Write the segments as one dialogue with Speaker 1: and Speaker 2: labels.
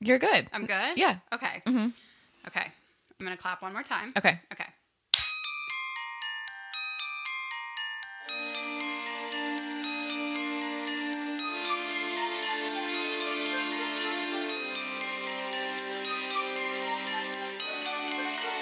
Speaker 1: You're good.
Speaker 2: I'm good?
Speaker 1: Yeah.
Speaker 2: Okay.
Speaker 1: Mhm.
Speaker 2: Okay. I'm going to clap one more time.
Speaker 1: Okay.
Speaker 2: Okay.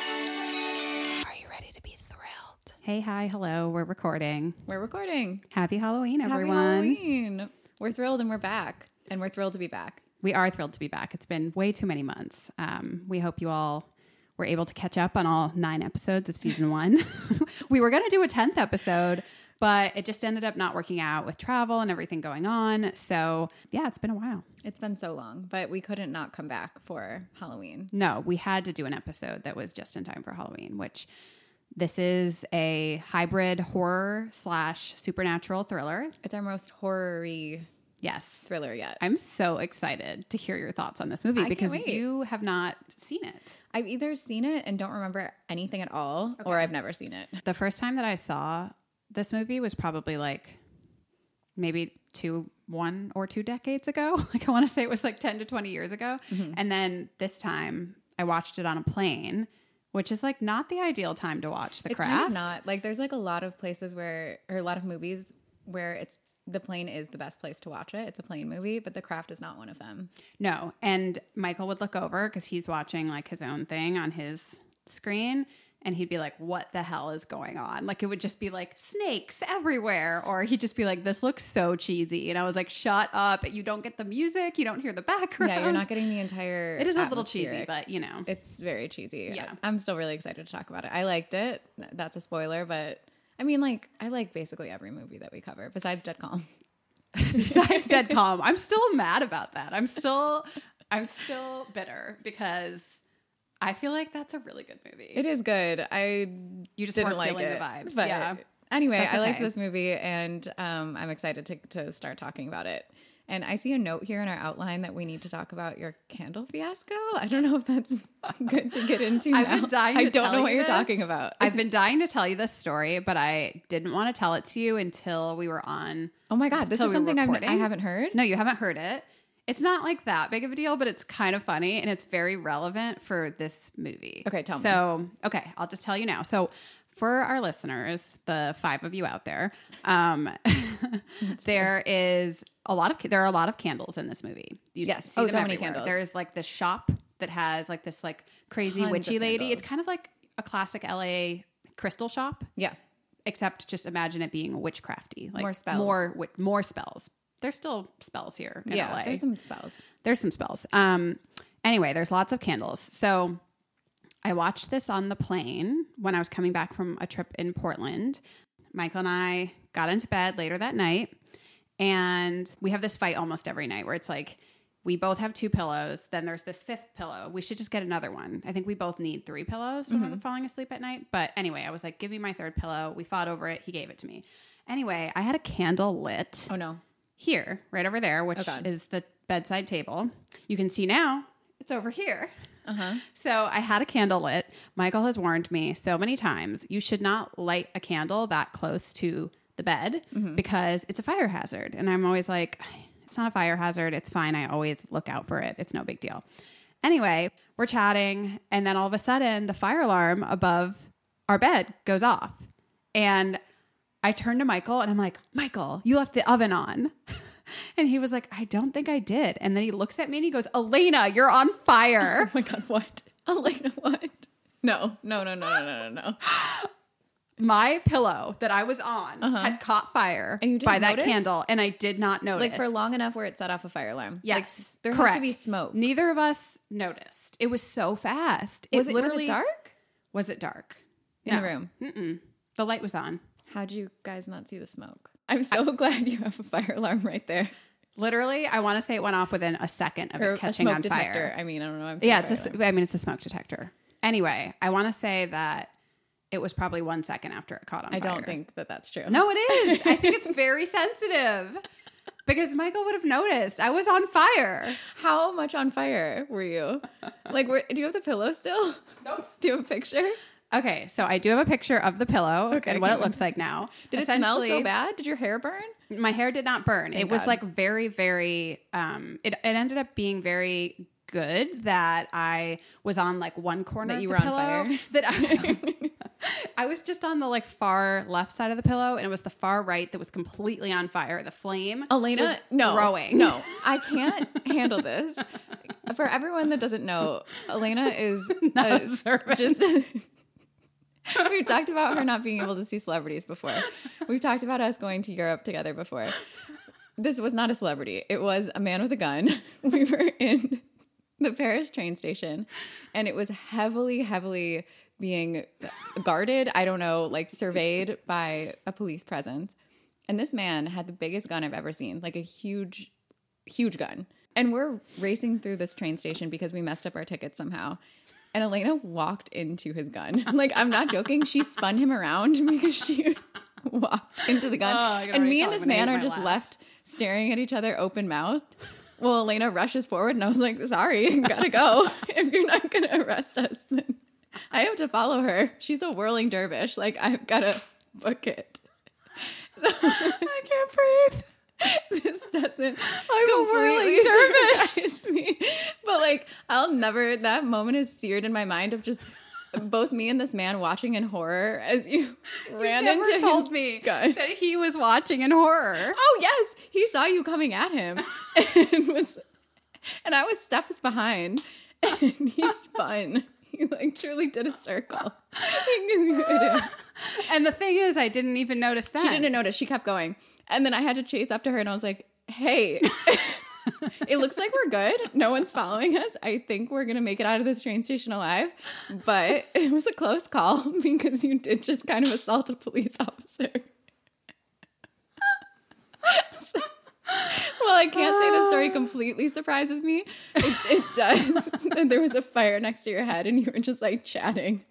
Speaker 1: Are you ready to be thrilled?
Speaker 2: Hey, hi, hello. We're recording.
Speaker 1: We're recording.
Speaker 2: Happy Halloween,
Speaker 1: Happy
Speaker 2: everyone.
Speaker 1: Halloween. We're thrilled and we're back. And we're thrilled to be back.
Speaker 2: We are thrilled to be back. It's been way too many months. Um, we hope you all were able to catch up on all nine episodes of season one. we were going to do a 10th episode, but it just ended up not working out with travel and everything going on. So, yeah, it's been a while.
Speaker 1: It's been so long, but we couldn't not come back for Halloween.
Speaker 2: No, we had to do an episode that was just in time for Halloween, which this is a hybrid horror slash supernatural thriller.
Speaker 1: It's our most horror-y
Speaker 2: Yes.
Speaker 1: thriller yet.
Speaker 2: I'm so excited to hear your thoughts on this movie
Speaker 1: can't
Speaker 2: because
Speaker 1: wait.
Speaker 2: you have not seen it.
Speaker 1: I've either seen it and don't remember anything at all, or I've never seen it.
Speaker 2: The first time that I saw this movie was probably like maybe two, one or two decades ago. Like I want to say it was like 10 to 20 years ago. And then this time I watched it on a plane, which is like not the ideal time to watch the
Speaker 1: It's
Speaker 2: craft.
Speaker 1: kind of not like there's like a lot of places where, or a lot of movies where it's the plane is the best place to watch it. It's a plane movie, but The Craft is not one of them.
Speaker 2: No. And Michael would look over because he's watching like his own thing on his screen and he'd be like, What the hell is going on? Like it would just be like snakes everywhere. Or he'd just be like, This looks so cheesy. And I was like, Shut up. You don't get the music. You don't hear the background.
Speaker 1: Yeah, you're not getting the entire.
Speaker 2: It is a little cheesy,
Speaker 1: atmospheric-
Speaker 2: but you know.
Speaker 1: it's very cheesy.
Speaker 2: Yeah.
Speaker 1: I, am still really excited to talk about it. I liked it. That's a spoiler, but I mean, like, I like basically every movie that we cover besides Dead Calm.
Speaker 2: besides dead calm i'm still mad about that i'm still i'm still bitter because i feel like that's a really good movie
Speaker 1: It is good. I
Speaker 2: you just
Speaker 1: didn't
Speaker 2: weren't
Speaker 1: like
Speaker 2: feeling
Speaker 1: it,
Speaker 2: the vibes
Speaker 1: but
Speaker 2: yeah
Speaker 1: Anyway,
Speaker 2: That's
Speaker 1: I liked
Speaker 2: okay.
Speaker 1: this movie, and um, I'm excited to, to start talking about it. And I see a note here in our outline that we need to talk about your candle fiasco. I don't know if that's good to get into.
Speaker 2: I've been
Speaker 1: now.
Speaker 2: dying.
Speaker 1: I
Speaker 2: to
Speaker 1: don't
Speaker 2: tell
Speaker 1: know
Speaker 2: you
Speaker 1: what you're
Speaker 2: this.
Speaker 1: talking about.
Speaker 2: I've been dying to tell you this story, but I didn't want to tell it to you until we were on.
Speaker 1: oh my god, this
Speaker 2: until
Speaker 1: is
Speaker 2: we were
Speaker 1: something I've, I
Speaker 2: recording.
Speaker 1: haven't heard.
Speaker 2: No, you haven't heard it. It's not like that big of a deal, but it's kind of funny and it's very relevant for this movie.
Speaker 1: Okay, tell me.
Speaker 2: So, okay, I'll just tell you now. So, for our listeners, the five of you out there, um, there is a lot of there are a lot of candles in this movie. You
Speaker 1: Yes.
Speaker 2: see
Speaker 1: Oh,
Speaker 2: them
Speaker 1: so many
Speaker 2: everywhere.
Speaker 1: candles.
Speaker 2: There is like the shop that has like this like crazy
Speaker 1: Tons of
Speaker 2: witchy lady.
Speaker 1: candles.
Speaker 2: It's kind of like a classic LA crystal shop
Speaker 1: Yeah,
Speaker 2: except just imagine it being witchcrafty, like
Speaker 1: More spells.
Speaker 2: more wi- more spells. There's still spells here in
Speaker 1: yeah.
Speaker 2: LA.
Speaker 1: There's some spells.
Speaker 2: there's some spells. Um, anyway, there's lots of candles. So I watched this on the plane when I was coming back from a trip in Portland. Michael and I got into bed later that night, and we have this fight almost every night where it's like we both have two pillows, then there's this fifth pillow. We should just get another one. I think we both need three pillows when we're falling asleep at night. But anyway, I was like, give me my third pillow. We fought over it. He gave it to me. Anyway, I had a candle lit
Speaker 1: Oh no.
Speaker 2: here, right over there, which
Speaker 1: God.
Speaker 2: is the bedside table. You can see now it's over here.
Speaker 1: Uh huh.
Speaker 2: So I had a candle lit. Michael has warned me so many times you should not light a candle that close to the bed because it's a fire hazard. And I'm always like, it's not a fire hazard. It's fine. I always look out for it. It's no big deal. Anyway, we're chatting. And then all of a sudden, the fire alarm above our bed goes off. And I turned to Michael and I'm like, Michael, you left the oven on. And he was like, I don't think I did. And then he looks at me and he goes, Elena, you're on fire.
Speaker 1: Oh my god, what? Elena, what? No, no, no, no, no, no, no, no.
Speaker 2: my pillow that I was on had caught fire
Speaker 1: Uh-huh. And you didn't
Speaker 2: by that
Speaker 1: notice?
Speaker 2: candle, and I did not notice.
Speaker 1: Like for long enough where it set off a fire alarm. Like,
Speaker 2: yes,
Speaker 1: there has
Speaker 2: correct.
Speaker 1: to be smoke.
Speaker 2: Neither of us noticed. It was so fast.
Speaker 1: Was it, was
Speaker 2: literally
Speaker 1: it dark
Speaker 2: Was it dark?
Speaker 1: in the
Speaker 2: No.
Speaker 1: room?
Speaker 2: Mm-mm. The light was on.
Speaker 1: How'd you guys not see the smoke? I'm so glad you have a fire alarm right there.
Speaker 2: Literally, I want to say it went off within a second of
Speaker 1: Or
Speaker 2: it catching
Speaker 1: a smoke
Speaker 2: on
Speaker 1: detector.
Speaker 2: fire.
Speaker 1: I mean, I don't know. I'm
Speaker 2: Yeah,
Speaker 1: it's
Speaker 2: it's a, I mean it's a smoke detector. Anyway, I want to say that it was probably one second after it caught on.
Speaker 1: I
Speaker 2: fire.
Speaker 1: don't think that that's true.
Speaker 2: No, it is. I think it's very sensitive because Michael would have noticed. I was on fire.
Speaker 1: How much on fire were you? Like, were, do you have the pillow still? Nope. Do you have a picture?
Speaker 2: Okay, so I do have a picture of the pillow
Speaker 1: Okay,
Speaker 2: and what it
Speaker 1: good.
Speaker 2: looks like now.
Speaker 1: Did it smell so
Speaker 2: Essentially,
Speaker 1: bad? Did your hair burn?
Speaker 2: My hair did not burn. it was
Speaker 1: God.
Speaker 2: like very, very. Um, it it ended up being very good that I was on like one corner
Speaker 1: That
Speaker 2: of
Speaker 1: you
Speaker 2: the
Speaker 1: were on
Speaker 2: pillow,
Speaker 1: fire.
Speaker 2: That I, I was just on the like far left side of the pillow, and it was the far right that was completely on fire. The flame, was
Speaker 1: Elena, no,
Speaker 2: growing.
Speaker 1: no, I can't handle this. For everyone that doesn't know, Elena is
Speaker 2: Not
Speaker 1: a-
Speaker 2: a servant.
Speaker 1: just. we talked about her not being able to see celebrities before. We've talked about us going to Europe together before. This was not a celebrity. It was a man with a gun. We were in the Paris train station, and it was heavily, heavily being guarded. I don't know, like surveyed by a police presence. And this man had the biggest gun I've ever seen, like a huge, huge gun. And we're racing through this train station because we messed up our tickets somehow. And Elena walked into his gun. Like, I'm not joking. She spun him around because she walked into the gun.
Speaker 2: Oh, I can
Speaker 1: and
Speaker 2: already
Speaker 1: me
Speaker 2: tell
Speaker 1: and
Speaker 2: I'm
Speaker 1: this
Speaker 2: gonna
Speaker 1: man
Speaker 2: hate
Speaker 1: are
Speaker 2: my
Speaker 1: just
Speaker 2: laugh.
Speaker 1: left staring at each other open mouthed. Well, Elena rushes forward, and I was like, sorry, gotta go. if you're not gonna arrest us, then I have to follow her. She's a whirling dervish. Like, I've gotta book it. I can't breathe. This doesn't I'm
Speaker 2: a
Speaker 1: completely
Speaker 2: whirling
Speaker 1: surprise me. But like I'll never that moment is seared in my mind of just both me and this man watching in horror as you ran
Speaker 2: never
Speaker 1: into
Speaker 2: told
Speaker 1: his
Speaker 2: me
Speaker 1: gun.
Speaker 2: that he was watching in horror.
Speaker 1: Oh yes, he saw you coming at him and was and I was steps behind and he spun. He like truly did a circle.
Speaker 2: And the thing is, I didn't even notice that.
Speaker 1: She didn't notice. She kept going. And then I had to chase after her and I was like, hey, it looks like we're good. No one's following us. I think we're going to make it out of this train station alive. But it was a close call because you did just kind of assault a police officer. So- well, I can't say the story completely surprises me. It, it does. And there was a fire next to your head and you were just like chatting.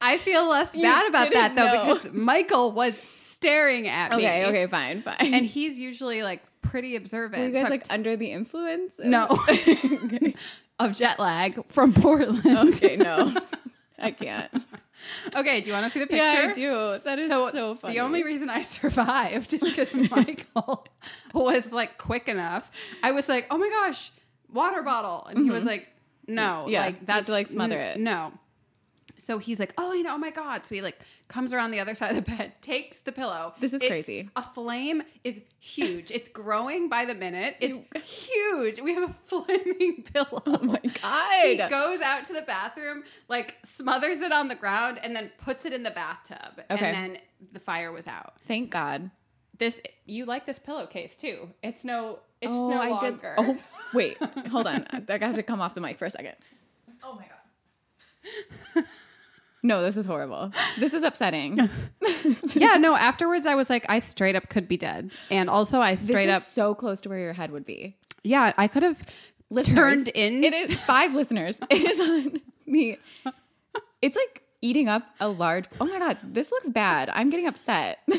Speaker 2: I feel less bad about
Speaker 1: didn't
Speaker 2: that though
Speaker 1: know.
Speaker 2: because Michael was staring at me.
Speaker 1: Okay, okay, fine, fine.
Speaker 2: And he's usually like pretty observant.
Speaker 1: Were you guys
Speaker 2: so-
Speaker 1: like under the influence? of-
Speaker 2: no of jet lag from Portland.
Speaker 1: okay, no. I can't.
Speaker 2: Oh, Okay, do you want to see the picture?
Speaker 1: Yeah, I do. That is so, funny.
Speaker 2: The only reason I survived is because Michael was like quick enough. I was like, oh my gosh, water bottle. And he was like, no.
Speaker 1: Mm-hmm. Yeah, you
Speaker 2: Like
Speaker 1: have
Speaker 2: that's
Speaker 1: to, like, smother
Speaker 2: n-
Speaker 1: it.
Speaker 2: No. So he's like, oh, you know, oh my God. So he like comes around the other side of the bed, takes the pillow.
Speaker 1: This is
Speaker 2: It's-
Speaker 1: crazy.
Speaker 2: A flame is huge. It's growing by the minute. It's huge. We have a flaming pillow. Oh my
Speaker 1: God.
Speaker 2: He goes out to the bathroom, like smothers it on the ground, and then puts it in the bathtub.
Speaker 1: Okay.
Speaker 2: And then the fire was out.
Speaker 1: Thank God.
Speaker 2: This you like this pillowcase too. It's no it's
Speaker 1: oh,
Speaker 2: no
Speaker 1: I
Speaker 2: longer.
Speaker 1: did. Oh, wait. Hold on. I I have to come off the mic for a second.
Speaker 2: oh my god.
Speaker 1: No, this is horrible. This is upsetting.
Speaker 2: yeah, no, afterwards I was like, I straight up could be dead. And also I
Speaker 1: This
Speaker 2: straight
Speaker 1: is
Speaker 2: up
Speaker 1: so close to where your head would be.
Speaker 2: Yeah, I could have turned
Speaker 1: Listeners,
Speaker 2: in
Speaker 1: It is five listeners. It is on me. It's like eating up a large. Oh my God. This looks bad. I'm getting upset.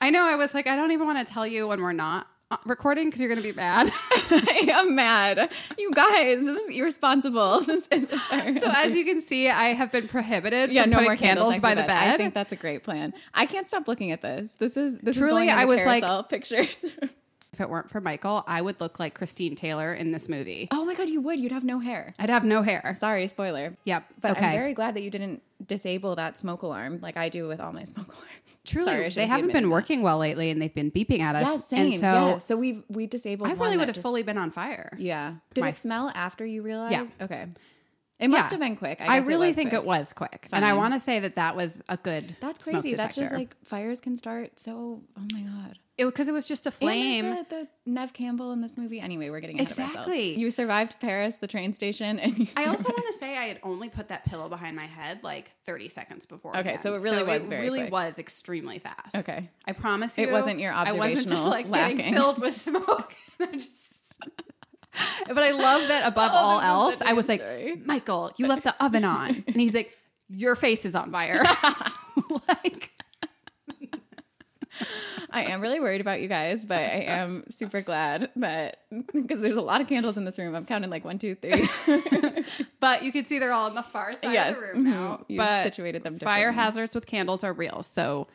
Speaker 2: I know I was like, I don't even want to tell you when we're not uh, recording because you're gonna be mad.
Speaker 1: I am mad. You guys, this is irresponsible. This is
Speaker 2: so as you can see, I have been prohibited
Speaker 1: yeah,
Speaker 2: from
Speaker 1: no
Speaker 2: putting
Speaker 1: more candles, next
Speaker 2: by
Speaker 1: to
Speaker 2: the bed.
Speaker 1: I think that's a great plan. I can't stop looking at this. This is this
Speaker 2: Truly,
Speaker 1: Is going on
Speaker 2: I
Speaker 1: the
Speaker 2: was like-
Speaker 1: carousel pictures.
Speaker 2: if it weren't for Michael, I would look like Christine Taylor in this movie.
Speaker 1: oh my god, you would. You'd have no hair.
Speaker 2: I'd have no hair.
Speaker 1: Sorry, spoiler.
Speaker 2: Yep.
Speaker 1: But
Speaker 2: okay.
Speaker 1: I'm very glad that you didn't disable that smoke alarm like I do with all my smoke alarms.
Speaker 2: Truly,
Speaker 1: Sorry, I
Speaker 2: they
Speaker 1: shouldn't be
Speaker 2: haven't been
Speaker 1: admitting that.
Speaker 2: working well lately, and they've been beeping at us.
Speaker 1: Yeah, same.
Speaker 2: And so
Speaker 1: yeah. So we we disabled.
Speaker 2: I
Speaker 1: one
Speaker 2: really would
Speaker 1: that
Speaker 2: have
Speaker 1: just-
Speaker 2: fully been on fire.
Speaker 1: Yeah. Did
Speaker 2: My-
Speaker 1: it smell after you realized?
Speaker 2: Yeah.
Speaker 1: Okay. It must
Speaker 2: Yeah.
Speaker 1: have been quick. I,
Speaker 2: I,
Speaker 1: guess
Speaker 2: really
Speaker 1: was
Speaker 2: think
Speaker 1: quick.
Speaker 2: it was quick, and I
Speaker 1: Fine.
Speaker 2: want to say that that was a good.
Speaker 1: That's
Speaker 2: smoke
Speaker 1: crazy. That's just
Speaker 2: detector.
Speaker 1: like fires can start. So oh my god.
Speaker 2: it because it was just a flame.
Speaker 1: And there's the, the Nev Campbell in this movie. Anyway, we're getting ahead of
Speaker 2: Exactly.
Speaker 1: ourselves. You survived Paris, the train station, and you
Speaker 2: I also
Speaker 1: survived-
Speaker 2: want to say I had only put that pillow behind my head like 30 seconds before.
Speaker 1: so it really was
Speaker 2: it
Speaker 1: very
Speaker 2: really
Speaker 1: quick.
Speaker 2: was extremely fast.
Speaker 1: Okay.
Speaker 2: I promise you,
Speaker 1: It wasn't your
Speaker 2: I wasn't just
Speaker 1: observational
Speaker 2: like getting
Speaker 1: lacking.
Speaker 2: filled with smoke. I just- but I love that above
Speaker 1: Oh,
Speaker 2: all
Speaker 1: this is
Speaker 2: else,
Speaker 1: such a
Speaker 2: I was
Speaker 1: good
Speaker 2: like,
Speaker 1: story.
Speaker 2: Michael, you left the oven on, and he's like, your face is on fire. like,
Speaker 1: I am really worried about you guys, but I am super glad that because there's a lot of candles in this room. I'm counting like one, two, three.
Speaker 2: but you can see they're all on the far side
Speaker 1: yes,
Speaker 2: of the room now.
Speaker 1: mhm. You've
Speaker 2: but
Speaker 1: situated them.
Speaker 2: fire
Speaker 1: differently.
Speaker 2: hazards with candles are real, so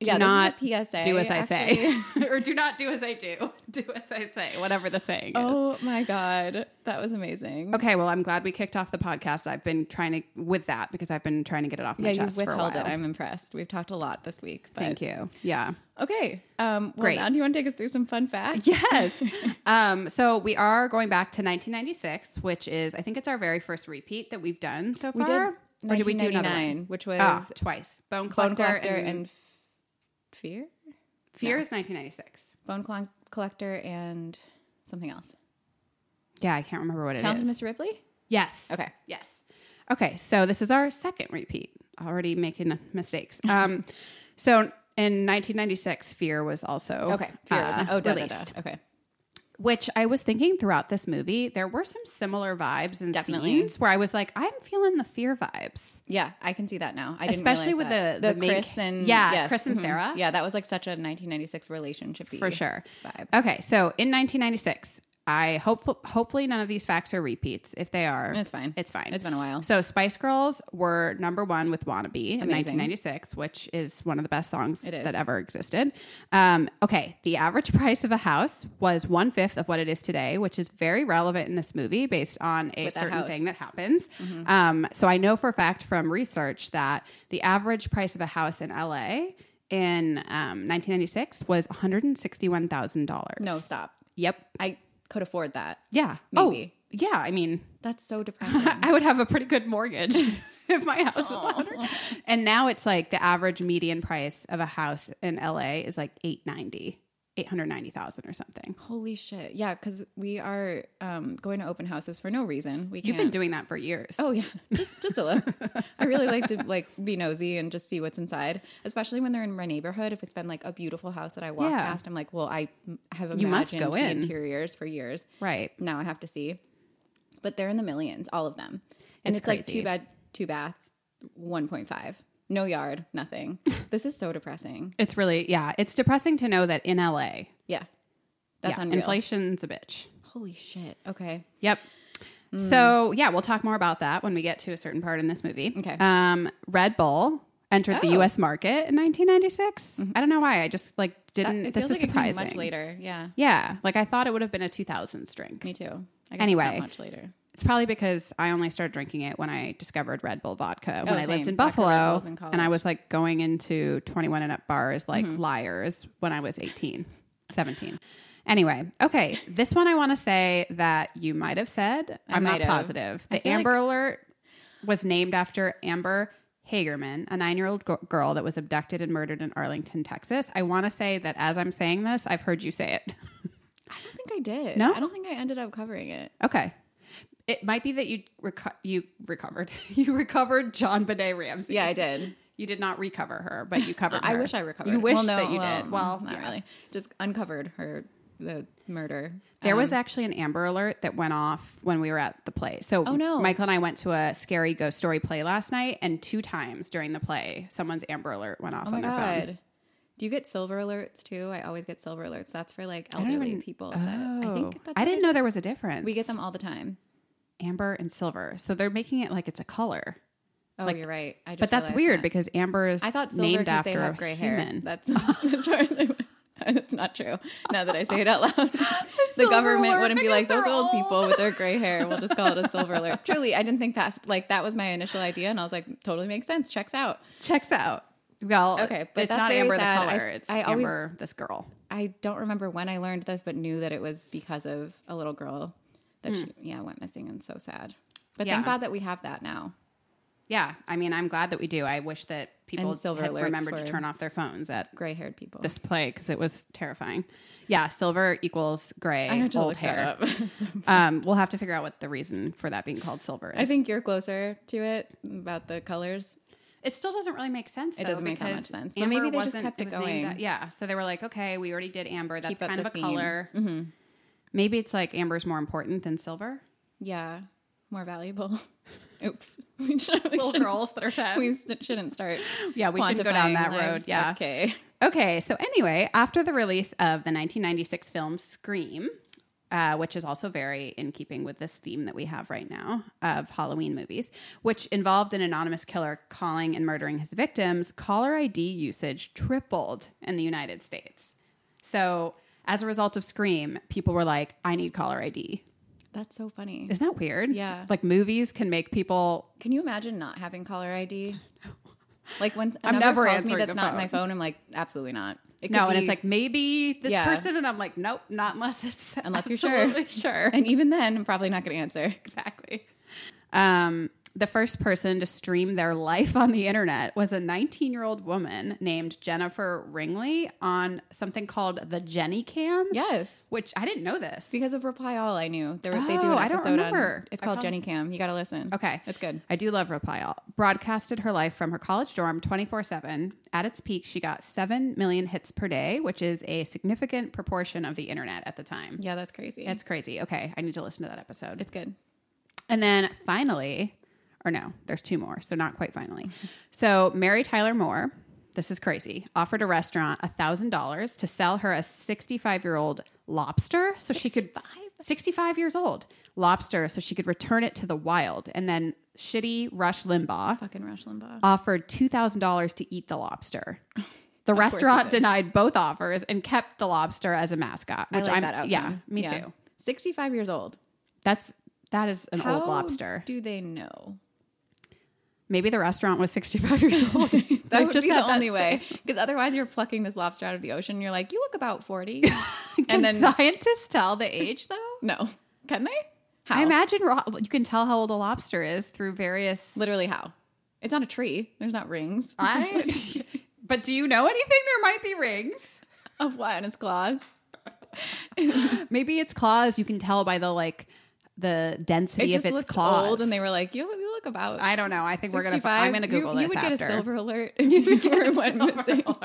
Speaker 1: yeah,
Speaker 2: not
Speaker 1: this is a PSA.
Speaker 2: do as I
Speaker 1: actually.
Speaker 2: say, or do not do as I do. Do as I say, whatever the saying is.
Speaker 1: Oh my god, that was amazing.
Speaker 2: Okay, well, I'm glad we kicked off the podcast. I've been trying to with that because I've been trying to get it off my
Speaker 1: Yeah, you
Speaker 2: chest for a
Speaker 1: withheld
Speaker 2: while.
Speaker 1: it. I'm impressed. We've talked a lot this week. But
Speaker 2: Thank you. Yeah.
Speaker 1: Okay. Um, well,
Speaker 2: Great.
Speaker 1: Now, do you want to take us through some fun facts?
Speaker 2: Yes. um, so we are going back to 1996, which is I think it's our very first repeat that we've done so far.
Speaker 1: We did
Speaker 2: or did we do another one?
Speaker 1: 1999, which was
Speaker 2: Ah, twice. Bone
Speaker 1: Bone
Speaker 2: Collector,
Speaker 1: Collector
Speaker 2: and,
Speaker 1: and, F- Fear?
Speaker 2: Fear is 1996.
Speaker 1: Bone Clon- Collector and something else.
Speaker 2: Yeah, I can't remember what it is.
Speaker 1: Talented Mr. Ripley?
Speaker 2: Yes.
Speaker 1: Okay.
Speaker 2: Yes. Okay. So this is our second repeat. Already making mistakes. Um, so in 1996, Fear was also
Speaker 1: Okay. Fear was
Speaker 2: uh,
Speaker 1: not. Oh, da, da,
Speaker 2: released.
Speaker 1: da. Okay.
Speaker 2: Which I was thinking throughout this movie, there were some similar vibes and
Speaker 1: Definitely.
Speaker 2: scenes where I was like, I'm feeling the Fear vibes.
Speaker 1: Yeah, I can see that now. I didn't
Speaker 2: Especially
Speaker 1: realize that.
Speaker 2: with the- the main
Speaker 1: Chris
Speaker 2: ca-
Speaker 1: and mm-hmm.
Speaker 2: Yeah, Chris and Sarah.
Speaker 1: Yeah, that was like such a 1996 relationship
Speaker 2: For sure.
Speaker 1: vibe.
Speaker 2: Okay, so in 1996, I hope hopefully none of these facts are repeats. If they are,
Speaker 1: It's fine.
Speaker 2: It's fine.
Speaker 1: It's been a while.
Speaker 2: So Spice Girls were number one with "Wannabe" in
Speaker 1: Amazing.
Speaker 2: 1996, which is one of the best songs
Speaker 1: It is.
Speaker 2: that ever existed. Um, okay, the average price of a house was one fifth of what it is today, which is very relevant in this movie based on a
Speaker 1: With that
Speaker 2: certain
Speaker 1: house. Mm-hmm.
Speaker 2: thing that happens. Um, so I know for a fact from research that the average price of a house in LA in um, 1996 was $161,000.
Speaker 1: No, stop.
Speaker 2: Yep.
Speaker 1: I could afford that.
Speaker 2: Yeah.
Speaker 1: Maybe.
Speaker 2: Oh, yeah. I mean,
Speaker 1: That's so depressing.
Speaker 2: I would have a pretty good mortgage if my house was 100. And now it's like the average median price of a house in LA is like 890, 890,000 or something.
Speaker 1: Holy shit. Yeah, because we are um, going to open houses for no reason. We
Speaker 2: You've
Speaker 1: can't.
Speaker 2: been doing that for years.
Speaker 1: Oh yeah, just just a look. I really like to like be nosy and just see what's inside, especially when they're in my neighborhood. If it's been like a beautiful house that I walk
Speaker 2: Yeah.
Speaker 1: past, I'm like, well, I m- have imagined
Speaker 2: You must go
Speaker 1: the
Speaker 2: in.
Speaker 1: interiors for years.
Speaker 2: right.
Speaker 1: Now I have to see, but they're in the millions, all of them, and
Speaker 2: It's
Speaker 1: it's, like
Speaker 2: crazy.
Speaker 1: two bed, two bath, one point five, no yard, nothing. this is so depressing.
Speaker 2: It's really, yeah. It's depressing to know that in LA,
Speaker 1: Yeah, that's
Speaker 2: yeah,
Speaker 1: unreal.
Speaker 2: inflation's a bitch.
Speaker 1: Holy shit. Okay.
Speaker 2: Yep.
Speaker 1: Hmm.
Speaker 2: So yeah, we'll talk more about that when we get to a certain part in this movie.
Speaker 1: Okay.
Speaker 2: Um, Red Bull entered the
Speaker 1: Oh. Mm-hmm.
Speaker 2: U.S. market in 1996. I don't know why. I just like
Speaker 1: That,
Speaker 2: didn't.
Speaker 1: it
Speaker 2: Mm, this
Speaker 1: feels
Speaker 2: is
Speaker 1: like it came
Speaker 2: surprising.
Speaker 1: much later. Yeah.
Speaker 2: Yeah, like I thought it would have been a 2000s drink.
Speaker 1: Me too. I guess
Speaker 2: Anyway.
Speaker 1: it's not much later.
Speaker 2: It's probably because I only started drinking it when I discovered Red Bull vodka when
Speaker 1: Oh,
Speaker 2: I lived
Speaker 1: same. Vodka Red
Speaker 2: in Buffalo,
Speaker 1: Bulls in college. Mm-hmm.
Speaker 2: and I was like going into 21 and up bars like liars when I was 18, 17. Anyway, okay, this one I want to say that you might have said. I am not
Speaker 1: might have.
Speaker 2: positive.
Speaker 1: I
Speaker 2: The
Speaker 1: feel like-
Speaker 2: Amber Alert was named after Amber Hagerman, a nine-year-old g- girl that was abducted and murdered in Arlington, Texas. I want to say that as I'm saying this, I've heard you say it.
Speaker 1: I don't think I did.
Speaker 2: No?
Speaker 1: I don't think I ended up covering it.
Speaker 2: Okay. It might be that you reco- you recovered. you recovered John Benet Ramsey.
Speaker 1: Yeah, I did.
Speaker 2: You did not recover her, but you covered her.
Speaker 1: I wish I recovered.
Speaker 2: You wish
Speaker 1: Well, no,
Speaker 2: that you
Speaker 1: well,
Speaker 2: did. Well,
Speaker 1: not
Speaker 2: yeah.
Speaker 1: really. Just uncovered her the murder.
Speaker 2: There
Speaker 1: Um,
Speaker 2: was actually an Amber Alert that went off when we were at the play. So,
Speaker 1: Oh, no.
Speaker 2: Michael and I went to a scary ghost story play last night, and two times during the play, someone's Amber Alert went off
Speaker 1: oh my
Speaker 2: on their
Speaker 1: god.
Speaker 2: phone.
Speaker 1: Do you get silver alerts too? I always get silver alerts. That's for like
Speaker 2: I don't
Speaker 1: elderly
Speaker 2: even-
Speaker 1: people.
Speaker 2: Oh,
Speaker 1: that- I think that's
Speaker 2: I
Speaker 1: what
Speaker 2: didn't
Speaker 1: it
Speaker 2: know
Speaker 1: is.
Speaker 2: there was a difference.
Speaker 1: We get them all the time.
Speaker 2: amber and silver, so they're making it like it's a color,
Speaker 1: Oh, you're right. I just
Speaker 2: but that's
Speaker 1: realized
Speaker 2: weird
Speaker 1: that.
Speaker 2: because amber is
Speaker 1: I thought silver
Speaker 2: named
Speaker 1: 'cause
Speaker 2: after
Speaker 1: they have
Speaker 2: a
Speaker 1: gray hair.
Speaker 2: human.
Speaker 1: That's as far as I went. That's not true. Now that I say it out loud, the
Speaker 2: silver
Speaker 1: government
Speaker 2: alert
Speaker 1: wouldn't be
Speaker 2: because
Speaker 1: like those
Speaker 2: they're
Speaker 1: old
Speaker 2: old."
Speaker 1: people with their gray hair. We'll just call it a silver alert. Truly, I didn't think past like that was my initial idea, and I was like, totally makes sense. Checks out.
Speaker 2: checks out. Well,
Speaker 1: Okay, but
Speaker 2: it's
Speaker 1: that's
Speaker 2: not
Speaker 1: very
Speaker 2: Amber
Speaker 1: sad.
Speaker 2: the
Speaker 1: I-
Speaker 2: color. it's
Speaker 1: I always-
Speaker 2: Amber this girl.
Speaker 1: I don't remember when I learned this, but knew that it was because of a little girl that she yeah went missing and so sad. But
Speaker 2: Hmm. Yeah.
Speaker 1: thank God that we have that now.
Speaker 2: Yeah, I mean, I'm glad that we do. I wish that people
Speaker 1: And silver
Speaker 2: had
Speaker 1: alerts
Speaker 2: remembered to
Speaker 1: for-
Speaker 2: turn off their phones at
Speaker 1: Gray haired people.
Speaker 2: this play because it was terrifying. Yeah, silver equals gray
Speaker 1: I have to
Speaker 2: old
Speaker 1: look
Speaker 2: hair.
Speaker 1: that up.
Speaker 2: Um, we'll have to figure out what the reason for that being called silver is.
Speaker 1: I think you're closer to it about the colors.
Speaker 2: it still doesn't really make sense.
Speaker 1: It
Speaker 2: though,
Speaker 1: doesn't make that
Speaker 2: because
Speaker 1: much sense, but
Speaker 2: Amber
Speaker 1: maybe they just
Speaker 2: wasn't-
Speaker 1: kept it
Speaker 2: was named
Speaker 1: going.
Speaker 2: a- yeah, so they were like, okay, we already did amber. That's
Speaker 1: Keep up
Speaker 2: kind of
Speaker 1: the
Speaker 2: a
Speaker 1: theme. Mm-hmm.
Speaker 2: color. Maybe it's like amber's more important than silver.
Speaker 1: Yeah, more valuable. Oops. We, should, we,
Speaker 2: Little
Speaker 1: shouldn't-
Speaker 2: girls that are ten.
Speaker 1: we st- shouldn't start.
Speaker 2: yeah, we should go down
Speaker 1: quantifying
Speaker 2: that road.
Speaker 1: lives.
Speaker 2: Yeah.
Speaker 1: Okay.
Speaker 2: Okay, so anyway, after the release of the 1996 film Scream, uh, which is also very in keeping with this theme that we have right now of Halloween movies, which involved an anonymous killer calling and murdering his victims, caller ID usage tripled in the United States. So, as a result of Scream, people were like, I need caller ID.
Speaker 1: That's so funny.
Speaker 2: Isn't that weird?
Speaker 1: Yeah.
Speaker 2: Like, movies can make people
Speaker 1: Can you imagine not having caller ID? Like when a
Speaker 2: I'm
Speaker 1: number
Speaker 2: never
Speaker 1: calls me
Speaker 2: answering
Speaker 1: that's
Speaker 2: the
Speaker 1: not my
Speaker 2: phone.
Speaker 1: phone, I'm like, absolutely not. It
Speaker 2: no,
Speaker 1: could
Speaker 2: and
Speaker 1: be-
Speaker 2: it's like maybe this
Speaker 1: Yeah.
Speaker 2: person, and I'm like, nope, not unless it's
Speaker 1: Unless you're sure.
Speaker 2: absolutely sure,
Speaker 1: and even then, I'm probably not going to answer.
Speaker 2: exactly. Um, the first person to stream their life on the internet was a 19 year old woman named Jennifer Ringley on something called the Jenny Cam.
Speaker 1: Yes,
Speaker 2: which I didn't know this.
Speaker 1: because of Reply All, I knew they, were, they do
Speaker 2: Oh,
Speaker 1: an
Speaker 2: I don't
Speaker 1: episode
Speaker 2: remember.
Speaker 1: on. It's
Speaker 2: I
Speaker 1: called
Speaker 2: prob-
Speaker 1: Jenny Cam. You got to listen.
Speaker 2: okay,
Speaker 1: it's good.
Speaker 2: I do love Reply All. Broadcasted her life from her college dorm 24 7. At its peak, she got 7 million hits per day, which is a significant proportion of the internet at the time.
Speaker 1: Yeah, that's crazy.
Speaker 2: That's crazy. Okay, I need to listen to that episode.
Speaker 1: it's good.
Speaker 2: And then finally, or no, there's two more, so not quite finally. So Mary Tyler Moore, this is crazy, offered a restaurant thousand dollars to sell her a 65 year old lobster, so she could 65 years old lobster, so she could return it to the wild. And then shitty Rush Limbaugh
Speaker 1: Fucking Rush Limbaugh.
Speaker 2: offered two thousand dollars to eat the lobster. The
Speaker 1: course he
Speaker 2: restaurant
Speaker 1: did.
Speaker 2: denied both offers and kept the lobster as a mascot.
Speaker 1: I
Speaker 2: Which
Speaker 1: like
Speaker 2: I'm,
Speaker 1: that outcome.
Speaker 2: Yeah, me too.
Speaker 1: Sixty-five years old.
Speaker 2: That's that is an
Speaker 1: How
Speaker 2: old lobster.
Speaker 1: Do they know?
Speaker 2: Maybe the restaurant was 65 years old.
Speaker 1: That
Speaker 2: I
Speaker 1: would
Speaker 2: just
Speaker 1: be
Speaker 2: had
Speaker 1: the
Speaker 2: that
Speaker 1: only way. Because otherwise, you're plucking this lobster out of the ocean. And you're like, you look about forty.
Speaker 2: Can
Speaker 1: And then-
Speaker 2: scientists tell the age, though?
Speaker 1: no, can they? How?
Speaker 2: I imagine ro- you can tell how old a lobster is through various.
Speaker 1: Literally, how? It's not a tree. There's not rings.
Speaker 2: I, but do you know anything? There might be rings.
Speaker 1: of what on its claws?
Speaker 2: Maybe its claws. You can tell by the like the
Speaker 1: It
Speaker 2: density
Speaker 1: just
Speaker 2: of its
Speaker 1: looked
Speaker 2: claws.
Speaker 1: old, and they were like, "You, you look about."
Speaker 2: I don't know. I think we're gonna.
Speaker 1: 65.
Speaker 2: I'm gonna Google
Speaker 1: you,
Speaker 2: this
Speaker 1: You would
Speaker 2: after.
Speaker 1: get a silver alert if you were one missing. All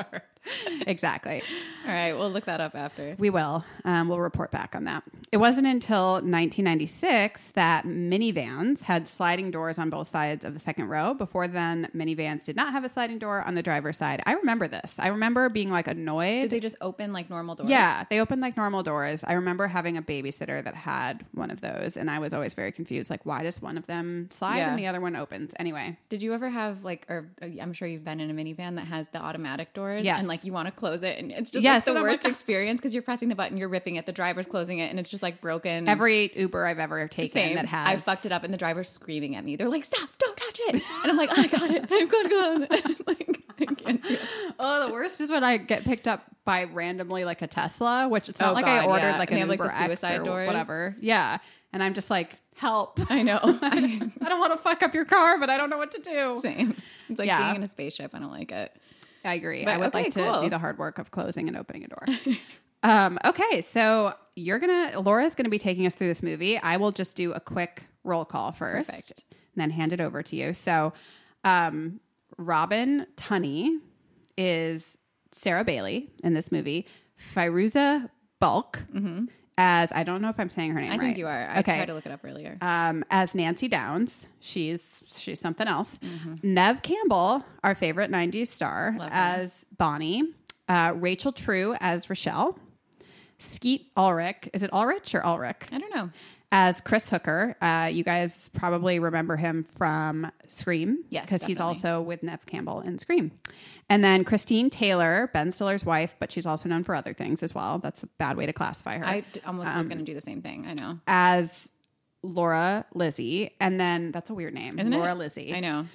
Speaker 2: exactly.
Speaker 1: right, we'll look that up after.
Speaker 2: We will. Um, we'll report back on that. It wasn't until 1996 that minivans had sliding doors on both sides of the second row. Before then, minivans did not have a sliding door on the driver's side. I remember this. I remember being like
Speaker 1: Did
Speaker 2: annoyed.
Speaker 1: they just open like normal doors?
Speaker 2: yeah, they opened like normal doors. I remember having a babysitter that had one of those, and I was always very confused. Like, why does one of them slide
Speaker 1: Yeah.
Speaker 2: and the other one opens? Anyway,
Speaker 1: Did you ever have like, or uh, I'm sure you've been in a minivan that has the automatic doors,
Speaker 2: Yes.
Speaker 1: and like you want to close it, and it's just
Speaker 2: Yes,
Speaker 1: like,
Speaker 2: and
Speaker 1: the
Speaker 2: I'm
Speaker 1: worst
Speaker 2: like-
Speaker 1: experience because you're pressing the button, you're ripping it, the driver's closing it, and it's just like broken.
Speaker 2: every Uber I've ever taken
Speaker 1: Same.
Speaker 2: that has
Speaker 1: I fucked it up, and the driver's screaming at me. They're like, "Stop! Don't touch it!" And I'm like, "I got it. I'm going to close it." like, I can't do it.
Speaker 2: Oh, the worst is when I get picked up by randomly like a Tesla, which it's not
Speaker 1: Oh,
Speaker 2: like I
Speaker 1: God,
Speaker 2: ordered
Speaker 1: yeah.
Speaker 2: like
Speaker 1: And
Speaker 2: an
Speaker 1: they have, like,
Speaker 2: Uber
Speaker 1: the
Speaker 2: X
Speaker 1: suicide
Speaker 2: or
Speaker 1: doors.
Speaker 2: whatever. Yeah, and I'm just like, help!
Speaker 1: I know.
Speaker 2: I don't want to fuck up your car, but I don't know what to do.
Speaker 1: Same. It's like
Speaker 2: Yeah.
Speaker 1: being in a spaceship. I don't like it.
Speaker 2: I agree.
Speaker 1: But
Speaker 2: I would
Speaker 1: okay,
Speaker 2: like to
Speaker 1: cool.
Speaker 2: do the hard work of closing and opening a door. um, okay, so you're gonna Laura's gonna be taking us through this movie. I will just do a quick roll call first,
Speaker 1: Perfect.
Speaker 2: and then hand it over to you. So, um, Robin Tunney is Sarah Bailey in this movie. Firuza Bulk as I don't know if I'm saying her name
Speaker 1: Mm-hmm. I
Speaker 2: right.
Speaker 1: think you are. I tried to look it up earlier.
Speaker 2: um, as Nancy Downs. She's she's something else. Nev Campbell, our favorite '90s star,
Speaker 1: Mm-hmm. Love her.
Speaker 2: as Bonnie. Uh, Rachel True as Rochelle. Skeet Ulrich, is it Ulrich or Ulrich?
Speaker 1: I don't know.
Speaker 2: As Chris Hooker, uh, you guys probably remember him from Scream,
Speaker 1: Yes,
Speaker 2: because he's
Speaker 1: definitely.
Speaker 2: also with Nev Campbell in Scream. And then Christine Taylor, Ben Stiller's wife, but she's also known for other things as well. That's a bad way to classify her
Speaker 1: I d- almost was
Speaker 2: Um,
Speaker 1: going to do the same thing. I know.
Speaker 2: as Laura Lizzie, and then that's a weird name,
Speaker 1: Isn't it?
Speaker 2: Laura Lizzie.
Speaker 1: I know.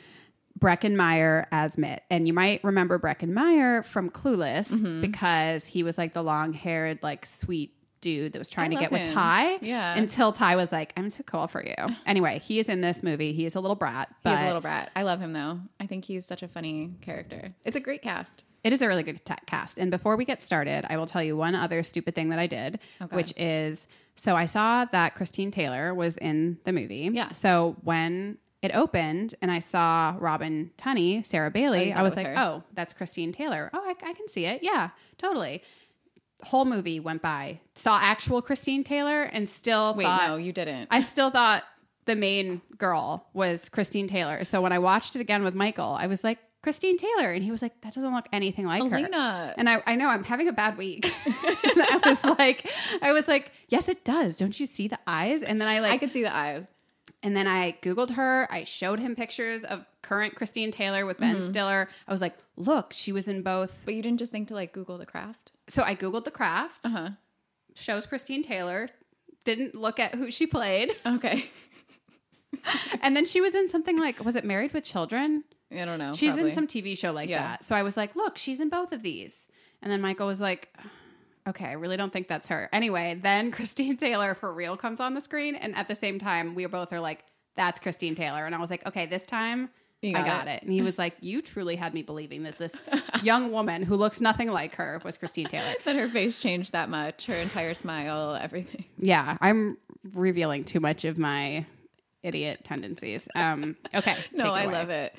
Speaker 2: Breckenmeyer as Mitt, and you might remember Breckenmeyer from Clueless
Speaker 1: Mm-hmm.
Speaker 2: because he was like the long-haired, like sweet dude that was trying to
Speaker 1: love
Speaker 2: get with
Speaker 1: him.
Speaker 2: Ty.
Speaker 1: Yeah.
Speaker 2: Until Ty was like, "I'm too cool for you." Anyway, he is in this movie. He is a little brat, but
Speaker 1: He's a little brat. I love him though. I think he's such a funny character. It's a great cast.
Speaker 2: It is a really good ta cast. And before we get started, I will tell you one other stupid thing that I did,
Speaker 1: Okay.
Speaker 2: which is so I saw that Christine Taylor was in the movie.
Speaker 1: Yeah.
Speaker 2: So when it opened and I saw Robin Tunney, Sarah Bailey,
Speaker 1: thought
Speaker 2: I
Speaker 1: it
Speaker 2: was
Speaker 1: was
Speaker 2: like,
Speaker 1: her.
Speaker 2: oh, that's Christine Taylor. Oh, I, I can see it. Yeah, totally. Whole movie went by, saw actual Christine Taylor, and still
Speaker 1: Wait,
Speaker 2: thought,
Speaker 1: no, you didn't.
Speaker 2: I still thought the main girl was Christine Taylor. So when I watched it again with Michael, I was like, Christine Taylor. And he was like, that doesn't look anything like her.
Speaker 1: Elena.
Speaker 2: And I, I know I'm having a bad week. and I was like, I was like, yes, it does. Don't you see the eyes? And then I like,
Speaker 1: I could see the eyes.
Speaker 2: and then I Googled her. I showed him pictures of current Christine Taylor with
Speaker 1: Mm-hmm.
Speaker 2: Ben Stiller. I was like, look, she was in both.
Speaker 1: But you didn't just think to like Google the craft?
Speaker 2: So I Googled The Craft,
Speaker 1: Uh-huh.
Speaker 2: shows Christine Taylor, didn't look at who she played.
Speaker 1: Okay.
Speaker 2: and then she was in something like, was it Married with Children?
Speaker 1: I don't know.
Speaker 2: She's
Speaker 1: probably.
Speaker 2: in some TV show like
Speaker 1: Yeah.
Speaker 2: that. So I was like, look, she's in both of these. And then Michael was like, okay, I really don't think that's her. Anyway, then Christine Taylor for real comes on the screen. And at the same time, we both are like, that's Christine Taylor. And I was like, okay, this time
Speaker 1: You
Speaker 2: I got it. And he was like, you truly had me believing that this young woman who looks nothing like her was Christine Taylor.
Speaker 1: That her face changed that much, her entire smile, everything.
Speaker 2: Yeah, I'm revealing too much of my idiot tendencies. Um, okay.
Speaker 1: No, I love it.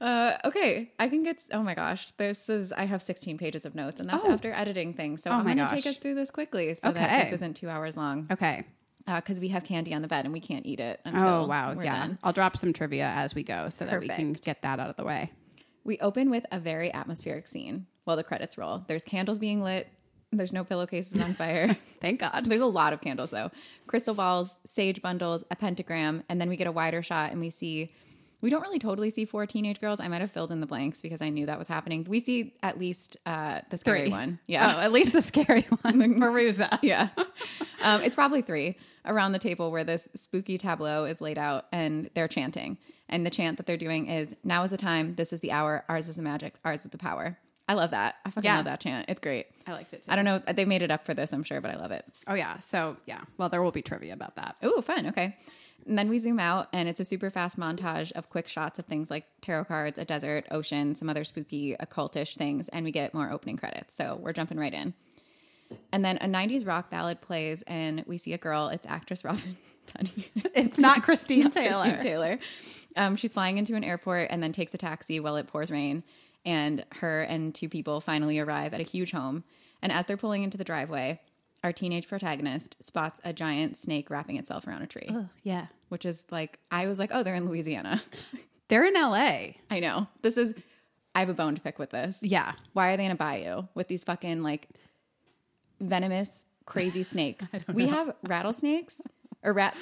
Speaker 1: Uh, okay, I can get. Oh my gosh, this is. I have 16 pages of notes, and that's
Speaker 2: Oh.
Speaker 1: after editing things. So
Speaker 2: Oh
Speaker 1: I'm
Speaker 2: my
Speaker 1: going to take
Speaker 2: gosh.
Speaker 1: us through this quickly so that this
Speaker 2: Okay.
Speaker 1: isn't two hours long.
Speaker 2: Okay.
Speaker 1: Because we have candy on the bed and we can't eat it until
Speaker 2: Oh wow,
Speaker 1: we're
Speaker 2: yeah.
Speaker 1: done.
Speaker 2: I'll drop some trivia as we go so that we can get that out of the way.
Speaker 1: We open with a very atmospheric scene while the credits roll. There's candles being lit. There's no pillowcases on fire.
Speaker 2: Thank God.
Speaker 1: There's a lot of candles though. Crystal balls, sage bundles, a pentagram, and then we get a wider shot and we see we don't really totally see four teenage girls. I might have filled in the blanks because I knew that was happening. We see at least uh the scary
Speaker 2: Three.
Speaker 1: one. Yeah.
Speaker 2: Oh, at least the scary one, Maruza.
Speaker 1: Yeah. Um, it's probably three around the table where this spooky tableau is laid out and they're chanting. And the chant that they're doing is now is the time, this is the hour, ours is the magic, ours is the power. I love that. I fucking
Speaker 2: Yeah.
Speaker 1: love that chant. It's great.
Speaker 2: I liked it too.
Speaker 1: I don't know. They made it up for this, I'm sure, but I love it.
Speaker 2: Oh yeah. So yeah. Well, there will be trivia about that.
Speaker 1: Oh, fun. Okay. And then we zoom out, and it's a super fast montage of quick shots of things like tarot cards, a desert, ocean, some other spooky, occultish things, and we get more opening credits. So we're jumping right in. And then a 90s rock ballad plays, and we see a girl. It's actress Robin Tunney.
Speaker 2: It's not Christine Taylor.
Speaker 1: Christine Taylor. Um, she's flying into an airport and then takes a taxi while it pours rain. And her and two people finally arrive at a huge home. And as they're pulling into the driveway, our teenage protagonist spots a giant snake wrapping itself around a tree,
Speaker 2: Oh, yeah.
Speaker 1: which is like, I was like, oh, they're in Louisiana.
Speaker 2: They're in L.A.
Speaker 1: I know. This is, I have a bone to pick with this.
Speaker 2: Yeah.
Speaker 1: Why are they in a bayou with these fucking like venomous, crazy snakes? we have rattlesnakes or rat,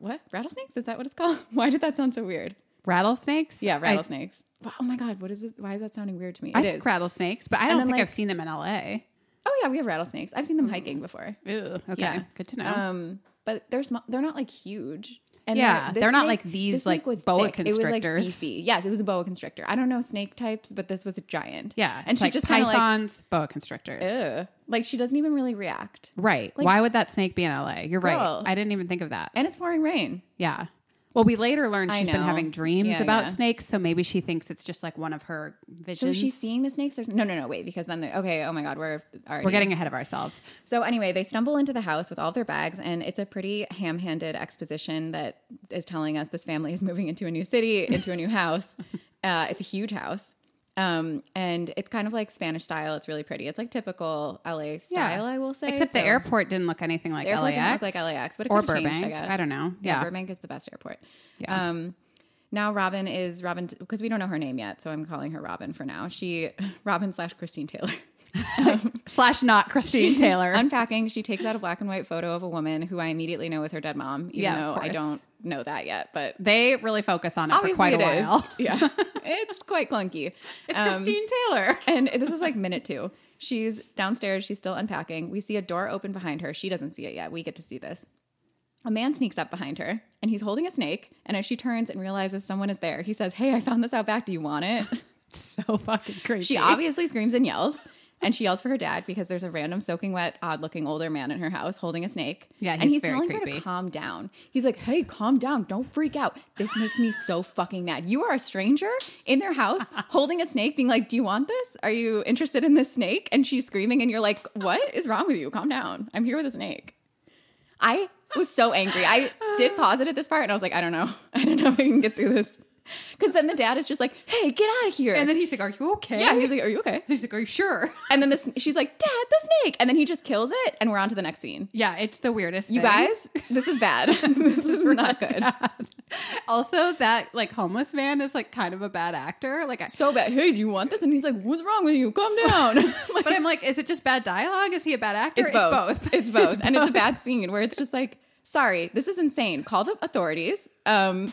Speaker 1: what? Rattlesnakes? Is that what it's called? Why did that sound so weird?
Speaker 2: Rattlesnakes.
Speaker 1: Yeah,
Speaker 2: I-
Speaker 1: rattlesnakes. Wow, oh my god, what is it? Why is that sounding weird to me?
Speaker 2: I,
Speaker 1: It
Speaker 2: think
Speaker 1: is.
Speaker 2: rattlesnakes, but I don't
Speaker 1: then,
Speaker 2: think
Speaker 1: like-
Speaker 2: I've seen them in L.A.
Speaker 1: oh yeah, we have rattlesnakes. I've seen them
Speaker 2: Mm-hmm.
Speaker 1: hiking before.
Speaker 2: Ew. Okay.
Speaker 1: Yeah.
Speaker 2: Good to know.
Speaker 1: Um, but they're small. They're not like huge. And
Speaker 2: Yeah,
Speaker 1: this
Speaker 2: they're not like these,
Speaker 1: this snake
Speaker 2: like, boa
Speaker 1: thick. It was, like,
Speaker 2: constrictors.
Speaker 1: beefy. yes, it was a boa constrictor. I don't know snake types, but this was a giant.
Speaker 2: yeah.
Speaker 1: and
Speaker 2: it's
Speaker 1: she
Speaker 2: like
Speaker 1: just kind of like,
Speaker 2: pythons, boa constrictors.
Speaker 1: Ugh. like she doesn't even really react.
Speaker 2: Right. Why would that snake be in LA? You're right.
Speaker 1: Girl.
Speaker 2: I didn't even think of that.
Speaker 1: And it's pouring rain.
Speaker 2: Yeah. Well, we later learned
Speaker 1: I
Speaker 2: she's been
Speaker 1: know.
Speaker 2: having dreams
Speaker 1: Yeah,
Speaker 2: about
Speaker 1: yeah.
Speaker 2: snakes, so maybe she thinks it's just like one of her visions.
Speaker 1: So she's seeing the snakes. There's no, no, no. Wait, because then they're, okay. Oh my god, we're already
Speaker 2: We're getting ahead of ourselves.
Speaker 1: So anyway, they stumble into the house with all of their bags, and it's a pretty ham-handed exposition that is telling us this family is moving into a new city, into a new house. Uh, it's a huge house, um, and it's kind of like Spanish style. It's really pretty. It's like typical LA style, I will say.
Speaker 2: Except the
Speaker 1: So-
Speaker 2: airport didn't look anything like
Speaker 1: the airport
Speaker 2: LAX.
Speaker 1: didn't look like LAX, but it
Speaker 2: or
Speaker 1: could've
Speaker 2: Burbank.
Speaker 1: changed, I guess.
Speaker 2: don't know.
Speaker 1: Yeah,
Speaker 2: Yeah.
Speaker 1: Burbank is the best airport.
Speaker 2: Yeah.
Speaker 1: Um, now Robin is Robin because we don't know her name yet, so I'm calling her Robin for now. She Robin slash Christine Taylor.
Speaker 2: Slash not Christine Taylor.
Speaker 1: Unpacking, she takes out a black and white photo of a woman who I immediately know is her dead mom, even
Speaker 2: Yeah,
Speaker 1: though
Speaker 2: of
Speaker 1: I
Speaker 2: course.
Speaker 1: don't know that yet. But
Speaker 2: they really focus on it for
Speaker 1: obviously,
Speaker 2: quite a
Speaker 1: it is.
Speaker 2: while.
Speaker 1: Yeah, it's quite clunky.
Speaker 2: It's
Speaker 1: Um,
Speaker 2: Christine Taylor.
Speaker 1: And this is like minute two. She's downstairs. She's still unpacking. We see a door open behind her. She doesn't see it yet. We get to see this. A man sneaks up behind her and he's holding a snake. And as she turns and realizes someone is there, he says, Hey, I found this out back. Do you want it?
Speaker 2: It's so fucking crazy.
Speaker 1: She obviously screams and yells. And she yells for her dad because there's a random soaking wet, odd looking older man in her house holding a snake.
Speaker 2: Yeah,
Speaker 1: and
Speaker 2: he's
Speaker 1: he's
Speaker 2: very
Speaker 1: telling her
Speaker 2: creepy.
Speaker 1: to calm down. He's like, hey, calm down. Don't freak out. This makes me so fucking mad. You are a stranger in their house holding a snake, being like, do you want this? Are you interested in this snake? And she's screaming, and you're like, what is wrong with you? Calm down. I'm here with a snake. I was so angry. I did pause it at this part and I was like, I don't know. I don't know if I can get through this. Because then the dad is just like, hey, get out of here.
Speaker 2: and then he's like, Are you okay?
Speaker 1: yeah, he's like, are you okay?
Speaker 2: he's like, Are you sure?
Speaker 1: And then this, she's like, "Dad, the snake!" And then he just kills it, and we're on to the next scene.
Speaker 2: Yeah, it's the weirdest
Speaker 1: You
Speaker 2: thing.
Speaker 1: guys, this is bad. this is we're not good.
Speaker 2: also that like homeless man is like kind of a bad actor. Like I,
Speaker 1: so bad. Hey, do you want this? And he's like, what's wrong with you? Calm down. Like,
Speaker 2: but I'm like, is it just bad dialogue? Is he a bad actor?
Speaker 1: it's, both. It's both. And it's a bad scene where it's just like, sorry, this is insane. Call the authorities. Um,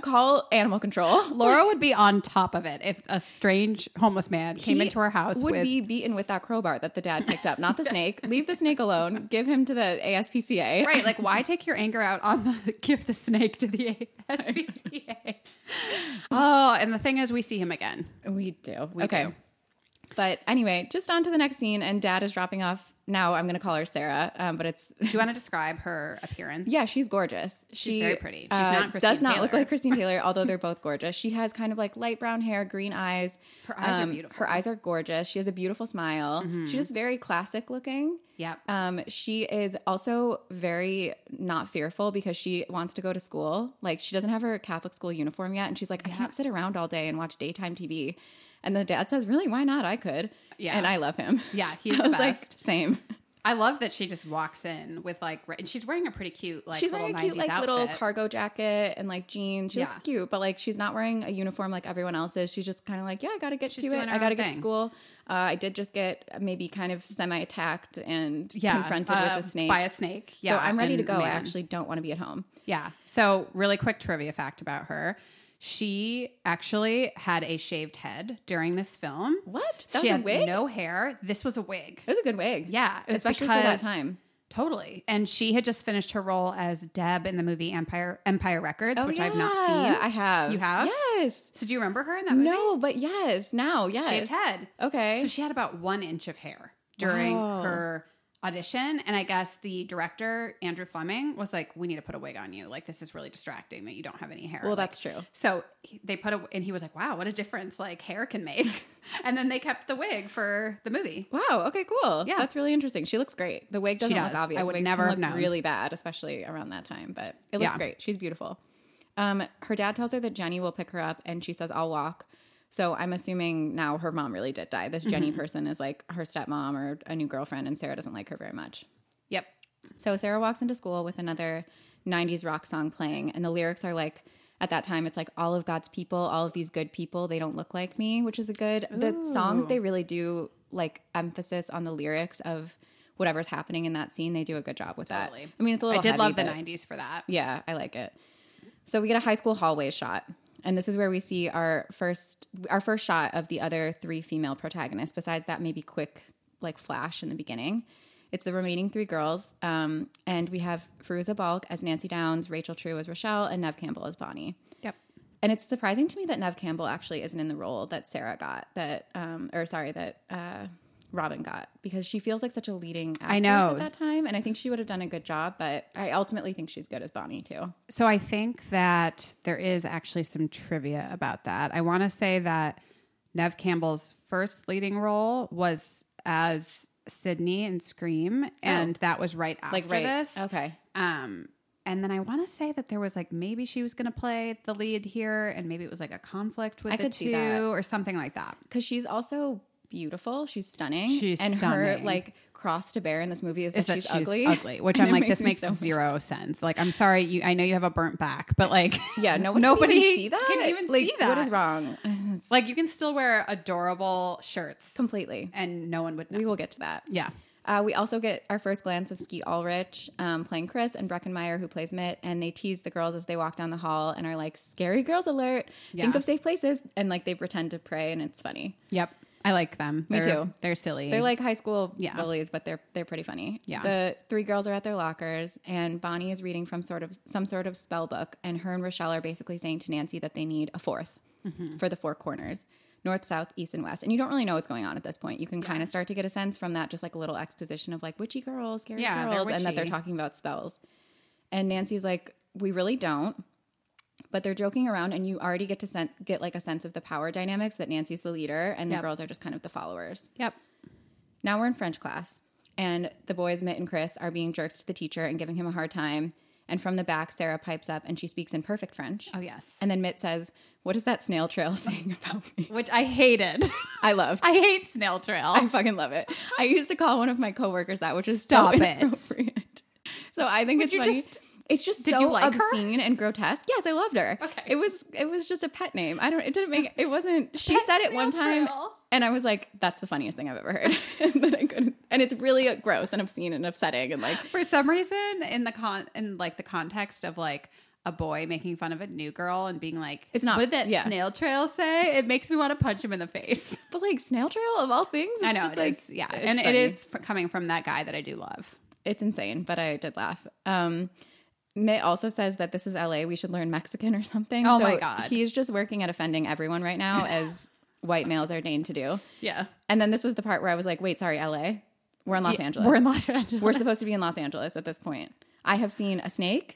Speaker 1: call animal control.
Speaker 2: Laura would be on top of it if a strange homeless man came
Speaker 1: He
Speaker 2: into her house
Speaker 1: Would
Speaker 2: with
Speaker 1: be beaten with that crowbar that the dad picked up, not the snake. Leave the snake alone. Give him to the ASPCA.
Speaker 2: Right, like why take your anger out on the give the snake to the SPCA? oh, and the thing is, we see him again.
Speaker 1: We do. okay.
Speaker 2: do.
Speaker 1: But anyway, just on to the next scene, and dad is dropping off. Now I'm going to call her Sarah, um, but it's.
Speaker 2: Do you want to describe her appearance?
Speaker 1: Yeah, she's gorgeous. She, uh,
Speaker 2: very pretty. She's not Christine
Speaker 1: does not look
Speaker 2: Taylor.
Speaker 1: like Christine Taylor, although they're both gorgeous. She has kind of like light brown hair, green eyes. Um,
Speaker 2: Her eyes are beautiful. Mm-hmm.
Speaker 1: Her eyes are gorgeous. She has a beautiful smile. She's just very classic looking.
Speaker 2: Yep.
Speaker 1: Um, she is also very not fearful because she wants to go to school. Like she doesn't have her Catholic school uniform yet, and she's like, I can't sit around all day and watch daytime TV. And the dad says, Really, why not? I could.
Speaker 2: Yeah.
Speaker 1: And I love him.
Speaker 2: Yeah, he's
Speaker 1: I
Speaker 2: the
Speaker 1: was
Speaker 2: best.
Speaker 1: like, same.
Speaker 2: I love that she just walks in with like, re- and she's wearing a pretty cute like
Speaker 1: she's
Speaker 2: little
Speaker 1: wearing a cute
Speaker 2: 90s
Speaker 1: like little
Speaker 2: outfit.
Speaker 1: cargo jacket and like jeans. She looks
Speaker 2: Yeah.
Speaker 1: cute, but like she's not wearing a uniform like everyone else is. She's just kind of like, yeah, I gotta get to
Speaker 2: doing
Speaker 1: it.
Speaker 2: her
Speaker 1: I gotta get
Speaker 2: own
Speaker 1: to
Speaker 2: thing.
Speaker 1: school. Uh, I did just get maybe kind of semi attacked and
Speaker 2: yeah,
Speaker 1: confronted
Speaker 2: uh,
Speaker 1: with a snake.
Speaker 2: by a snake. Yeah,
Speaker 1: so I'm ready to
Speaker 2: and a
Speaker 1: go. I
Speaker 2: man.
Speaker 1: actually don't want to be at home.
Speaker 2: Yeah. So, really quick trivia fact about her: she actually had a shaved head during this film.
Speaker 1: What? That
Speaker 2: she
Speaker 1: was a
Speaker 2: had
Speaker 1: wig?
Speaker 2: no hair. This was a wig.
Speaker 1: It was a good wig.
Speaker 2: Yeah, it was
Speaker 1: especially for that
Speaker 2: because-
Speaker 1: time.
Speaker 2: Totally. And she had just finished her role as Deb in the movie Empire Empire Records, which I've not
Speaker 1: Oh, yeah,
Speaker 2: seen.
Speaker 1: I have.
Speaker 2: You have?
Speaker 1: Yes.
Speaker 2: so do you remember her in that movie?
Speaker 1: No, but yes. Now, yes.
Speaker 2: Shaved head.
Speaker 1: Okay.
Speaker 2: So she had about one inch of hair during
Speaker 1: Wow.
Speaker 2: her audition. And I guess the director, Andrew Fleming, was like, We need to put a wig on you. Like this is really distracting that you don't have any hair.
Speaker 1: well,
Speaker 2: Like,
Speaker 1: that's true.
Speaker 2: so he- they put a and he was like, Wow, what a difference like hair can make. and then they kept the wig for the movie.
Speaker 1: Wow. Okay. Cool.
Speaker 2: Yeah.
Speaker 1: that's really interesting. She looks great. The wig doesn't
Speaker 2: does.
Speaker 1: look obvious.
Speaker 2: I would
Speaker 1: Wigs
Speaker 2: never
Speaker 1: can
Speaker 2: have
Speaker 1: look
Speaker 2: known.
Speaker 1: really bad, especially around that time. But it looks
Speaker 2: Yeah.
Speaker 1: great. She's beautiful. Um, her dad tells her that Jenny will pick her up, and she says, "I'll walk." So I'm assuming now her mom really did die. This Jenny
Speaker 2: Mm-hmm.
Speaker 1: person is like her stepmom or a new girlfriend, and Sarah doesn't like her very much.
Speaker 2: Yep.
Speaker 1: So Sarah walks into school with another 90s rock song playing, and the lyrics are like, at that time, it's like all of God's people, all of these good people, they don't look like me, which is a good. The songs they really do like emphasis on the lyrics of whatever's happening in that scene. They do a good job with
Speaker 2: Totally.
Speaker 1: that. I mean, it's a
Speaker 2: I
Speaker 1: little.
Speaker 2: did
Speaker 1: heavy,
Speaker 2: love the
Speaker 1: but-
Speaker 2: nineties for that.
Speaker 1: yeah, I like it. So we get a high school hallway shot. And this is where we see our first our first shot of the other three female protagonists, besides that maybe quick like flash in the beginning. It's the remaining three girls. Um, and we have Feruza Balk as Nancy Downs, Rachel True as Rochelle, and Nev Campbell as Bonnie.
Speaker 2: Yep.
Speaker 1: And it's surprising to me that Nev Campbell actually isn't in the role that Sarah got, that um, or sorry, that uh, Robin got, because she feels like such a leading actress
Speaker 2: know.
Speaker 1: at that time, and I think she would have done a good job. But I ultimately think she's good as Bonnie too.
Speaker 2: So I think that there is actually some trivia about that. I want to say that Nev Campbell's first leading role was as Sydney in Scream, and that was Oh. right Oh. after
Speaker 1: Like right,
Speaker 2: this.
Speaker 1: okay,
Speaker 2: Um, and then I want to say that there was like maybe she was going to play the lead here, and maybe it was like a conflict with
Speaker 1: I
Speaker 2: the
Speaker 1: could
Speaker 2: two
Speaker 1: see that.
Speaker 2: or something like that.
Speaker 1: because she's also beautiful. She's stunning.
Speaker 2: She's
Speaker 1: and her
Speaker 2: stunning.
Speaker 1: like cross to bear in this movie is, that, she's, ugly.
Speaker 2: which
Speaker 1: And
Speaker 2: I'm
Speaker 1: it
Speaker 2: like, this
Speaker 1: me
Speaker 2: makes
Speaker 1: so-
Speaker 2: zero sense. Like, I'm sorry, you. I know you have a burnt back, but like,
Speaker 1: yeah. No, one
Speaker 2: nobody
Speaker 1: nobody can even see that.
Speaker 2: can even
Speaker 1: like,
Speaker 2: see that.
Speaker 1: What is wrong? It's
Speaker 2: Like you can still wear adorable shirts
Speaker 1: completely.
Speaker 2: and no one would know.
Speaker 1: We will get to that.
Speaker 2: Yeah.
Speaker 1: Uh, we also get our first glance of Skeet Ulrich um, playing Chris and Breckenmeyer, who plays Mitt, and they tease the girls as they walk down the hall and are like, "Scary girls alert! Think
Speaker 2: Yeah.
Speaker 1: of safe places!" And like they pretend to pray, and it's funny.
Speaker 2: Yep. I like them.
Speaker 1: Me
Speaker 2: They're-
Speaker 1: too.
Speaker 2: They're silly.
Speaker 1: They're like high school
Speaker 2: Yeah.
Speaker 1: bullies, but they're they're pretty funny.
Speaker 2: Yeah.
Speaker 1: The three girls are at their lockers, and Bonnie is reading from sort of some sort of spell book, and her and Rochelle are basically saying to Nancy that they need a 4th
Speaker 2: Mm-hmm.
Speaker 1: for the four corners. North, south, east, and west. And you don't really know what's going on at this point. You can kind of start to get a sense from that, just like a little exposition of like witchy girls, scary
Speaker 2: Yeah, they're
Speaker 1: girls, and that they're
Speaker 2: witchy.
Speaker 1: talking about spells. And Nancy's like, we really don't. But they're joking around, and you already get to sen- get like a sense of the power dynamics that Nancy's the leader, and the
Speaker 2: Yep.
Speaker 1: girls are just kind of the followers.
Speaker 2: Yep.
Speaker 1: Now we're in French class, and the boys, Mitt and Chris, are being jerks to the teacher and giving him a hard time. And from the back, Sarah pipes up and she speaks in perfect French.
Speaker 2: Oh yes.
Speaker 1: And then Mitt says, What is that snail trail saying about me?
Speaker 2: Which I hated.
Speaker 1: I loved.
Speaker 2: I hate snail trail.
Speaker 1: I fucking love it. I used to call one of my coworkers that, which is
Speaker 2: Stop
Speaker 1: so
Speaker 2: it.
Speaker 1: inappropriate. So I think it's
Speaker 2: you
Speaker 1: funny.
Speaker 2: just-
Speaker 1: It's just
Speaker 2: Did
Speaker 1: so
Speaker 2: you like her?
Speaker 1: obscene and grotesque. Yes, I loved her.
Speaker 2: Okay.
Speaker 1: It was it was just a pet name. I don't it didn't make it wasn't she
Speaker 2: Pet
Speaker 1: said it one
Speaker 2: snail
Speaker 1: time
Speaker 2: trail.
Speaker 1: and I was like, that's the funniest thing I've ever heard. and then I couldn't and it's really gross and obscene and upsetting and like
Speaker 2: For some reason, in the con, in like the context of like a boy making fun of a new girl and being like,
Speaker 1: It's not-
Speaker 2: What did that
Speaker 1: yeah.
Speaker 2: snail trail say? It makes me want to punch him in the face.
Speaker 1: but like snail trail of all things. It's
Speaker 2: I know
Speaker 1: just
Speaker 2: it
Speaker 1: like
Speaker 2: is. Yeah,
Speaker 1: it's
Speaker 2: and it
Speaker 1: funny.
Speaker 2: is f- coming from that guy that I do love.
Speaker 1: it's insane, but I did laugh. Um, Mitt also says that this is LA. We should learn Mexican or something.
Speaker 2: Oh my God.
Speaker 1: He's just working at offending everyone right now, as white males are deigned to do.
Speaker 2: Yeah,
Speaker 1: And then this was the part where I was like, "Wait, sorry, LA. We're in Los Angeles.
Speaker 2: We're in Los Angeles.
Speaker 1: We're supposed to be in Los Angeles at this point." I have seen a snake,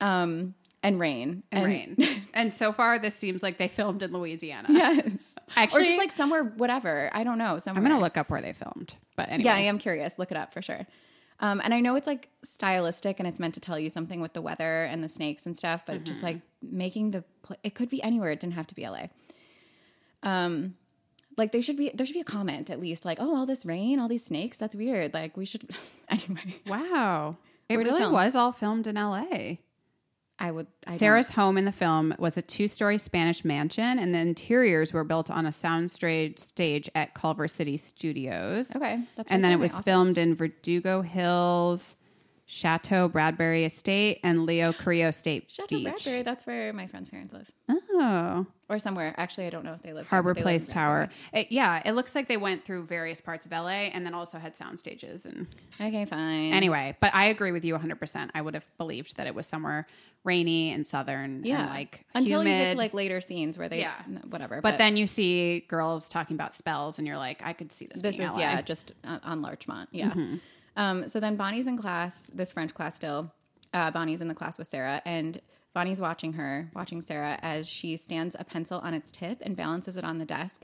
Speaker 1: um, and rain
Speaker 2: and rain. and so far, this seems like they filmed in Louisiana.
Speaker 1: Yes,
Speaker 2: Actually,
Speaker 1: or just like somewhere, whatever. I don't know. Somewhere.
Speaker 2: I'm gonna look up where they filmed. But anyway,
Speaker 1: Yeah, I am curious. Look it up for sure. Um, and I know it's like stylistic and it's meant to tell you something with the weather and the snakes and stuff, but
Speaker 2: Mm-hmm.
Speaker 1: just like making the pl- it could be anywhere. It didn't have to be LA. Um, like they should be there should be a comment at least like oh all this rain all these snakes that's weird like we should anyway
Speaker 2: Wow. It
Speaker 1: Where'd it
Speaker 2: really
Speaker 1: film?
Speaker 2: was all filmed in LA.
Speaker 1: I would I
Speaker 2: Sarah's home in the film was a two story Spanish mansion, and the interiors were built on a soundstage stage at Culver City Studios.
Speaker 1: don't- okay that's
Speaker 2: and
Speaker 1: right
Speaker 2: then
Speaker 1: by
Speaker 2: it
Speaker 1: my
Speaker 2: was
Speaker 1: office.
Speaker 2: filmed in Verdugo Hills, Chateau Bradbury Estate, and Leo Carrillo State
Speaker 1: Chateau
Speaker 2: Beach.
Speaker 1: Bradbury that's where my friend's parents live
Speaker 2: Oh,
Speaker 1: or somewhere actually I don't know if they live there,
Speaker 2: Harbor
Speaker 1: but they live
Speaker 2: Place
Speaker 1: in
Speaker 2: Tower. It- yeah, it looks like they went through various parts of LA and then also had sound stages and
Speaker 1: Bradbury. okay fine
Speaker 2: Anyway, but I agree with you 100%. I would have believed that it was somewhere rainy and southern and like
Speaker 1: until
Speaker 2: humid.
Speaker 1: you get to like later scenes where they
Speaker 2: Yeah.
Speaker 1: n- whatever
Speaker 2: but then you see girls talking about spells and you're like, I could see this. Mm-hmm.
Speaker 1: this
Speaker 2: being
Speaker 1: is
Speaker 2: LA.
Speaker 1: yeah just uh, on larchmont yeah um, so then bonnie's in class this french class still uh, bonnie's in the class with sarah and bonnie's watching her watching sarah as she stands a pencil on its tip and balances it on the desk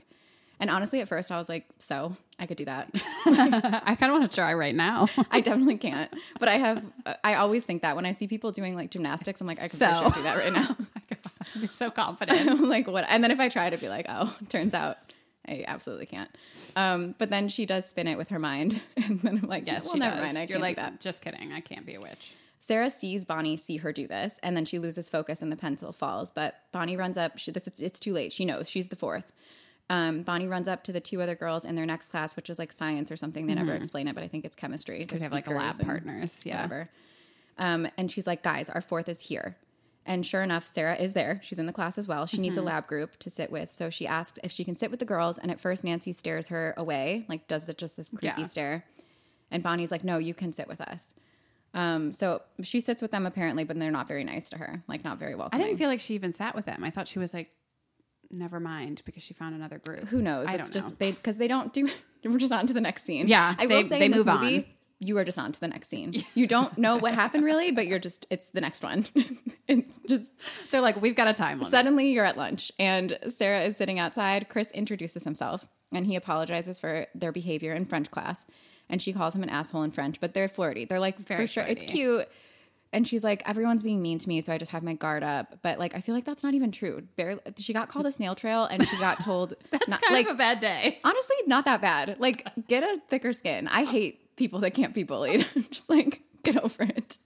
Speaker 1: and honestly at first i was like so i could do that
Speaker 2: I kind of want to try right now.
Speaker 1: i definitely can't but i have uh, i always think that when i see people doing like gymnastics i'm like i could
Speaker 2: So.
Speaker 1: so. do that right now
Speaker 2: you're so confident.
Speaker 1: I'm like, what? And then if I try to be like, oh, turns out I absolutely can't. Um, but then she does spin it with her mind, and then I'm like,
Speaker 2: Yes,
Speaker 1: yes, well,
Speaker 2: she
Speaker 1: never
Speaker 2: does.
Speaker 1: mind. I
Speaker 2: you're
Speaker 1: can't
Speaker 2: like,
Speaker 1: do that.
Speaker 2: just kidding. I can't be a witch.
Speaker 1: Sarah sees Bonnie see her do this, and then she loses focus, and the pencil falls. But Bonnie runs up. She, this it's, it's too late. She knows she's the fourth. Um, Bonnie runs up to the two other girls in their next class, which is like science or something. They never explain it, but I think it's chemistry.
Speaker 2: Because Mm-hmm. they have like a lab partners. Yeah.
Speaker 1: whatever. Um, and she's like, guys, our fourth is here. And sure enough, Sarah is there. She's in the class as well. She
Speaker 2: Mm-hmm.
Speaker 1: needs a lab group to sit with. So she asked if she can sit with the girls. And at first, Nancy stares her away, like, does the, just this creepy
Speaker 2: Yeah.
Speaker 1: stare. And Bonnie's like, no, you can sit with us. Um, so she sits with them apparently, but they're not very nice to her, like, not very
Speaker 2: I
Speaker 1: welcoming.
Speaker 2: didn't feel like she even sat with them. I thought she was like, never mind because she found another group.
Speaker 1: Who knows?
Speaker 2: I
Speaker 1: it's
Speaker 2: don't
Speaker 1: just
Speaker 2: know.
Speaker 1: they because they don't do. We're just on to the next scene.
Speaker 2: Yeah,
Speaker 1: I
Speaker 2: they-
Speaker 1: will say
Speaker 2: they
Speaker 1: in this
Speaker 2: move on.
Speaker 1: movie, you are just on to the next scene. You don't know what happened really, but you're just it's the next one. it's just
Speaker 2: They're like, we've got a time limit.
Speaker 1: Suddenly, you're at lunch, and Sarah is sitting outside. Chris introduces himself, and he apologizes for their behavior in French class. And she calls him an asshole in French, but they're flirty. They're like,
Speaker 2: Very
Speaker 1: for sure, it's
Speaker 2: flirty.
Speaker 1: cute. And she's like, everyone's being mean to me, so I just have my guard up. But like, I feel like that's not even true. Barely, she got called a snail trail, and she got told, not,
Speaker 2: kind
Speaker 1: like,
Speaker 2: of a bad day.
Speaker 1: honestly, not that bad. Like, get a thicker skin. I hate people that can't be bullied. just like, get over it.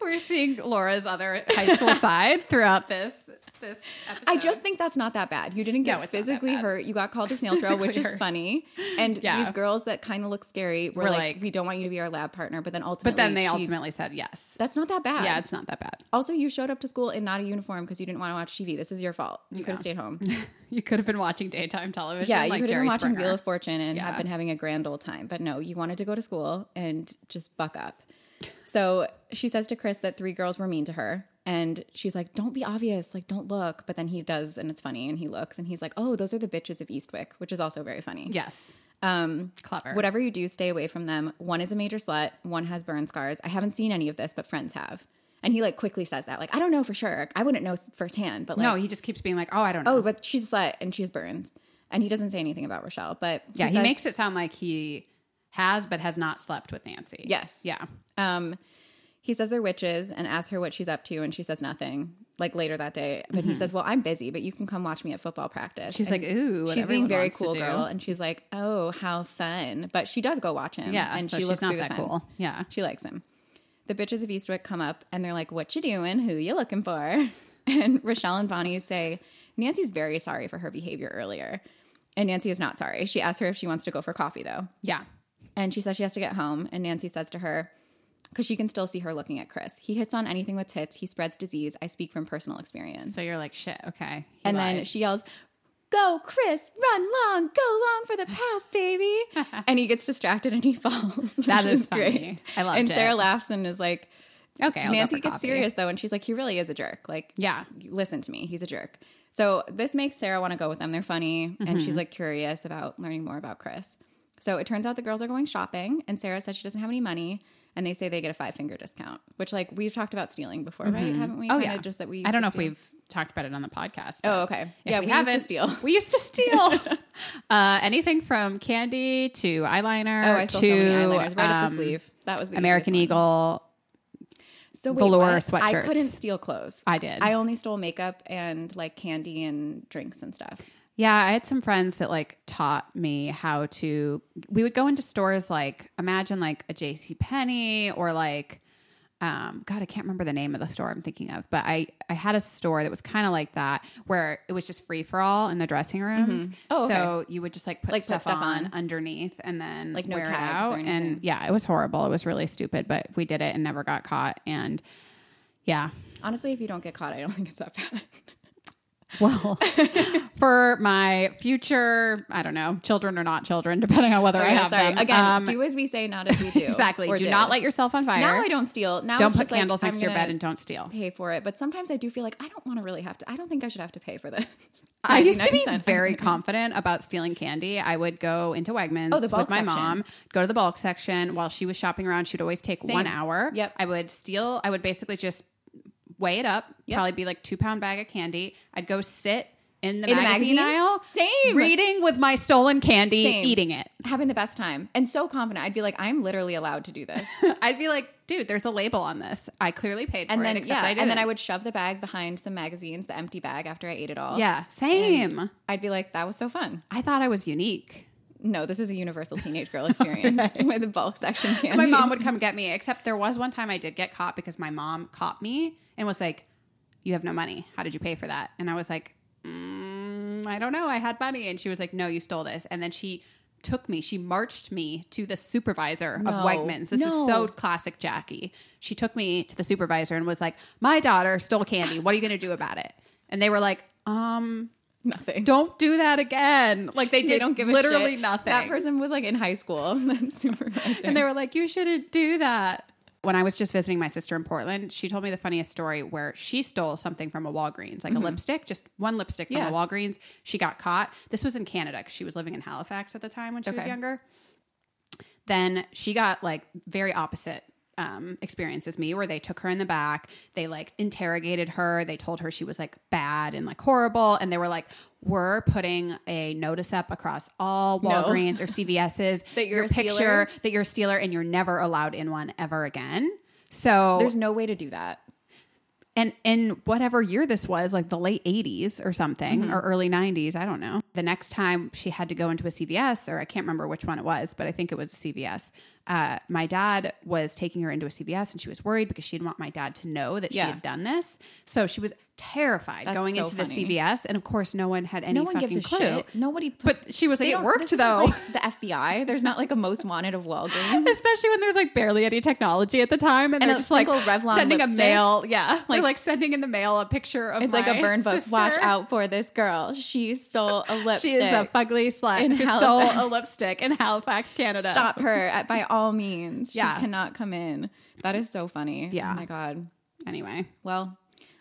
Speaker 2: We're seeing Laura's other high school side throughout this this episode.
Speaker 1: I just think that's not that bad. You didn't get
Speaker 2: No, it's not that
Speaker 1: physically
Speaker 2: bad.
Speaker 1: hurt. You got called a snail trail, which
Speaker 2: Physically
Speaker 1: is
Speaker 2: hurt.
Speaker 1: funny. And
Speaker 2: Yeah.
Speaker 1: these girls that kind of look scary were,
Speaker 2: Were
Speaker 1: like,
Speaker 2: like-
Speaker 1: we don't want you to be our lab partner. But then ultimately,
Speaker 2: but then they
Speaker 1: she-
Speaker 2: ultimately said yes.
Speaker 1: that's not that bad.
Speaker 2: yeah, it's not that bad.
Speaker 1: also, you showed up to school in not a uniform because you didn't want to watch TV. This is your fault. You could have stayed home.
Speaker 2: You could have been watching daytime television.
Speaker 1: yeah, you
Speaker 2: like
Speaker 1: could have
Speaker 2: Jerry
Speaker 1: been watching
Speaker 2: Springer.
Speaker 1: Wheel of Fortune and have been having a grand old time. But no, you wanted to go to school and just buck up. So she says to Chris that three girls were mean to her. And she's like, don't be obvious. Like, don't look. But then he does, and it's funny. And he looks and he's like, oh, those are the bitches of Eastwick, which is also very funny.
Speaker 2: Yes,
Speaker 1: Um,
Speaker 2: clever.
Speaker 1: whatever you do, stay away from them. One is a major slut, one has burn scars. I haven't seen any of this, but friends have. And he like quickly says that. Like, I don't know for sure. I wouldn't know firsthand, but like,
Speaker 2: no, he just keeps being like, "Oh, I don't know."
Speaker 1: oh, but she's a slut and she has burns. And he doesn't say anything about Rochelle, but
Speaker 2: yeah, he
Speaker 1: says-
Speaker 2: makes it sound like he has, but has not slept with Nancy.
Speaker 1: Yes.
Speaker 2: yeah,
Speaker 1: Um, he says they're witches and asks her what she's up to, and she says nothing. Like later that day, but he says, "Well, I'm busy, but you can come watch me at football practice."
Speaker 2: Mm-hmm. she's
Speaker 1: And
Speaker 2: like, "Ooh," what
Speaker 1: she's being
Speaker 2: everyone
Speaker 1: very
Speaker 2: wants to
Speaker 1: cool,
Speaker 2: do.
Speaker 1: girl, and she's like, "Oh, how fun!" But she does go watch him.
Speaker 2: Yeah,
Speaker 1: and
Speaker 2: so
Speaker 1: she
Speaker 2: she's
Speaker 1: looks
Speaker 2: not
Speaker 1: through the
Speaker 2: that
Speaker 1: fence.
Speaker 2: cool. Yeah,
Speaker 1: She likes him. the bitches of Eastwick come up and they're like, "What you doing? Who you looking for?" And Rochelle and Bonnie say, "Nancy's very sorry for her behavior earlier." And Nancy is not sorry. She asks her if she wants to go for coffee though.
Speaker 2: Yeah.
Speaker 1: And she says she has to get home. And Nancy says to her, because she can still see her looking at Chris. He hits on anything with tits. He spreads disease. I speak from personal experience.
Speaker 2: So you're like, shit, okay. He
Speaker 1: and then
Speaker 2: lied.
Speaker 1: she yells, Go, Chris, run long, go long for the pass, baby. and he gets distracted and he falls. which
Speaker 2: That is
Speaker 1: is great.
Speaker 2: funny. I loved
Speaker 1: And
Speaker 2: it.
Speaker 1: Sarah laughs and is like,
Speaker 2: okay, I'll go
Speaker 1: Nancy
Speaker 2: for
Speaker 1: gets
Speaker 2: coffee.
Speaker 1: serious though. And she's like, He really is a jerk. Like,
Speaker 2: Yeah.
Speaker 1: you- listen to me. He's a jerk. So this makes Sarah want to go with them. They're funny. And
Speaker 2: Mm-hmm.
Speaker 1: she's like curious about learning more about Chris. So it turns out the girls are going shopping and Sarah says she doesn't have any money and they say they get a five finger discount, which like we've talked about stealing before, right? Haven't we?
Speaker 2: Oh
Speaker 1: Kinda
Speaker 2: yeah.
Speaker 1: Just that we
Speaker 2: I
Speaker 1: used to
Speaker 2: don't know if
Speaker 1: steal.
Speaker 2: we've talked about it on the podcast. but
Speaker 1: Oh, okay.
Speaker 2: if
Speaker 1: yeah, we, used to
Speaker 2: haven't-
Speaker 1: steal.
Speaker 2: We used to steal uh, anything from candy to eyeliner.
Speaker 1: Oh, I stole
Speaker 2: to,
Speaker 1: so many eyeliners right up the
Speaker 2: um,
Speaker 1: sleeve. That was the
Speaker 2: American
Speaker 1: easiest one.
Speaker 2: Eagle.
Speaker 1: So
Speaker 2: velour
Speaker 1: what? I
Speaker 2: sweatshirts.
Speaker 1: couldn't steal clothes.
Speaker 2: I did.
Speaker 1: I only stole makeup and like candy and drinks and stuff.
Speaker 2: Yeah, I had some friends that like taught me how to. We would go into stores like imagine like a J.C. Penney or like, um, God, I can't remember the name of the store I'm thinking of, but I I had a store that was kind of like that where it was just free for all in the dressing rooms.
Speaker 1: Oh, okay.
Speaker 2: so you would just like put
Speaker 1: Like, put
Speaker 2: stuff,
Speaker 1: stuff
Speaker 2: on,
Speaker 1: on.
Speaker 2: underneath and then
Speaker 1: Like, no
Speaker 2: wear it
Speaker 1: tags or
Speaker 2: out.
Speaker 1: anything.
Speaker 2: And yeah, it was horrible. It was really stupid, but we did it and never got caught. And yeah,
Speaker 1: Honestly, if you don't get caught, I don't think it's that bad.
Speaker 2: Well, for my future, I don't know, children or not children, depending on whether I
Speaker 1: Okay,
Speaker 2: have
Speaker 1: Oh, sorry.
Speaker 2: them.
Speaker 1: Again,
Speaker 2: Um,
Speaker 1: do as we say, not as we do.
Speaker 2: exactly.
Speaker 1: Or
Speaker 2: Do
Speaker 1: did.
Speaker 2: not light yourself on fire.
Speaker 1: Now I don't steal. Now
Speaker 2: Don't
Speaker 1: it's
Speaker 2: put
Speaker 1: just, like,
Speaker 2: candles
Speaker 1: I'm
Speaker 2: next to your
Speaker 1: gonna
Speaker 2: bed and don't steal.
Speaker 1: pay for it. But sometimes I do feel like I don't want to really have to. I don't think I should have to pay for this.
Speaker 2: I used to be
Speaker 1: 99%.
Speaker 2: very confident about stealing candy. I would go into Wegmans
Speaker 1: Mm-hmm. Oh, the bulk
Speaker 2: with my
Speaker 1: section.
Speaker 2: mom, go to the bulk section while she was shopping around. She would always take
Speaker 1: Same.
Speaker 2: one hour.
Speaker 1: Yep.
Speaker 2: I would steal, I would basically just weigh it up, probably be like two pound bag of candy. I'd go sit in the
Speaker 1: In the
Speaker 2: magazine
Speaker 1: magazines?
Speaker 2: aisle.
Speaker 1: Same.
Speaker 2: Reading with my stolen candy,
Speaker 1: Same.
Speaker 2: eating it.
Speaker 1: having the best time and so confident. I'd be like, I'm literally allowed to do this.
Speaker 2: I'd be like, dude, there's a label on this. I clearly paid for
Speaker 1: And then
Speaker 2: it,
Speaker 1: yeah,
Speaker 2: except I didn't.
Speaker 1: and then I would shove the bag behind some magazines, the empty bag after I ate it all.
Speaker 2: yeah, same.
Speaker 1: I'd be like, that was so fun.
Speaker 2: I thought I was unique.
Speaker 1: No, this is a universal teenage girl experience with a bulk section candy.
Speaker 2: My mom would come get me, except there was one time I did get caught because my mom caught me and was like, you have no money. How did you pay for that? And I was like, mm, I don't know. I had money. And she was like, no, you stole this. And then she took me, she marched me to the supervisor
Speaker 1: No.
Speaker 2: of Wegmans. This
Speaker 1: No.
Speaker 2: is so classic Jackie. She took me to the supervisor and was like, my daughter stole candy. What are you going to do about it? And they were like, um,
Speaker 1: nothing.
Speaker 2: don't do that again. Like they did
Speaker 1: they don't give a
Speaker 2: literally
Speaker 1: shit.
Speaker 2: nothing.
Speaker 1: That person was like in high school. That's supervisor.
Speaker 2: and they were like, you shouldn't do that. When I was just visiting my sister in Portland, she told me the funniest story where she stole something from a Walgreens, like a lipstick, just one lipstick from
Speaker 1: Yeah.
Speaker 2: a Walgreens. She got caught. This was in Canada because she was living in Halifax at the time when she was
Speaker 1: Okay.
Speaker 2: younger. Then she got like very opposite um, experience as me, where they took her in the back, they like interrogated her, they told her she was like bad and like horrible, and they were like, "We're putting a notice up across all Walgreens or CVS's
Speaker 1: That you're
Speaker 2: your
Speaker 1: a
Speaker 2: picture
Speaker 1: stealer?
Speaker 2: that you're a stealer and you're never allowed in one ever again. So
Speaker 1: There's no way to do that.
Speaker 2: and in whatever year this was, like the late 80s or something
Speaker 1: Mm-hmm.
Speaker 2: or early 90s, I don't know. The next time she had to go into a CVS or I can't remember which one it was, but I think it was a CVS. Uh, my dad was taking her into a CVS and she was worried because she didn't want my dad to know that
Speaker 1: Yeah.
Speaker 2: she had done this. So she was terrified
Speaker 1: That's
Speaker 2: going
Speaker 1: so
Speaker 2: into
Speaker 1: funny.
Speaker 2: the CVS and of course no one had any
Speaker 1: No one gives a
Speaker 2: fucking clue.
Speaker 1: shit. Nobody. Put,
Speaker 2: But she was like,
Speaker 1: they
Speaker 2: it
Speaker 1: don't-
Speaker 2: worked
Speaker 1: this isn't
Speaker 2: though.
Speaker 1: like the FBI. There's not like a most wanted of Walgreens.
Speaker 2: especially when there's like barely any technology at the time, and,
Speaker 1: And
Speaker 2: they're
Speaker 1: a
Speaker 2: just like
Speaker 1: single Revlon
Speaker 2: sending
Speaker 1: lipstick.
Speaker 2: a mail, yeah, like, like sending in the mail a picture of
Speaker 1: It's like a
Speaker 2: my
Speaker 1: burn book.
Speaker 2: sister.
Speaker 1: Watch out for this girl. She stole a lipstick.
Speaker 2: She is a fugly slut
Speaker 1: in
Speaker 2: who
Speaker 1: Halifax.
Speaker 2: stole a lipstick in Halifax, Canada.
Speaker 1: Stop her at, by all means.
Speaker 2: Yeah.
Speaker 1: She cannot come in. That is so funny.
Speaker 2: Yeah.
Speaker 1: Oh my God.
Speaker 2: Anyway,
Speaker 1: Well,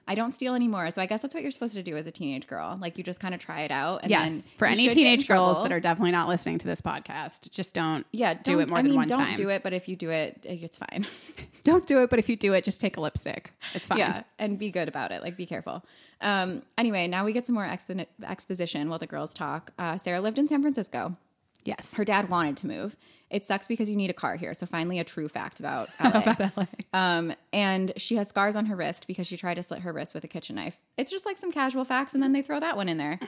Speaker 1: I don't steal anymore. So I guess that's what you're supposed to do as a teenage girl. Like you just kind of try it out. And then
Speaker 2: yes, for
Speaker 1: you
Speaker 2: any
Speaker 1: should get in
Speaker 2: teenage girls
Speaker 1: trouble.
Speaker 2: that are definitely not listening to this podcast, just don't.
Speaker 1: yeah,
Speaker 2: do
Speaker 1: don't-
Speaker 2: it more
Speaker 1: I
Speaker 2: than
Speaker 1: mean,
Speaker 2: one
Speaker 1: don't
Speaker 2: time.
Speaker 1: do it, but if you do it, it's fine.
Speaker 2: Don't do it. But if you do it, just take a lipstick. It's fine.
Speaker 1: Yeah, and be good about it. Like, be careful. Um, anyway, now we get some more expo- exposition while the girls talk. Uh, Sarah lived in San Francisco.
Speaker 2: Yes.
Speaker 1: Her dad wanted to move. It sucks because you need a car here. So finally, a true fact about LA. Um, and she has scars on her wrist because she tried to slit her wrist with a
Speaker 2: Mm-hmm.
Speaker 1: kitchen knife. It's just like some casual facts, and then they throw that one in there.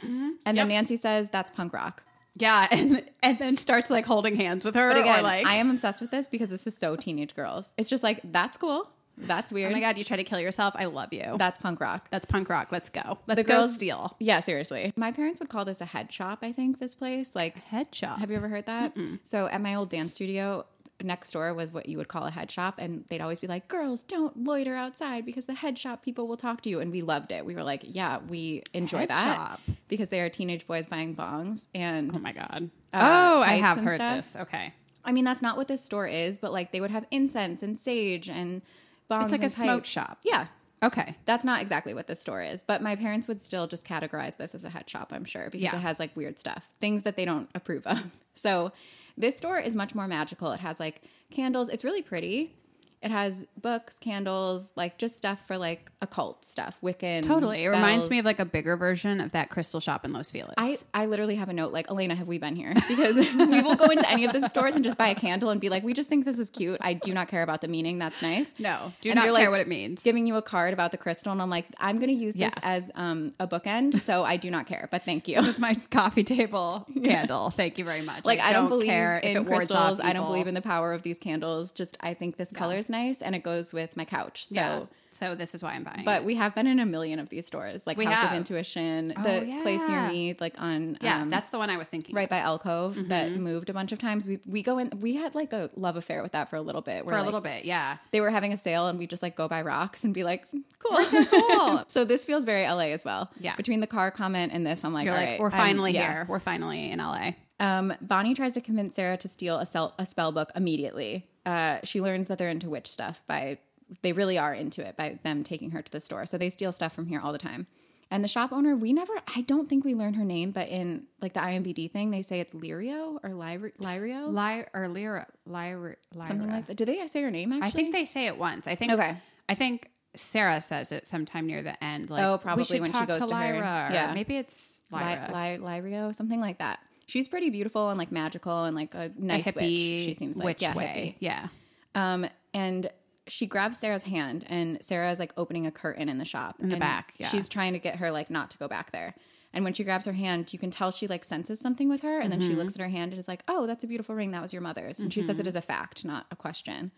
Speaker 1: And then Nancy says that's punk rock.
Speaker 2: Yeah, and and then starts like holding hands with her
Speaker 1: But again,
Speaker 2: or like
Speaker 1: I am obsessed with this because this is so teenage girls. It's just like that's cool, that's
Speaker 2: Oh
Speaker 1: weird,
Speaker 2: my god, you try to kill yourself. I love you.
Speaker 1: that's punk rock.
Speaker 2: That's punk rock. Let's go. Let's
Speaker 1: The
Speaker 2: go
Speaker 1: girls-
Speaker 2: steal.
Speaker 1: Yeah, seriously. My parents would call this a head shop. I think this place, like,
Speaker 2: Headshot.
Speaker 1: have you ever heard that? So at my old dance studio. Next door was what you would call a head shop, and they'd always be like, "Girls, don't loiter outside because the head shop people will talk to you." And we loved it. We were like, "Yeah, we enjoy
Speaker 2: Head
Speaker 1: that
Speaker 2: shop.
Speaker 1: because they are teenage boys buying bongs." And
Speaker 2: oh my god.
Speaker 1: uh,
Speaker 2: oh, I
Speaker 1: kites
Speaker 2: have
Speaker 1: and
Speaker 2: heard
Speaker 1: stuff.
Speaker 2: this. Okay.
Speaker 1: I mean, that's not what this store is, but like they would have incense and sage and bongs.
Speaker 2: It's like
Speaker 1: and
Speaker 2: a smoke
Speaker 1: pipes.
Speaker 2: shop.
Speaker 1: Yeah,
Speaker 2: Okay.
Speaker 1: that's not exactly what this store is, but my parents would still just categorize this as a head shop, I'm sure, because
Speaker 2: Yeah.
Speaker 1: it has like weird stuff, things that they don't approve of. So this store is much more magical. It has like candles, it's really pretty. It has books, candles, like just stuff for like occult stuff, Wiccan.
Speaker 2: Totally. It reminds
Speaker 1: spells.
Speaker 2: me of like a bigger version of that crystal shop in Los Feliz.
Speaker 1: I, I literally have a note like, Elena, have we been here? Because we will go into any of the stores and just buy a candle and be like, we just think this is cute. I do not care about the meaning. That's nice.
Speaker 2: no, do
Speaker 1: And
Speaker 2: not
Speaker 1: you're
Speaker 2: care
Speaker 1: like-
Speaker 2: what it means.
Speaker 1: Giving you a card about the crystal. And I'm like, I'm going to use this
Speaker 2: Yeah.
Speaker 1: as um, a bookend. So I do not care, but thank you.
Speaker 2: This is my coffee table candle. Thank you very much.
Speaker 1: like, I don't, believe
Speaker 2: care
Speaker 1: in
Speaker 2: if it wards off
Speaker 1: crystals. I don't
Speaker 2: evil.
Speaker 1: believe in the power of these candles. Just, I think this color is nice and it goes with my couch. So.
Speaker 2: Yeah. So this is why I'm buying.
Speaker 1: But
Speaker 2: it.
Speaker 1: we have been in a million of these stores, like
Speaker 2: We
Speaker 1: House
Speaker 2: have.
Speaker 1: of Intuition, the
Speaker 2: Oh,
Speaker 1: place near
Speaker 2: yeah.
Speaker 1: me, like on
Speaker 2: yeah,
Speaker 1: um,
Speaker 2: that's Mm-hmm. the one I was thinking.
Speaker 1: right by Alcove that moved a bunch of times. We we go in. We had like a love affair with that for a little bit.
Speaker 2: for a little bit. Yeah.
Speaker 1: They were having a sale, and we just like go buy rocks and be like, cool.
Speaker 2: Cool.
Speaker 1: so this feels very LA as well.
Speaker 2: Yeah.
Speaker 1: Between the car comment and this, I'm like,
Speaker 2: You're
Speaker 1: all
Speaker 2: like,
Speaker 1: right,
Speaker 2: we're
Speaker 1: I'm-
Speaker 2: finally
Speaker 1: yeah.
Speaker 2: here. We're finally in LA.
Speaker 1: Um, Bonnie tries to convince Sarah to steal a, sel- a spell book immediately. Uh, she learns that they're into witch stuff by they really are into it by them taking her to the store. So they steal stuff from here all the time. And the shop owner, we never, I don't think we learn her name, but in like the IMBD thing, they say it's Lirio or Lyri- Lirio,
Speaker 2: Lyra or Lyra, Lyra, Lyra.
Speaker 1: something like that. Did they say her name actually?
Speaker 2: I think they say it once. I think.
Speaker 1: Okay.
Speaker 2: I think Sarah says it sometime near the end. Like,
Speaker 1: Oh,
Speaker 2: we
Speaker 1: probably
Speaker 2: should
Speaker 1: when she
Speaker 2: talk
Speaker 1: goes to her.
Speaker 2: Lyra. or
Speaker 1: Yeah.
Speaker 2: Maybe it's Lyra.
Speaker 1: Li- Li- Lirio, something like that. She's pretty beautiful and like magical and like a nice
Speaker 2: a hippie.
Speaker 1: witch. She seems like
Speaker 2: witch
Speaker 1: yeah, hippie.
Speaker 2: way. Yeah.
Speaker 1: Um, and she grabs Sarah's hand, and Sarah is like opening a curtain in the shop in
Speaker 2: the back, yeah.
Speaker 1: She's trying to get her like not to go back there. And when she grabs her hand, you can tell she like senses something with her, and then
Speaker 2: Mm-hmm.
Speaker 1: she looks at her hand and is like, "Oh, that's a beautiful ring. That was your mother's." And she says it as a fact, not a question.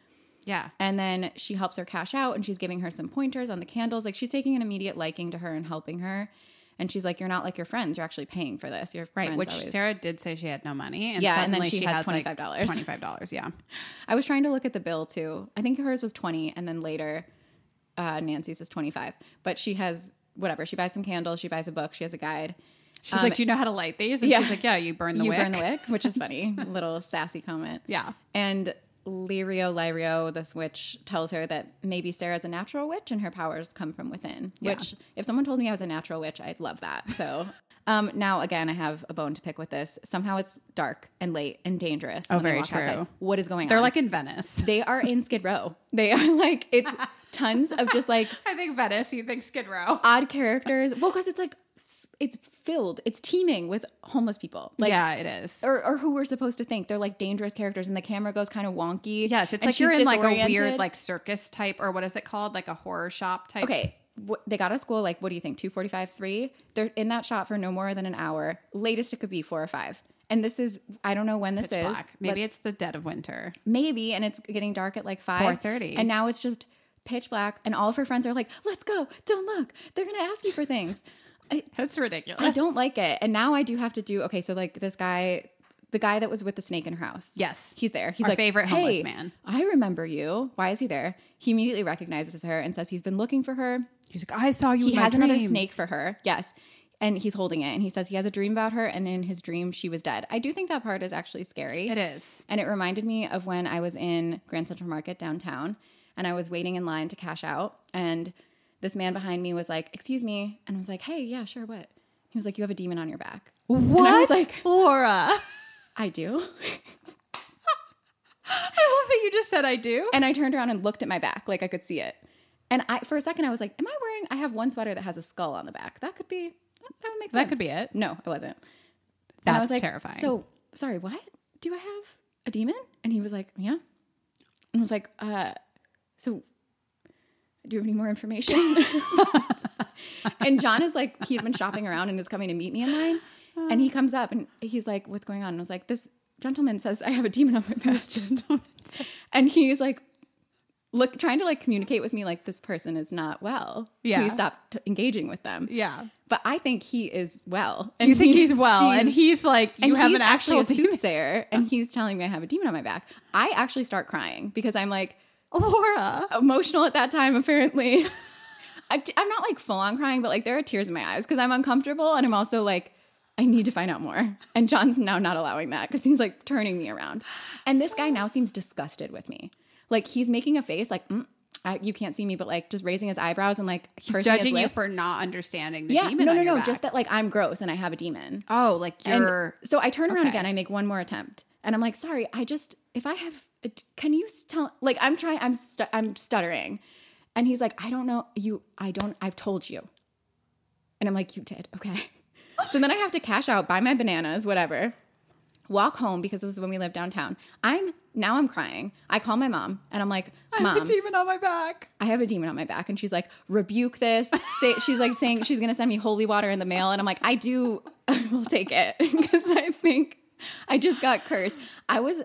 Speaker 2: Yeah.
Speaker 1: And then she helps her cash out and she's giving her some pointers on the candles. Like she's taking an immediate liking to her and helping her. And she's like, You're not like your friends. You're actually paying for this. Your
Speaker 2: Right.
Speaker 1: friends
Speaker 2: Which
Speaker 1: always-
Speaker 2: Sarah did say she had no money. And
Speaker 1: Yeah, and then
Speaker 2: suddenly
Speaker 1: she has $25.
Speaker 2: Like $25. Yeah.
Speaker 1: I was trying to look at the bill too. I think hers was 20 and then later uh, Nancy's is 25. But she has whatever. She buys some candles. She buys a book. She has a guide.
Speaker 2: She's like, Do you know how to light these? And
Speaker 1: Um, yeah.
Speaker 2: she's like, Yeah, you burn the
Speaker 1: you
Speaker 2: wick.
Speaker 1: burn the wick, which is funny. Little sassy comment.
Speaker 2: Yeah.
Speaker 1: And Lirio Lirio, this witch, tells her that maybe Sarah's a natural witch and her powers come from within. Which, if someone told me I was a natural witch, I'd love that. So. Um, now again, I have a bone to pick with this. Somehow it's dark and late and dangerous. Oh,
Speaker 2: very true.
Speaker 1: What is going
Speaker 2: They're
Speaker 1: on?
Speaker 2: like in Venice.
Speaker 1: they are in Skid Row. They are like it's tons of just like
Speaker 2: I think Venice, you think Skid Row.
Speaker 1: odd characters. Well, because it's like s- it's filled, it's teeming with homeless people. Like
Speaker 2: yeah, it is.
Speaker 1: or, or who we're supposed to think they're like dangerous characters and the camera goes kind of wonky
Speaker 2: Yes, it's
Speaker 1: and
Speaker 2: like you're
Speaker 1: she's
Speaker 2: in like a weird
Speaker 1: disoriented.
Speaker 2: like circus type or what is it called? Like a horror shop type.
Speaker 1: okay wh- they got out of school like what do you think 245 3 they're in that shop for no more than an hour latest it could be four or five and this is i don't know when this
Speaker 2: Pitch
Speaker 1: is
Speaker 2: black. Maybe
Speaker 1: Let's-
Speaker 2: it's the dead of winter.
Speaker 1: maybe and it's getting dark at like 5
Speaker 2: 4:30.
Speaker 1: and now it's just pitch black and all of her friends are like let's go don't look they're gonna ask you for things I,
Speaker 2: That's ridiculous.
Speaker 1: I don't like it. And now I do have to do okay. So like this guy, the guy that was with the snake in her house.
Speaker 2: Yes.
Speaker 1: he's there. He's
Speaker 2: Our
Speaker 1: like
Speaker 2: favorite homeless
Speaker 1: "Hey,
Speaker 2: man."
Speaker 1: I remember you. Why is he there? He immediately recognizes her and says he's been looking for her.
Speaker 2: He's like, I saw you.
Speaker 1: He has another snake for her. Yes. And he's holding it, and he says he has a dream about her, and in his dream she was dead. I do think that part is actually scary.
Speaker 2: It is.
Speaker 1: And it reminded me of when I was in Grand Central Market downtown and I was waiting in line to cash out. And this man behind me was like, Excuse me. And I was like, Hey, yeah, sure, what? He was like, You have a demon on your back.
Speaker 2: What?
Speaker 1: I was like-
Speaker 2: Laura. I love
Speaker 1: I do.
Speaker 2: that you just said I do.
Speaker 1: And I turned around and looked at my back, like I could see it. And I, for a second, I was like, Am I wearing, I have one sweater that has a skull on the back. That could be, that would make sense.
Speaker 2: That could be it.
Speaker 1: No, I wasn't.
Speaker 2: That's
Speaker 1: I was like,
Speaker 2: terrifying.
Speaker 1: So sorry, what? Do I have a demon? And he was like, Yeah. And I was like, uh, so do you have any more information? and John is like, he had been shopping around and is coming to meet me in line. And he comes up and he's like, What's going on? And I was like, This gentleman says I have a demon on my past gentleman. and he's like, Look, trying to like communicate with me, like, this person is not well.
Speaker 2: Yeah.
Speaker 1: Please stop t- engaging with them.
Speaker 2: Yeah.
Speaker 1: But I think he is well. And
Speaker 2: You think
Speaker 1: he
Speaker 2: he's well,
Speaker 1: sees-
Speaker 2: and he's like, you
Speaker 1: and
Speaker 2: have
Speaker 1: he's
Speaker 2: an
Speaker 1: actually
Speaker 2: actual
Speaker 1: a soothsayer, and he's telling me I have a demon on my back. I actually start crying because I'm like,
Speaker 2: Laura.
Speaker 1: emotional at that time apparently I, am not like full on crying but like there are tears in my eyes because i'm uncomfortable and i'm also like i need to find out more and john's now not allowing that because he's like turning me around and this guy now seems disgusted with me like he's making a face like mm, I, you can't see me but like just raising his eyebrows and like
Speaker 2: He's
Speaker 1: pursing his
Speaker 2: judging you
Speaker 1: lips.
Speaker 2: for not understanding the
Speaker 1: yeah
Speaker 2: demon.
Speaker 1: no
Speaker 2: on
Speaker 1: no
Speaker 2: your
Speaker 1: no
Speaker 2: back.
Speaker 1: just that like i'm gross and i have a demon
Speaker 2: oh, like
Speaker 1: and
Speaker 2: you're
Speaker 1: so I turn around
Speaker 2: okay.
Speaker 1: again. I make one more attempt, and I'm like, "Sorry, I just if I have, a d- can you s- tell? Like, I'm trying. I'm stu- I'm stuttering," and he's like, "I don't know. You, I don't. I've told you," and I'm like, "You did, okay." so then I have to cash out, buy my bananas, whatever, walk home because this is when we live downtown. I'm now I'm crying. I call my mom, and I'm like, "Mom,
Speaker 2: demon on my back.
Speaker 1: I have a demon on my back. And she's like, rebuke this. Say, she's like saying she's going to send me holy water in the mail. And I'm like, I do, I will take it because I think I just got cursed. I was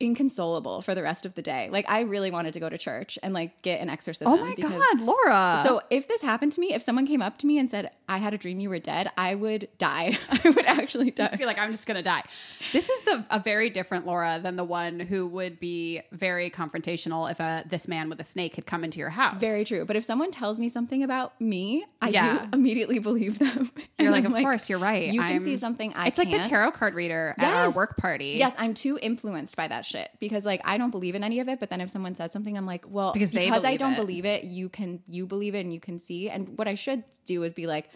Speaker 1: inconsolable for the rest of the day. Like, I really wanted to go to church and like get an exorcism.
Speaker 2: Oh my god, Laura.
Speaker 1: So if this happened to me, if someone came up to me and said, I had a dream you were dead, I would die. I would actually
Speaker 2: I
Speaker 1: die.
Speaker 2: feel like I'm just gonna die. This is the a very different Laura than the one who would be very confrontational if a this man with a snake had come into your house.
Speaker 1: Very true. But if someone tells me something about me, I
Speaker 2: Yeah.
Speaker 1: do immediately believe them. And
Speaker 2: You're like,
Speaker 1: I'm
Speaker 2: of course, you're right.
Speaker 1: You can
Speaker 2: I'm-
Speaker 1: see something I
Speaker 2: It's like the
Speaker 1: can't."
Speaker 2: tarot card reader at our
Speaker 1: Yes.
Speaker 2: work party.
Speaker 1: Yes, I'm too influenced by that shit because like I don't believe in any of it. But then if someone says something, I'm like, well,
Speaker 2: Because
Speaker 1: because,
Speaker 2: they
Speaker 1: I
Speaker 2: believe
Speaker 1: don't
Speaker 2: it.
Speaker 1: believe it, you can you believe it and you can see. And what I should do is be like,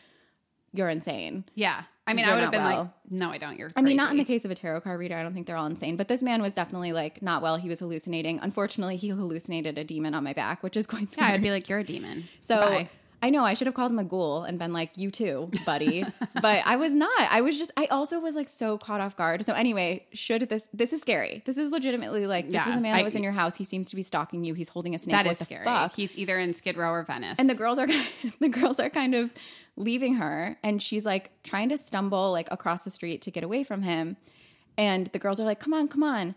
Speaker 1: you're insane.
Speaker 2: Yeah. I mean, I
Speaker 1: You're
Speaker 2: would
Speaker 1: not
Speaker 2: have been like,
Speaker 1: well.
Speaker 2: no, I don't. You're.
Speaker 1: I mean, not in the
Speaker 2: crazy.
Speaker 1: case of a tarot card reader. I don't think they're all insane, but this man was definitely like not well. He was hallucinating. Unfortunately, he hallucinated a demon on my back, which is quite
Speaker 2: Yeah,
Speaker 1: scary.
Speaker 2: I'd be like, you're a demon.
Speaker 1: So
Speaker 2: Bye.
Speaker 1: I know I should have called him a ghoul and been like, you too, buddy. but I was not. I was just, I also was like so caught off guard. So anyway, should this, this is scary. This is legitimately like, this
Speaker 2: Yeah,
Speaker 1: was a man that
Speaker 2: I-
Speaker 1: was in your house. He seems to be stalking you. He's holding a snake.
Speaker 2: that
Speaker 1: what
Speaker 2: is
Speaker 1: the
Speaker 2: scary.
Speaker 1: fuck?
Speaker 2: He's either in Skid Row or Venice.
Speaker 1: and the girls are, the girls are kind of leaving her and she's like trying to stumble like across the street to get away from him. And the girls are like, come on, come on.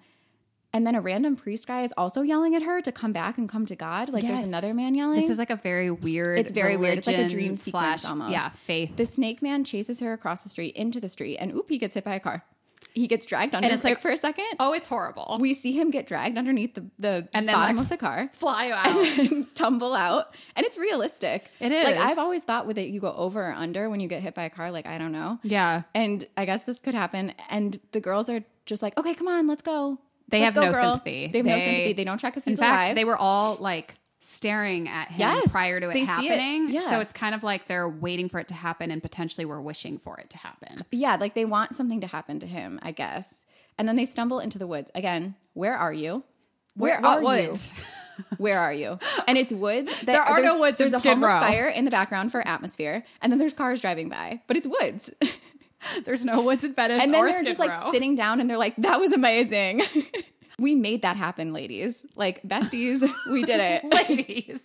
Speaker 1: And then a random priest guy is also yelling at her to come back and come to God. Like
Speaker 2: Yes.
Speaker 1: there's another man yelling.
Speaker 2: This is like a very weird.
Speaker 1: It's very weird. It's like a
Speaker 2: religion
Speaker 1: dream sequence
Speaker 2: slash,
Speaker 1: almost.
Speaker 2: Yeah, faith.
Speaker 1: The snake man chases her across the street into the street, and oop, he gets hit by a car. He gets dragged under
Speaker 2: it's like-
Speaker 1: it for a second.
Speaker 2: oh, it's horrible.
Speaker 1: We see him get dragged underneath the, the
Speaker 2: And then,
Speaker 1: bottom
Speaker 2: like,
Speaker 1: of the car
Speaker 2: fly out.
Speaker 1: and tumble out. And it's realistic.
Speaker 2: It
Speaker 1: Like,
Speaker 2: is.
Speaker 1: I've always thought with it, you go over or under when you get hit by a car. Like, I don't know.
Speaker 2: yeah.
Speaker 1: And I guess this could happen. And the girls are just like, okay, come on, let's go.
Speaker 2: They
Speaker 1: Let's
Speaker 2: have
Speaker 1: go,
Speaker 2: no
Speaker 1: girl."
Speaker 2: sympathy.
Speaker 1: They have no
Speaker 2: They-
Speaker 1: sympathy. They don't check if
Speaker 2: In
Speaker 1: he's
Speaker 2: fact,
Speaker 1: alive.
Speaker 2: they were all like staring at him
Speaker 1: Yes,
Speaker 2: prior to it
Speaker 1: they see it.
Speaker 2: happening.
Speaker 1: Yeah.
Speaker 2: So it's kind of like they're waiting for it to happen and potentially we're wishing for it to happen.
Speaker 1: Yeah, like they want something to happen to him, I guess. And then they stumble into the woods. Again, where are you? Where
Speaker 2: What
Speaker 1: are
Speaker 2: woods?
Speaker 1: you? Where are you? And it's woods. That,
Speaker 2: There are no
Speaker 1: there's-
Speaker 2: woods
Speaker 1: There's
Speaker 2: in
Speaker 1: a
Speaker 2: Skid
Speaker 1: homeless
Speaker 2: Row.
Speaker 1: fire in the background for atmosphere, and then there's cars driving by, but it's woods.
Speaker 2: There's no woods in Venice
Speaker 1: And then they're just like sitting down, and they're like, "That was amazing. we made that happen, ladies. Like besties, we did it.
Speaker 2: ladies.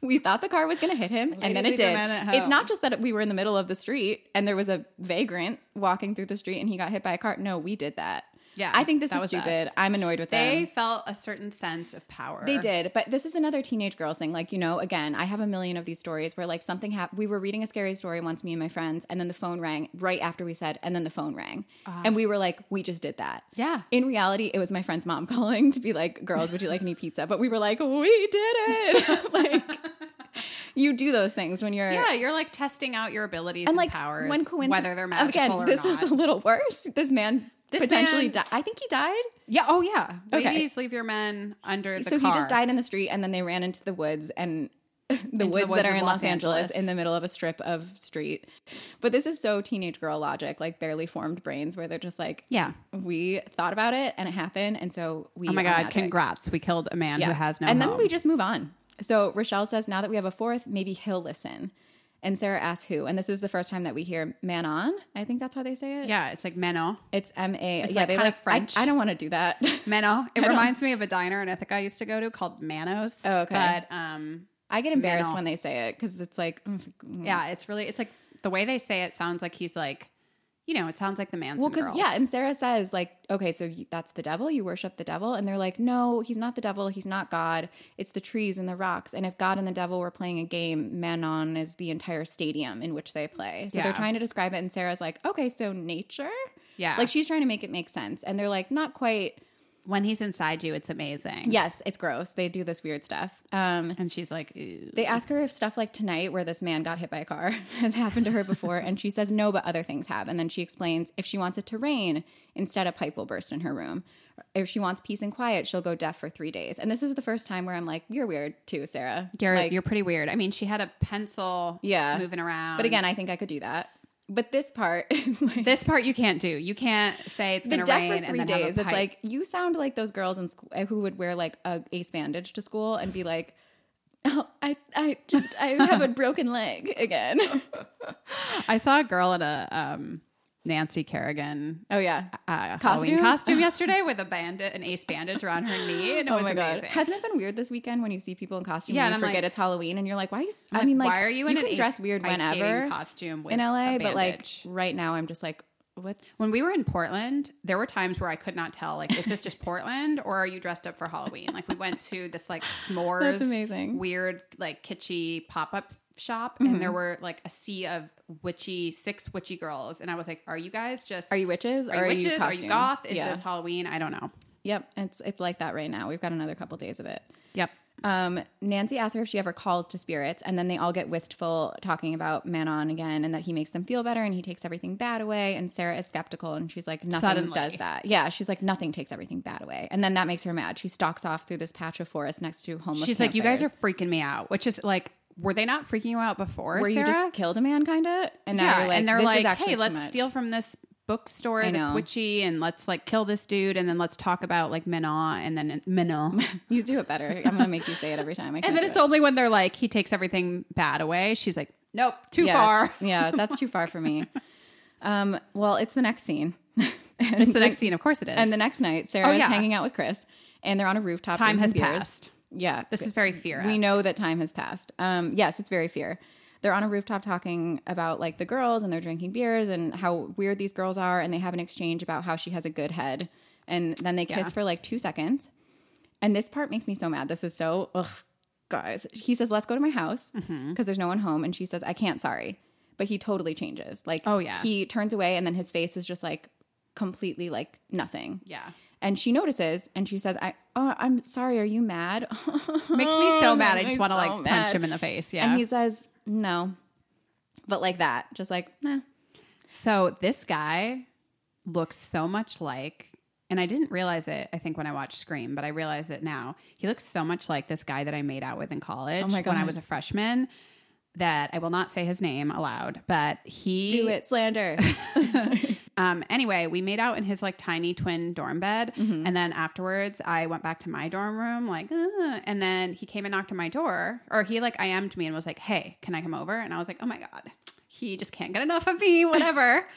Speaker 1: we thought the car was going to hit him, and then
Speaker 2: Ladies
Speaker 1: it
Speaker 2: leave a
Speaker 1: did.
Speaker 2: man at
Speaker 1: It's
Speaker 2: home.
Speaker 1: not just that we were in the middle of the street and there was a vagrant walking through the street, and he got hit by a car. No, we did that.
Speaker 2: Yeah,
Speaker 1: I think this
Speaker 2: that
Speaker 1: is
Speaker 2: was us.
Speaker 1: stupid. I'm annoyed with
Speaker 2: They
Speaker 1: them.
Speaker 2: felt a certain sense of power.
Speaker 1: They did, but this is another teenage girls thing. Like, you know, again, I have a million of these stories where like something happened. We were reading a scary story once, me and my friends, and then the phone rang right after we said, and then the phone rang, and we were like, we just did that.
Speaker 2: Ah. Yeah.
Speaker 1: In reality, it was my friend's mom calling to be like, girls, would you like any pizza? But we were like, we did it. like, you do those things when you're
Speaker 2: Yeah, you're like testing out your abilities and,
Speaker 1: and like
Speaker 2: powers,
Speaker 1: when coincidence
Speaker 2: whether they're magical
Speaker 1: again
Speaker 2: or
Speaker 1: this
Speaker 2: not.
Speaker 1: was a little worse this man
Speaker 2: This
Speaker 1: potentially
Speaker 2: man-
Speaker 1: died i think he died
Speaker 2: yeah, oh yeah.
Speaker 1: Okay.
Speaker 2: Ladies, leave your men under the
Speaker 1: so
Speaker 2: car.
Speaker 1: he just died in the street and then they ran into the woods and the, woods
Speaker 2: woods
Speaker 1: that are
Speaker 2: of
Speaker 1: in
Speaker 2: Los
Speaker 1: los angeles.
Speaker 2: Angeles.
Speaker 1: in the middle of a strip of street but this is so teenage girl logic like barely formed brains where they're just like
Speaker 2: Yeah.
Speaker 1: we thought about it and it happened and so we
Speaker 2: Oh my
Speaker 1: are
Speaker 2: god,
Speaker 1: magic.
Speaker 2: congrats. We killed a man who has no
Speaker 1: and
Speaker 2: home.
Speaker 1: then we just move on so rochelle says now that we have a fourth maybe he'll listen and sarah asks who and this is the first time that we hear man on i think that's how they say it
Speaker 2: Yeah, it's like Menno.
Speaker 1: It's M A. Yeah,
Speaker 2: like
Speaker 1: they
Speaker 2: kind
Speaker 1: like
Speaker 2: of French.
Speaker 1: I, I don't want to do that.
Speaker 2: Menno. It
Speaker 1: don't-
Speaker 2: reminds me of a diner in Ithaca I used to go to called Manos.
Speaker 1: Oh, okay.
Speaker 2: But um,
Speaker 1: I get embarrassed
Speaker 2: Manon.
Speaker 1: when they say it because it's like, mm, mm.
Speaker 2: yeah, it's really it's like the way they say it sounds like he's like you know, it sounds like the Manson
Speaker 1: Well,
Speaker 2: girls.
Speaker 1: because yeah, and Sarah says like, okay, so you, that's the devil. You worship the devil, and they're like, no, he's not the devil. He's not God. It's the trees and the rocks. And if God and the devil were playing a game, Manon is the entire stadium in which they play. So
Speaker 2: Yeah.
Speaker 1: they're trying to describe it, and Sarah's like, okay, so nature.
Speaker 2: yeah.
Speaker 1: Like she's trying to make it make sense, and they're like, not quite.
Speaker 2: when he's inside you, it's amazing.
Speaker 1: Yes, it's gross. They do this weird stuff. Um,
Speaker 2: And she's like, "Ew."
Speaker 1: They ask her if stuff like tonight, where this man got hit by a car, has happened to her before, and she says no, but other things have. And then she explains if she wants it to rain, instead a pipe will burst in her room. If she wants peace and quiet, she'll go deaf for three days. And this is the first time where I'm like, you're weird too, Sarah.
Speaker 2: Garrett,
Speaker 1: Like,
Speaker 2: you're pretty weird. I mean, she had a pencil
Speaker 1: Yeah.
Speaker 2: moving around.
Speaker 1: but again, I think I could do that. But this part is like
Speaker 2: this part you can't do. You can't say it's
Speaker 1: the
Speaker 2: going to
Speaker 1: deaf
Speaker 2: rain
Speaker 1: for three
Speaker 2: and then
Speaker 1: days.
Speaker 2: Have a
Speaker 1: It's
Speaker 2: pipe.
Speaker 1: like you sound like those girls in school who would wear like a ace bandage to school and be like, oh, I, I just, I have a broken leg again.
Speaker 2: I saw a girl in a um, Nancy Kerrigan
Speaker 1: oh, yeah.
Speaker 2: uh,
Speaker 1: Costume?
Speaker 2: Halloween costume yesterday with a bandage, an ace bandage around her knee, and it
Speaker 1: Oh
Speaker 2: was
Speaker 1: my god!
Speaker 2: amazing.
Speaker 1: Hasn't it been weird this weekend when you see people in costume?
Speaker 2: Yeah,
Speaker 1: Yeah, and
Speaker 2: and
Speaker 1: you
Speaker 2: I'm
Speaker 1: forget
Speaker 2: like-
Speaker 1: it's Halloween, and you're like, why? Are you, s- I mean, like,
Speaker 2: why are you in
Speaker 1: can
Speaker 2: an
Speaker 1: dress
Speaker 2: ace-
Speaker 1: weird
Speaker 2: ice skating
Speaker 1: whenever
Speaker 2: costume with
Speaker 1: in LA,
Speaker 2: a
Speaker 1: but like
Speaker 2: bandage?
Speaker 1: right now, I'm just like, what's?
Speaker 2: When we were in Portland, there were times where I could not tell, like, is this just Portland or are you dressed up for Halloween? Like, we went to this, like, s'mores,
Speaker 1: That's amazing.
Speaker 2: weird, like, kitschy pop up shop, and
Speaker 1: Mm-hmm.
Speaker 2: there were, like, a sea of witchy, six witchy girls. And I was like, are you guys just,
Speaker 1: Are you witches?
Speaker 2: are you witches? are
Speaker 1: costumes?
Speaker 2: you goth? Is
Speaker 1: yeah.
Speaker 2: this Halloween? I don't know.
Speaker 1: Yep. It's it's like that right now. We've got another couple days of it.
Speaker 2: Yep.
Speaker 1: Um, Nancy asks her if she ever calls to spirits, and then they all get wistful, talking about Manon again, and that he makes them feel better, and he takes everything bad away. And Sarah is skeptical, and she's like, "Nothing
Speaker 2: Suddenly.
Speaker 1: does that." Yeah, she's like, "Nothing takes everything bad away." And then that makes her mad. She stalks off through this patch of forest next to homeless.
Speaker 2: She's like, you guys are
Speaker 1: campfires.
Speaker 2: freaking me out, which is like, were they not freaking you out before?
Speaker 1: where you
Speaker 2: Sarah?
Speaker 1: just killed a man, kind of, and now
Speaker 2: yeah,
Speaker 1: you're like,
Speaker 2: and they're
Speaker 1: "This is
Speaker 2: like,
Speaker 1: actually
Speaker 2: "Hey,
Speaker 1: too
Speaker 2: let's
Speaker 1: much."
Speaker 2: steal from this bookstore
Speaker 1: I
Speaker 2: that's
Speaker 1: know.
Speaker 2: witchy, and let's like kill this dude, and then let's talk about like Minot, and then Minot,
Speaker 1: You do it better. I'm gonna make you say it every time. I can't
Speaker 2: and then
Speaker 1: do
Speaker 2: it's
Speaker 1: it.
Speaker 2: only when they're like, he takes everything bad away. She's like, nope, too
Speaker 1: yeah,
Speaker 2: far.
Speaker 1: yeah, that's too far for me. Um, well, it's the next scene.
Speaker 2: It's the next scene, of course it is.
Speaker 1: And the next night, Sarah
Speaker 2: Oh,
Speaker 1: is
Speaker 2: yeah.
Speaker 1: hanging out with Chris, and they're on a rooftop.
Speaker 2: time
Speaker 1: drinking
Speaker 2: has
Speaker 1: beers.
Speaker 2: passed.
Speaker 1: Yeah,
Speaker 2: This is very fear.
Speaker 1: we know that time has passed. Um, yes, it's very fear. They're on a rooftop talking about like the girls, and they're drinking beers, and how weird these girls are, and they have an exchange about how she has a good head, and then they kiss
Speaker 2: Yeah.
Speaker 1: for like two seconds, and this part makes me so mad. This is so ugh, guys. He says, "Let's go to my house," because
Speaker 2: Mm-hmm.
Speaker 1: there's no one home, and she says, "I can't." Sorry, but he totally changes. Like,
Speaker 2: Oh, yeah.
Speaker 1: he turns away, and then his face is just like completely like nothing.
Speaker 2: Yeah,
Speaker 1: And she notices, and she says, "I, oh, I'm sorry. Are you mad?"
Speaker 2: makes me so
Speaker 1: Oh, That
Speaker 2: mad. I
Speaker 1: makes
Speaker 2: just want to
Speaker 1: so
Speaker 2: like punch
Speaker 1: mad.
Speaker 2: him in the face. Yeah.
Speaker 1: And he says, "No," but like that, just like, nah.
Speaker 2: So this guy looks so much like, and I didn't realize it, I think, when I watched Scream, but I realize it now. He looks so much like this guy that I made out with in college
Speaker 1: Oh my
Speaker 2: when I
Speaker 1: God.
Speaker 2: was a freshman that I will not say his name aloud, but he
Speaker 1: Do it, slander.
Speaker 2: um, anyway, we made out in his like tiny twin dorm bed, and then afterwards, I went back to my dorm room, like, "Ugh," and then he came and knocked on my door, or he like IM'd me and was like, "Hey, can I come over?" And I was like, "Oh my god, he just can't get enough of me." Whatever.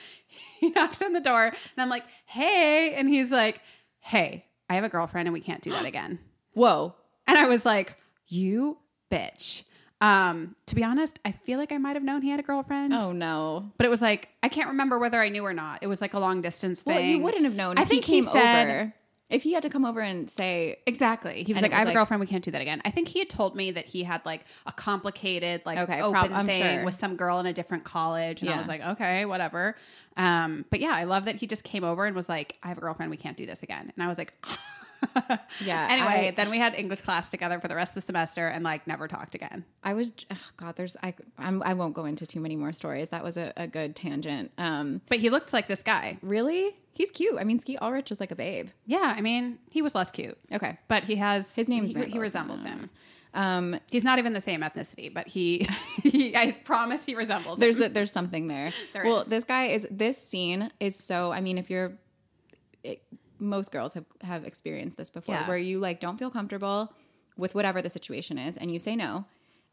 Speaker 2: he knocks on the door, and I'm like, "Hey," and he's like, "Hey, I have a girlfriend, and we can't do that again."
Speaker 1: Whoa.
Speaker 2: And I was like, "You bitch." Um, to be honest, I feel like I might have known he had a girlfriend.
Speaker 1: Oh no.
Speaker 2: But it was like I can't remember whether I knew or not. It was like a long distance thing.
Speaker 1: Well, you wouldn't have known.
Speaker 2: I
Speaker 1: If
Speaker 2: think
Speaker 1: he
Speaker 2: he
Speaker 1: came
Speaker 2: said-
Speaker 1: over. If he had to come over and say,
Speaker 2: Exactly. He was
Speaker 1: And
Speaker 2: like,
Speaker 1: it was
Speaker 2: "I have
Speaker 1: like-
Speaker 2: a girlfriend. We can't do that again." I think he had told me that he had like a complicated, like
Speaker 1: Okay,
Speaker 2: open
Speaker 1: prob- I'm
Speaker 2: thing
Speaker 1: sure.
Speaker 2: with some girl in a different college, and I
Speaker 1: Yeah.
Speaker 2: was like, "Okay, whatever." Um, but yeah, I love that he just came over and was like, "I have a girlfriend. We can't do this again." And I was like,
Speaker 1: Yeah,
Speaker 2: Anyway,
Speaker 1: I-
Speaker 2: then we had English class together for the rest of the semester, and like never talked again.
Speaker 1: I was oh God. There's I. I'm, I won't go into too many more stories. That was a, a good tangent. Um,
Speaker 2: But he looked like this guy.
Speaker 1: really, he's cute. I mean, Ski Ulrich is like a babe.
Speaker 2: Yeah, I mean, he was less cute,
Speaker 1: Okay.
Speaker 2: but he has
Speaker 1: His name's
Speaker 2: He, he
Speaker 1: Rambo, so I
Speaker 2: resembles
Speaker 1: don't know.
Speaker 2: him.
Speaker 1: Um,
Speaker 2: He's not even the same ethnicity, but he, he I promise, he resembles. him.
Speaker 1: there's a, there's something there.
Speaker 2: There
Speaker 1: well,
Speaker 2: is.
Speaker 1: this guy is this scene is so. I mean, if you're, it, most girls have have experienced this before,
Speaker 2: Yeah.
Speaker 1: where you like don't feel comfortable with whatever the situation is, and you say no,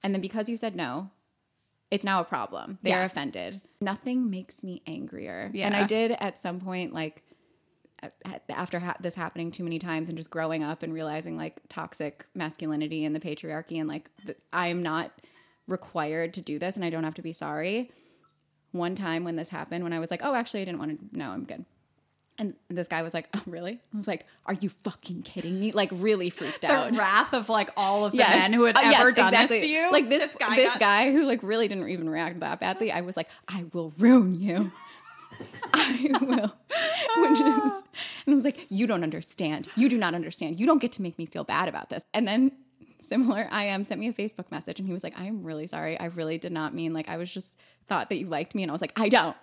Speaker 1: and then because you said no, it's now a problem. They're
Speaker 2: Yeah.
Speaker 1: offended. Nothing makes me angrier, and
Speaker 2: Yeah.
Speaker 1: I did at some point like. a- After ha- this happening too many times and just growing up and realizing like toxic masculinity and the patriarchy and like th- I am not required to do this and I don't have to be sorry. one time when this happened when I was like, oh, actually, I didn't want to. No, I'm good. And this guy was like, oh, really? I was like, are you fucking kidding me? Like, really freaked out.
Speaker 2: The wrath of like all of the
Speaker 1: Yes.
Speaker 2: men who had
Speaker 1: Uh,
Speaker 2: ever
Speaker 1: yes,
Speaker 2: done
Speaker 1: exactly.
Speaker 2: this to you.
Speaker 1: Like this, this guy,
Speaker 2: got-
Speaker 1: who like really didn't even react that badly. I was like, I will ruin you. I will. Which is, and I was like, you don't understand. You do not understand. You don't get to make me feel bad about this. And then similar, I am sent me a Facebook message and he was like, I am really sorry. I really did not mean like I was just thought that you liked me. And I was like, I don't.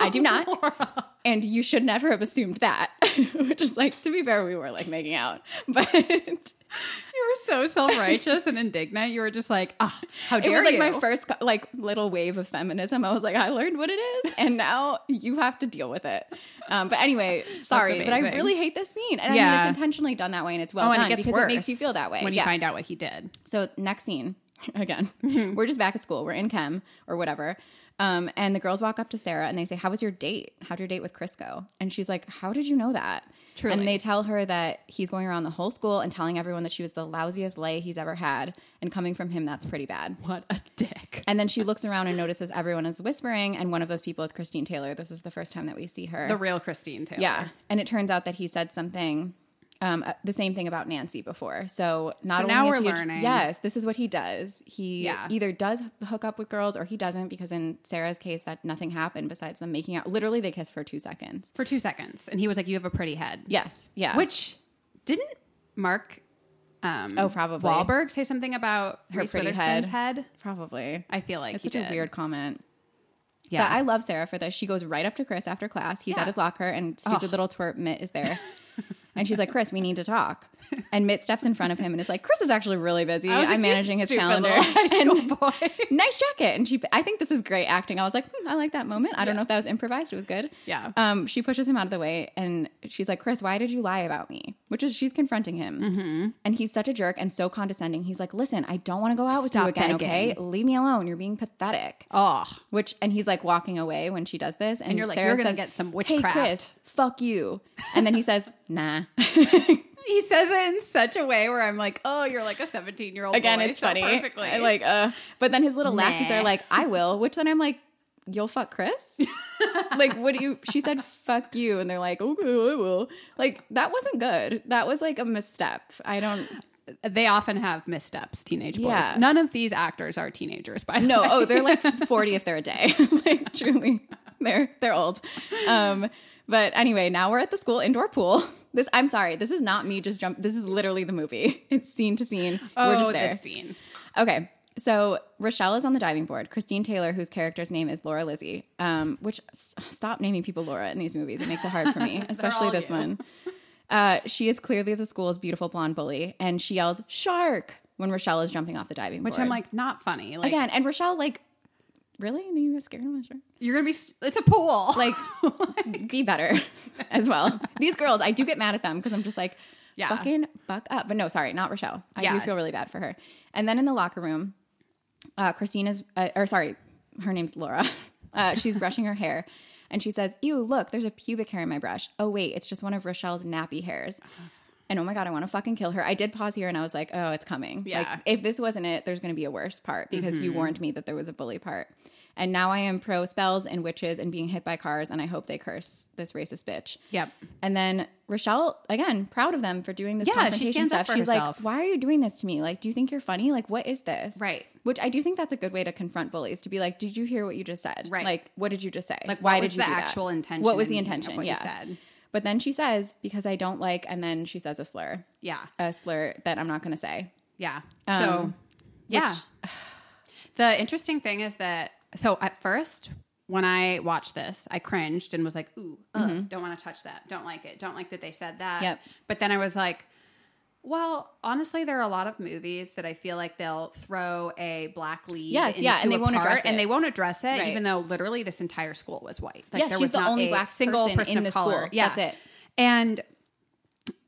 Speaker 1: I do not. and you should never have assumed that. Which is like, to be fair, we were like making out. But
Speaker 2: You were so self righteous and indignant. You were just like, ah, how
Speaker 1: it
Speaker 2: dare
Speaker 1: was like
Speaker 2: you?
Speaker 1: my first co- like little wave of feminism. I was like, I learned what it is, and now you have to deal with it. Um, but anyway, sorry, but I
Speaker 2: amazing.
Speaker 1: really hate this scene, and I
Speaker 2: Yeah.
Speaker 1: mean it's intentionally done that way, and it's well
Speaker 2: oh,
Speaker 1: done
Speaker 2: and it gets
Speaker 1: because
Speaker 2: worse
Speaker 1: it makes you feel that way
Speaker 2: when
Speaker 1: Yeah.
Speaker 2: you find out what he did.
Speaker 1: So next scene again, we're just back at school. We're in chem or whatever. Um, and the girls walk up to Sarah and they say, "How was your date? How'd your date with Chris go?" And she's like, "How did you know that?"
Speaker 2: Truly.
Speaker 1: And they tell her that he's going around the whole school and telling everyone that she was the lousiest lay he's ever had, and coming from him, that's pretty bad.
Speaker 2: What a dick.
Speaker 1: And then she looks around and notices everyone is whispering, and one of those people is Christine Taylor. This is the first time that we see her.
Speaker 2: The real Christine Taylor.
Speaker 1: yeah. And it turns out that he said something, um, uh, the same thing about Nancy before. So not
Speaker 2: So
Speaker 1: only
Speaker 2: now
Speaker 1: is
Speaker 2: we're
Speaker 1: he a-
Speaker 2: learning.
Speaker 1: yes, this is what he does. He
Speaker 2: Yeah.
Speaker 1: either does hook up with girls or he doesn't, because in Sarah's case, that nothing happened besides them making out. Literally, they kissed for two seconds.
Speaker 2: For two seconds. And he was like, You have a pretty head.
Speaker 1: Yes. Yeah.
Speaker 2: Which didn't Mark um
Speaker 1: Oh, probably.
Speaker 2: Wahlberg say something about her Reese
Speaker 1: pretty
Speaker 2: Witherspoon's head.
Speaker 1: probably.
Speaker 2: I feel like
Speaker 1: It's
Speaker 2: he
Speaker 1: such a
Speaker 2: did.
Speaker 1: weird comment.
Speaker 2: Yeah.
Speaker 1: But I love Sarah for this. She goes right up to Chris after class. He's
Speaker 2: Yeah.
Speaker 1: at his locker, and stupid little twerp Mitt is there. and she's like, Chris, we need to talk. And Mitt steps in front of him and is like, Chris is actually really busy.
Speaker 2: was like,
Speaker 1: I'm
Speaker 2: "You
Speaker 1: managing his
Speaker 2: stupid
Speaker 1: calendar.
Speaker 2: little high school
Speaker 1: And
Speaker 2: boy.
Speaker 1: nice jacket. And she, I think this is great acting. I was like, hmm, I like that moment. I don't know if that was improvised. It was good.
Speaker 2: Yeah.
Speaker 1: Um, she pushes him out of the way and she's like, Chris, why did you lie about me? Which is, she's confronting him.
Speaker 2: Mm-hmm.
Speaker 1: And he's such a jerk and so condescending. He's like, listen, I don't want to go out with you
Speaker 2: Stop
Speaker 1: again,
Speaker 2: begging.
Speaker 1: okay? Leave me alone. You're being pathetic.
Speaker 2: oh.
Speaker 1: Which and he's like walking away when she does this, and,
Speaker 2: you're like,
Speaker 1: Sarah
Speaker 2: "You're gonna
Speaker 1: says,
Speaker 2: get some
Speaker 1: Hey,
Speaker 2: witchcraft."
Speaker 1: Chris, fuck you. And then he says, Nah.
Speaker 2: He says it in such a way where I'm like, Oh, you're like a 17 year old.
Speaker 1: Again, it's funny. I like, uh, but then his little lackeys
Speaker 2: Nah.
Speaker 1: are like, I will. Which then I'm like, You'll fuck Chris? like, what do you? She said, Fuck you, and they're like, Okay, I will. Like that wasn't good. That was like a misstep. I don't.
Speaker 2: they often have missteps, teenage boys.
Speaker 1: Yeah.
Speaker 2: None of these actors are teenagers, by the
Speaker 1: No,
Speaker 2: way.
Speaker 1: oh, they're like 40 if they're a day. like truly. They're they're old. Um but anyway, now we're at the school indoor pool. This I'm sorry, this is not me just jump. This is literally the movie. It's scene to scene.
Speaker 2: Oh,
Speaker 1: we're just there.
Speaker 2: this scene.
Speaker 1: Okay. So Rochelle is on the diving board. Christine Taylor, whose character's name is Laura Lizzie, um, which s stop naming people Laura in these movies. It makes it hard for me, especially
Speaker 2: all
Speaker 1: this
Speaker 2: you.
Speaker 1: one. Uh, she is clearly the school's beautiful blonde bully, and she yells "shark" when Rochelle is jumping off the diving board.
Speaker 2: Which I'm like, not funny. Like
Speaker 1: Again, and Rochelle, like, really? Are you scared of Rochelle?
Speaker 2: you're gonna be s- it's a pool.
Speaker 1: Like, be better as well. These girls, I do get mad at them because I'm just like,
Speaker 2: Yeah.
Speaker 1: fucking buck up. But no, sorry, not Rochelle. I do
Speaker 2: Yeah.
Speaker 1: feel really bad for her. And then in the locker room, uh, Christina's, uh, or sorry, her name's Laura. Uh, she's brushing her hair. And she says, Ew, look, there's a pubic hair in my brush. Oh, wait, it's just one of Rochelle's nappy hairs. And oh my God, I want to fucking kill her. I did pause here and I was like, oh, it's coming.
Speaker 2: Yeah.
Speaker 1: Like, if this wasn't it, there's going to be a worse part because
Speaker 2: Mm-hmm.
Speaker 1: you warned me that there was a bully part. And now I am pro spells and witches and being hit by cars, and I hope they curse this racist bitch.
Speaker 2: Yep.
Speaker 1: And then Rochelle, again, proud of them for doing this
Speaker 2: Yeah, she
Speaker 1: confrontation
Speaker 2: stands
Speaker 1: stuff.
Speaker 2: up for
Speaker 1: She's
Speaker 2: herself.
Speaker 1: like, "Why are you doing this to me? Like, do you think you're funny? Like, what is this?"
Speaker 2: Right.
Speaker 1: Which I do think that's a good way to confront bullies. To be like, "Did you hear what you just said?
Speaker 2: Right.
Speaker 1: Like, what did you just say?
Speaker 2: Like,
Speaker 1: why
Speaker 2: what
Speaker 1: did
Speaker 2: was
Speaker 1: you
Speaker 2: the
Speaker 1: do that?
Speaker 2: actual intention
Speaker 1: What was the
Speaker 2: and- of
Speaker 1: intention?
Speaker 2: what you
Speaker 1: yeah.
Speaker 2: said?
Speaker 1: But then she says, "Because I don't like," and then she says a slur,
Speaker 2: yeah.
Speaker 1: a slur that I'm not going to say.
Speaker 2: Yeah. so, yeah. Um, the interesting thing is that, so at first, when I watched this, I cringed and was like, ooh, ugh, don't want to touch that. Don't like it. Don't like that they said that.
Speaker 1: Mm-hmm. Yep.
Speaker 2: But then I was like, well, honestly, there are a lot of movies that I feel like they'll throw a black lead.
Speaker 1: Yes, yeah,
Speaker 2: into
Speaker 1: and they
Speaker 2: a
Speaker 1: won't
Speaker 2: part,
Speaker 1: address it.
Speaker 2: And they won't address it,
Speaker 1: Right.
Speaker 2: even though literally this entire school was white. Like
Speaker 1: Yeah, she's the only
Speaker 2: a
Speaker 1: black person in the school. That's it.
Speaker 2: And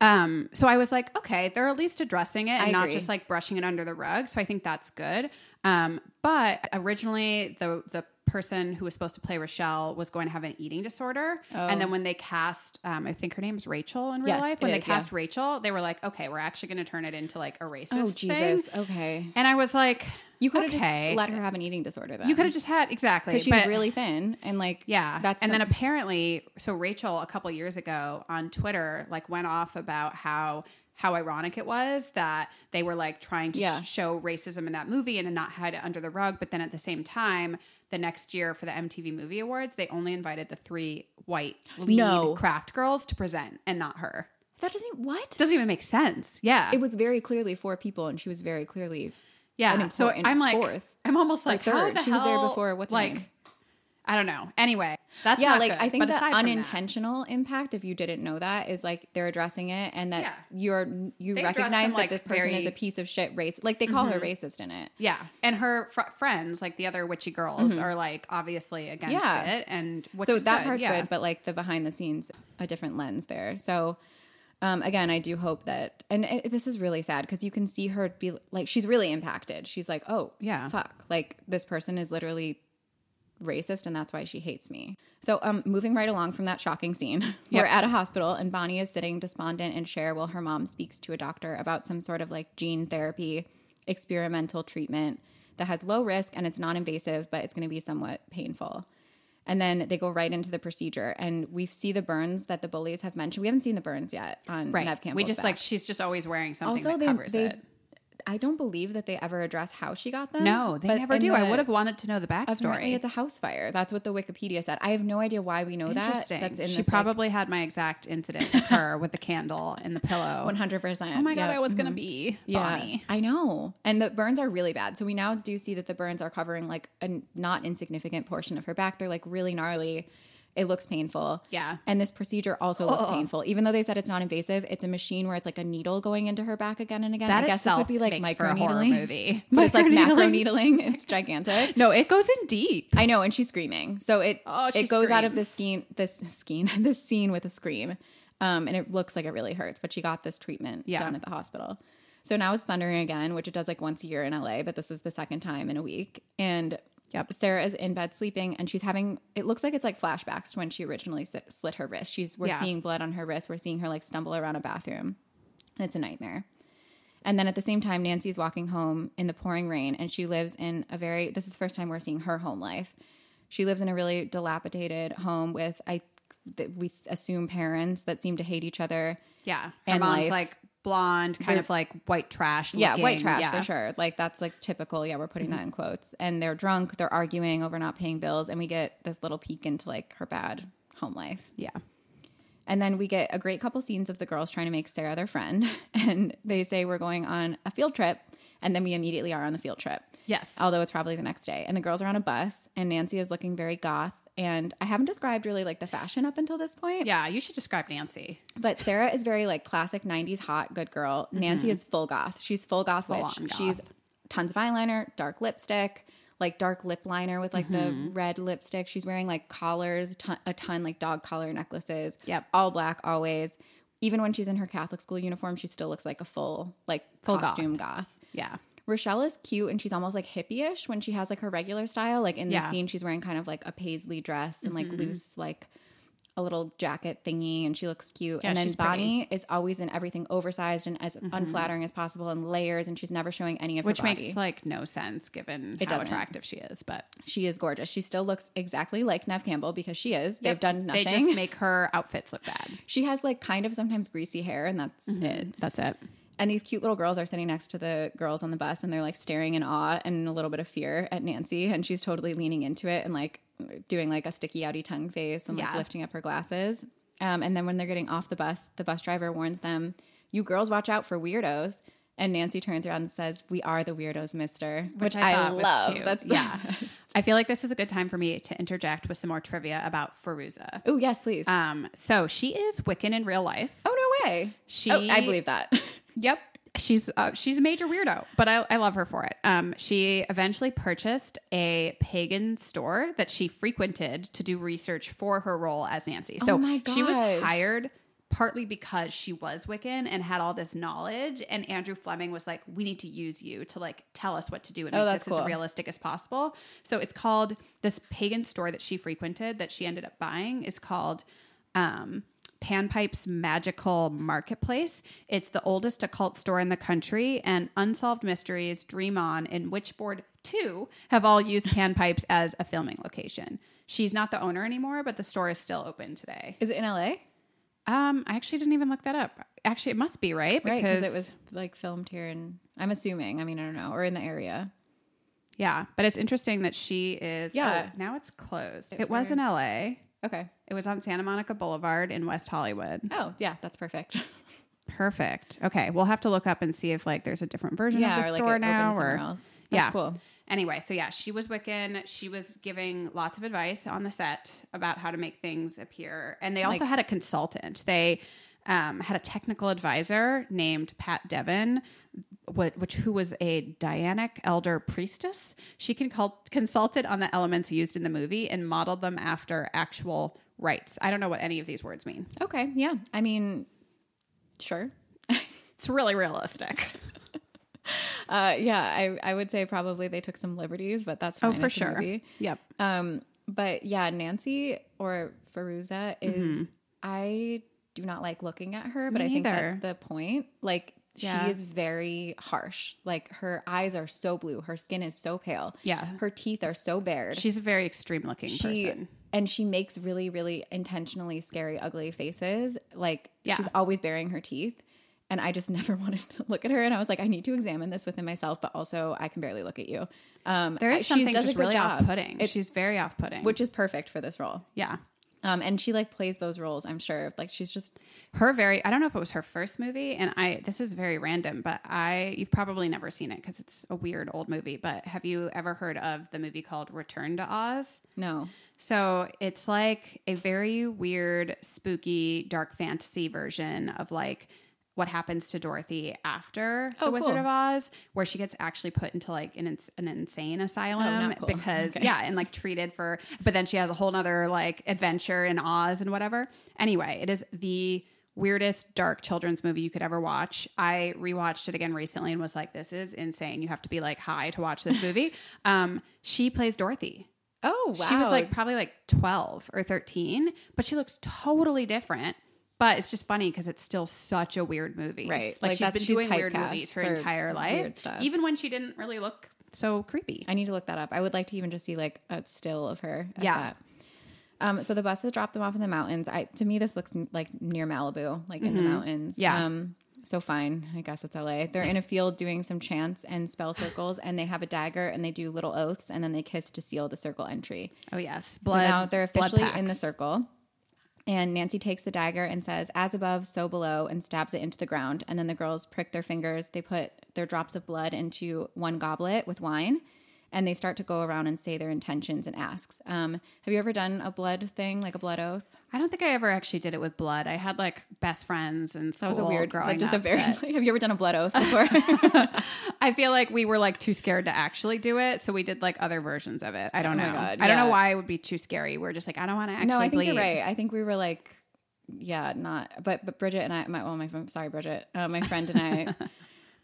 Speaker 2: um, so I was like, okay, they're at least addressing it and
Speaker 1: I
Speaker 2: not
Speaker 1: agree.
Speaker 2: just like brushing it under the rug. So I think that's good. Um, but originally the the person who was supposed to play Rochelle was going to have an eating disorder. And then when they cast um, I think her name's Rachel in real
Speaker 1: Oh. Yes,
Speaker 2: life,
Speaker 1: it
Speaker 2: when they
Speaker 1: is, yeah.
Speaker 2: cast Rachel, they were like, okay, we're actually gonna turn it into like a racist.
Speaker 1: Oh
Speaker 2: thing.
Speaker 1: Jesus. Okay.
Speaker 2: And I was like,
Speaker 1: You could have
Speaker 2: Okay.
Speaker 1: just let her have an eating disorder then.
Speaker 2: You could have just had exactly
Speaker 1: because she's
Speaker 2: but-
Speaker 1: really thin and like
Speaker 2: Yeah.
Speaker 1: That's
Speaker 2: and then
Speaker 1: some-
Speaker 2: apparently, so Rachel a couple years ago on Twitter like went off about how how ironic it was that they were like trying to
Speaker 1: Yeah.
Speaker 2: sh- show racism in that movie and to not hide it under the rug, but then at the same time, the next year for the MTV Movie Awards, they only invited the three white lead
Speaker 1: No.
Speaker 2: craft girls to present and not her.
Speaker 1: that doesn't what
Speaker 2: Doesn't even make sense. Yeah.
Speaker 1: it was very clearly four people and she was very clearly
Speaker 2: yeah.
Speaker 1: an
Speaker 2: so
Speaker 1: important
Speaker 2: I'm like
Speaker 1: fourth.
Speaker 2: I'm almost like how
Speaker 1: third.
Speaker 2: the
Speaker 1: She was there
Speaker 2: hell-
Speaker 1: before, what's her
Speaker 2: like
Speaker 1: name?
Speaker 2: I don't know. Anyway, that's
Speaker 1: yeah
Speaker 2: not
Speaker 1: like
Speaker 2: good.
Speaker 1: i think
Speaker 2: But
Speaker 1: the
Speaker 2: aside from that-
Speaker 1: unintentional impact if you didn't know that is like they're addressing it and that
Speaker 2: Yeah.
Speaker 1: you're you
Speaker 2: They address
Speaker 1: recognize
Speaker 2: some,
Speaker 1: that
Speaker 2: like,
Speaker 1: this person
Speaker 2: very- Mm-hmm.
Speaker 1: is a piece of shit race like they call her racist in it
Speaker 2: Yeah, and her fr- friends, like the other witchy girls, are like obviously against
Speaker 1: Mm-hmm. Yeah.
Speaker 2: it, and which
Speaker 1: so
Speaker 2: is
Speaker 1: that
Speaker 2: good.
Speaker 1: part's
Speaker 2: yeah.
Speaker 1: good but like the behind the scenes a different lens there so um, again i do hope that and it, this is really sad because you can see her be like she's really impacted she's like oh
Speaker 2: Yeah.
Speaker 1: fuck like this person is literally racist and that's why she hates me so um moving right along from that shocking scene we're at a hospital and bonnie is sitting despondent in chair while her mom speaks to a doctor about some sort of like gene therapy experimental treatment that has low risk and it's non-invasive but it's going to be somewhat painful and then they go right into the procedure and we see the burns that the bullies have mentioned we haven't seen the burns yet on
Speaker 2: right?
Speaker 1: nev campbell
Speaker 2: we just like she's just always wearing something
Speaker 1: also
Speaker 2: that
Speaker 1: they,
Speaker 2: covers
Speaker 1: they
Speaker 2: it.
Speaker 1: i don't believe that they ever address how she got them
Speaker 2: No, they
Speaker 1: but
Speaker 2: never
Speaker 1: in
Speaker 2: do. I
Speaker 1: the-
Speaker 2: would have wanted to know the
Speaker 1: Apparently,
Speaker 2: backstory.
Speaker 1: it's a house fire. That's what the Wikipedia said. I have no idea why we know that.
Speaker 2: Interesting.
Speaker 1: That's in
Speaker 2: she
Speaker 1: this,
Speaker 2: probably had my exact incident with her with the candle and the pillow.
Speaker 1: one hundred mm-hmm. percent.
Speaker 2: Oh my god, I was gonna be Bonnie.
Speaker 1: I know. And the burns are really bad. So we now do see that the burns are covering like a n- not insignificant portion of her back. They're like really gnarly. It looks painful.
Speaker 2: Yeah.
Speaker 1: And this procedure also looks painful. Even though they said it's not invasive, it's a machine where it's like a needle going into her back again and again.
Speaker 2: That
Speaker 1: I guess this
Speaker 2: itself
Speaker 1: would be like
Speaker 2: makes for a horror
Speaker 1: microneedling.
Speaker 2: movie,
Speaker 1: But it's like macro
Speaker 2: Microneedling.
Speaker 1: needling. It's gigantic.
Speaker 2: No, it goes in deep.
Speaker 1: I know, and she's screaming. So it
Speaker 2: Oh, she
Speaker 1: it goes out of
Speaker 2: screams.
Speaker 1: this scene this scene this scene with a scream, um, and it looks like it really hurts. But she got this treatment
Speaker 2: Yeah.
Speaker 1: done at the hospital. So now it's thundering again, which it does like once a year in LA, but this is the second time in a week. And
Speaker 2: Yep.
Speaker 1: Sarah is in bed sleeping, and she's having it looks like it's like flashbacks to when she originally slit, slit her wrist. She's we're
Speaker 2: Yeah.
Speaker 1: seeing blood on her wrist. We're seeing her like stumble around a bathroom, and it's a nightmare. And then at the same time, Nancy's walking home in the pouring rain, and she lives in a very this is the first time we're seeing her home life. She lives in a really dilapidated home with I that we assume parents that seem to hate each other.
Speaker 2: Yeah, her
Speaker 1: And
Speaker 2: mom's
Speaker 1: life.
Speaker 2: like blonde, kind
Speaker 1: They're-
Speaker 2: of like white trash.
Speaker 1: Yeah,
Speaker 2: looking.
Speaker 1: white trash
Speaker 2: Yeah. Mm-hmm.
Speaker 1: for sure. Like that's like typical. Yeah, we're putting that in quotes. And they're drunk, they're arguing over not paying bills, and we get this little peek into like her bad home life.
Speaker 2: Yeah.
Speaker 1: And then we get a great couple scenes of the girls trying to make Sarah their friend. And they say, We're going on a field trip. And then we immediately are on the field trip.
Speaker 2: Yes.
Speaker 1: Although it's probably the next day. And the girls are on a bus, and Nancy is looking very goth. And I haven't described really like the fashion up until this point.
Speaker 2: Yeah, you should describe Nancy.
Speaker 1: But Sarah is very like classic 90s hot, good girl. Nancy is full goth. She's full goth witch.
Speaker 2: Mm-hmm. on goth.
Speaker 1: She's tons of eyeliner, dark lipstick, like dark lip liner with like the
Speaker 2: Mm-hmm.
Speaker 1: red lipstick. She's wearing like collars, ton, a ton like dog collar necklaces.
Speaker 2: Yep.
Speaker 1: All black always. Even when she's in her Catholic school uniform, she still looks like a full like
Speaker 2: Full goth.
Speaker 1: costume goth.
Speaker 2: Yeah.
Speaker 1: Rochelle is cute and she's almost like hippie-ish when she has like her regular style. Like in this
Speaker 2: Yeah. Mm-hmm.
Speaker 1: scene, she's wearing kind of like a paisley dress and like loose like a little jacket thingy, and she looks cute.
Speaker 2: Yeah,
Speaker 1: and then
Speaker 2: she's Mm-hmm.
Speaker 1: Bonnie is always in everything oversized and as unflattering as possible and layers, and she's never showing any of
Speaker 2: Which
Speaker 1: her body.
Speaker 2: makes like no sense given how
Speaker 1: doesn't.
Speaker 2: attractive she is, but
Speaker 1: she is gorgeous. She still looks exactly like Nev Campbell because she is. They've done nothing.
Speaker 2: They just make her outfits look bad.
Speaker 1: she has like kind of sometimes greasy hair, and that's
Speaker 2: Mm-hmm.
Speaker 1: it.
Speaker 2: That's it.
Speaker 1: And these cute little girls are sitting next to the girls on the bus and they're like staring in awe and a little bit of fear at Nancy. And she's totally leaning into it and like doing like a sticky outy tongue face and like
Speaker 2: Yeah.
Speaker 1: lifting up her glasses. Um, and then when they're getting off the bus, the bus driver warns them, You girls watch out for weirdos. And Nancy turns around and says, We are the weirdos, mister. Which, I,
Speaker 2: thought was
Speaker 1: love.
Speaker 2: cute.
Speaker 1: That's
Speaker 2: yeah.
Speaker 1: yeah.
Speaker 2: I feel like this is a good time for me to interject with some more trivia about Feruza.
Speaker 1: Oh, yes, please.
Speaker 2: Um, so she is Wiccan in real life.
Speaker 1: oh, no way.
Speaker 2: She
Speaker 1: oh, I believe that.
Speaker 2: Yep. She's uh, she's a major weirdo, but I, I love her for it. Um, she eventually purchased a pagan store that she frequented to do research for her role as Nancy. So
Speaker 1: Oh my
Speaker 2: she was
Speaker 1: gosh.
Speaker 2: hired partly because she was Wiccan and had all this knowledge. And Andrew Fleming was like, "We need to use you to like tell us what to do and make
Speaker 1: Oh, that's
Speaker 2: this as
Speaker 1: cool.
Speaker 2: realistic as possible." So it's called this pagan store that she frequented that she ended up buying is called um, Panpipes Magical Marketplace. It's the oldest occult store in the country, and Unsolved Mysteries, Dream On, and Witchboard 2 have all used Panpipes as a filming location. She's not the owner anymore, but the store is still open today.
Speaker 1: Is it in LA?
Speaker 2: Um, I actually didn't even look that up. Actually, it must be, right?
Speaker 1: Right, because it was like filmed here, and I'm assuming. I mean, I don't know, or in the area.
Speaker 2: Yeah, but it's interesting that she is.
Speaker 1: Yeah.
Speaker 2: oh, now it's closed.
Speaker 1: It's
Speaker 2: it was
Speaker 1: weird.
Speaker 2: in LA.
Speaker 1: Okay.
Speaker 2: It was on Santa Monica Boulevard in West Hollywood.
Speaker 1: Oh, yeah, that's perfect.
Speaker 2: Perfect. Okay, we'll have to look up and see if like there's a different version of
Speaker 1: yeah,
Speaker 2: the
Speaker 1: or like
Speaker 2: store
Speaker 1: it
Speaker 2: now
Speaker 1: opened somewhere
Speaker 2: or
Speaker 1: else. That's
Speaker 2: yeah,
Speaker 1: cool.
Speaker 2: Anyway, so yeah, she was Wiccan. She was giving lots of advice on the set about how to make things appear, and they also
Speaker 1: Like-
Speaker 2: had a consultant. They um, had a technical advisor named Pat Devon, what, which who was a Dianic elder priestess. She consult, consulted on the elements used in the movie and modeled them after actual rites. I don't know what any of these words mean.
Speaker 1: Okay, yeah. I mean, sure.
Speaker 2: It's really realistic.
Speaker 1: Uh, yeah, I, I would say probably they took some liberties, but that's fine.
Speaker 2: Oh, for
Speaker 1: It's a
Speaker 2: sure.
Speaker 1: movie.
Speaker 2: Yep.
Speaker 1: Um, but yeah, Nancy or Feruza is I do not like looking at her, but
Speaker 2: Me
Speaker 1: I think
Speaker 2: neither.
Speaker 1: that's the point. Like
Speaker 2: Yeah.
Speaker 1: she is very harsh. Like her eyes are so blue, her skin is so pale.
Speaker 2: Yeah.
Speaker 1: Her teeth are so bared.
Speaker 2: She's a very extreme looking person.
Speaker 1: and she makes really, really intentionally scary, ugly faces. Like
Speaker 2: Yeah.
Speaker 1: she's always baring her teeth. And I just never wanted to look at her. And I was like, I need to examine this within myself, but also I can barely look at you. Um,
Speaker 2: There
Speaker 1: I-
Speaker 2: is
Speaker 1: she
Speaker 2: something
Speaker 1: does a
Speaker 2: just
Speaker 1: good
Speaker 2: really
Speaker 1: job,
Speaker 2: off putting. She's very off putting.
Speaker 1: which is perfect for this role.
Speaker 2: yeah.
Speaker 1: Um, and she like plays those roles, I'm sure. Like she's just
Speaker 2: her very i don't know if it was her first movie and i this is very random but i you've probably never seen it because it's a weird old movie but have you ever heard of the movie called return to oz
Speaker 1: no.
Speaker 2: so it's like a very weird spooky dark fantasy version of like what happens to dorothy after
Speaker 1: Oh,
Speaker 2: the wizard
Speaker 1: cool.
Speaker 2: of oz where she gets actually put into like an, ins- an insane asylum
Speaker 1: Oh, not cool.
Speaker 2: because yeah and like treated for but then she has a whole nother like adventure in oz and whatever anyway it is the weirdest dark children's movie you could ever watch i rewatched it again recently and was like this is insane you have to be like high to watch this movie um she plays dorothy
Speaker 1: Oh wow.
Speaker 2: she was like probably like 12 or 13, but she looks totally different. But it's just funny because it's still such a weird movie.
Speaker 1: Right.
Speaker 2: Like,
Speaker 1: Like,
Speaker 2: she's
Speaker 1: that's-
Speaker 2: been
Speaker 1: she's
Speaker 2: doing weird
Speaker 1: typecast
Speaker 2: movies her
Speaker 1: for
Speaker 2: entire
Speaker 1: weird
Speaker 2: life,
Speaker 1: stuff.
Speaker 2: even when she didn't really look so creepy.
Speaker 1: I need to look that up. I would like to even just see like a still of her. at
Speaker 2: Yeah.
Speaker 1: that. Um, so the buses dropped them off in the mountains. I to me this looks n- like near Malibu, like in the mountains.
Speaker 2: Mm-hmm. Yeah.
Speaker 1: Um, so fine, I guess it's LA. They're in a field doing some chants and spell circles, and they have a dagger and they do little oaths, and then they kiss to seal the circle entry.
Speaker 2: Oh, yes.
Speaker 1: So
Speaker 2: Blood.
Speaker 1: now they're
Speaker 2: blood
Speaker 1: officially in the
Speaker 2: packs.
Speaker 1: circle. And Nancy takes the dagger and says, as above, so below, and stabs it into the ground. And then the girls prick their fingers. They put their drops of blood into one goblet with wine. And they start to go around and say their intentions and asks. Um, have you ever done a blood thing, like a blood oath?
Speaker 2: I don't think I ever actually did it with blood. I had like best friends and so
Speaker 1: That was a weird,
Speaker 2: growing
Speaker 1: like just a
Speaker 2: up
Speaker 1: very.
Speaker 2: that-
Speaker 1: Have you ever done a blood oath before?
Speaker 2: I feel like we were like too scared to actually do it, so we did like other versions of it. I don't
Speaker 1: Oh my
Speaker 2: know.
Speaker 1: God,
Speaker 2: I don't know
Speaker 1: yeah.
Speaker 2: why it would be too scary. We're just like I don't want to actually.
Speaker 1: no, I think
Speaker 2: bleed.
Speaker 1: you're right. I think we were like, yeah, not. But but Bridget and I, my well, my friend- sorry, Bridget, uh, my friend and I,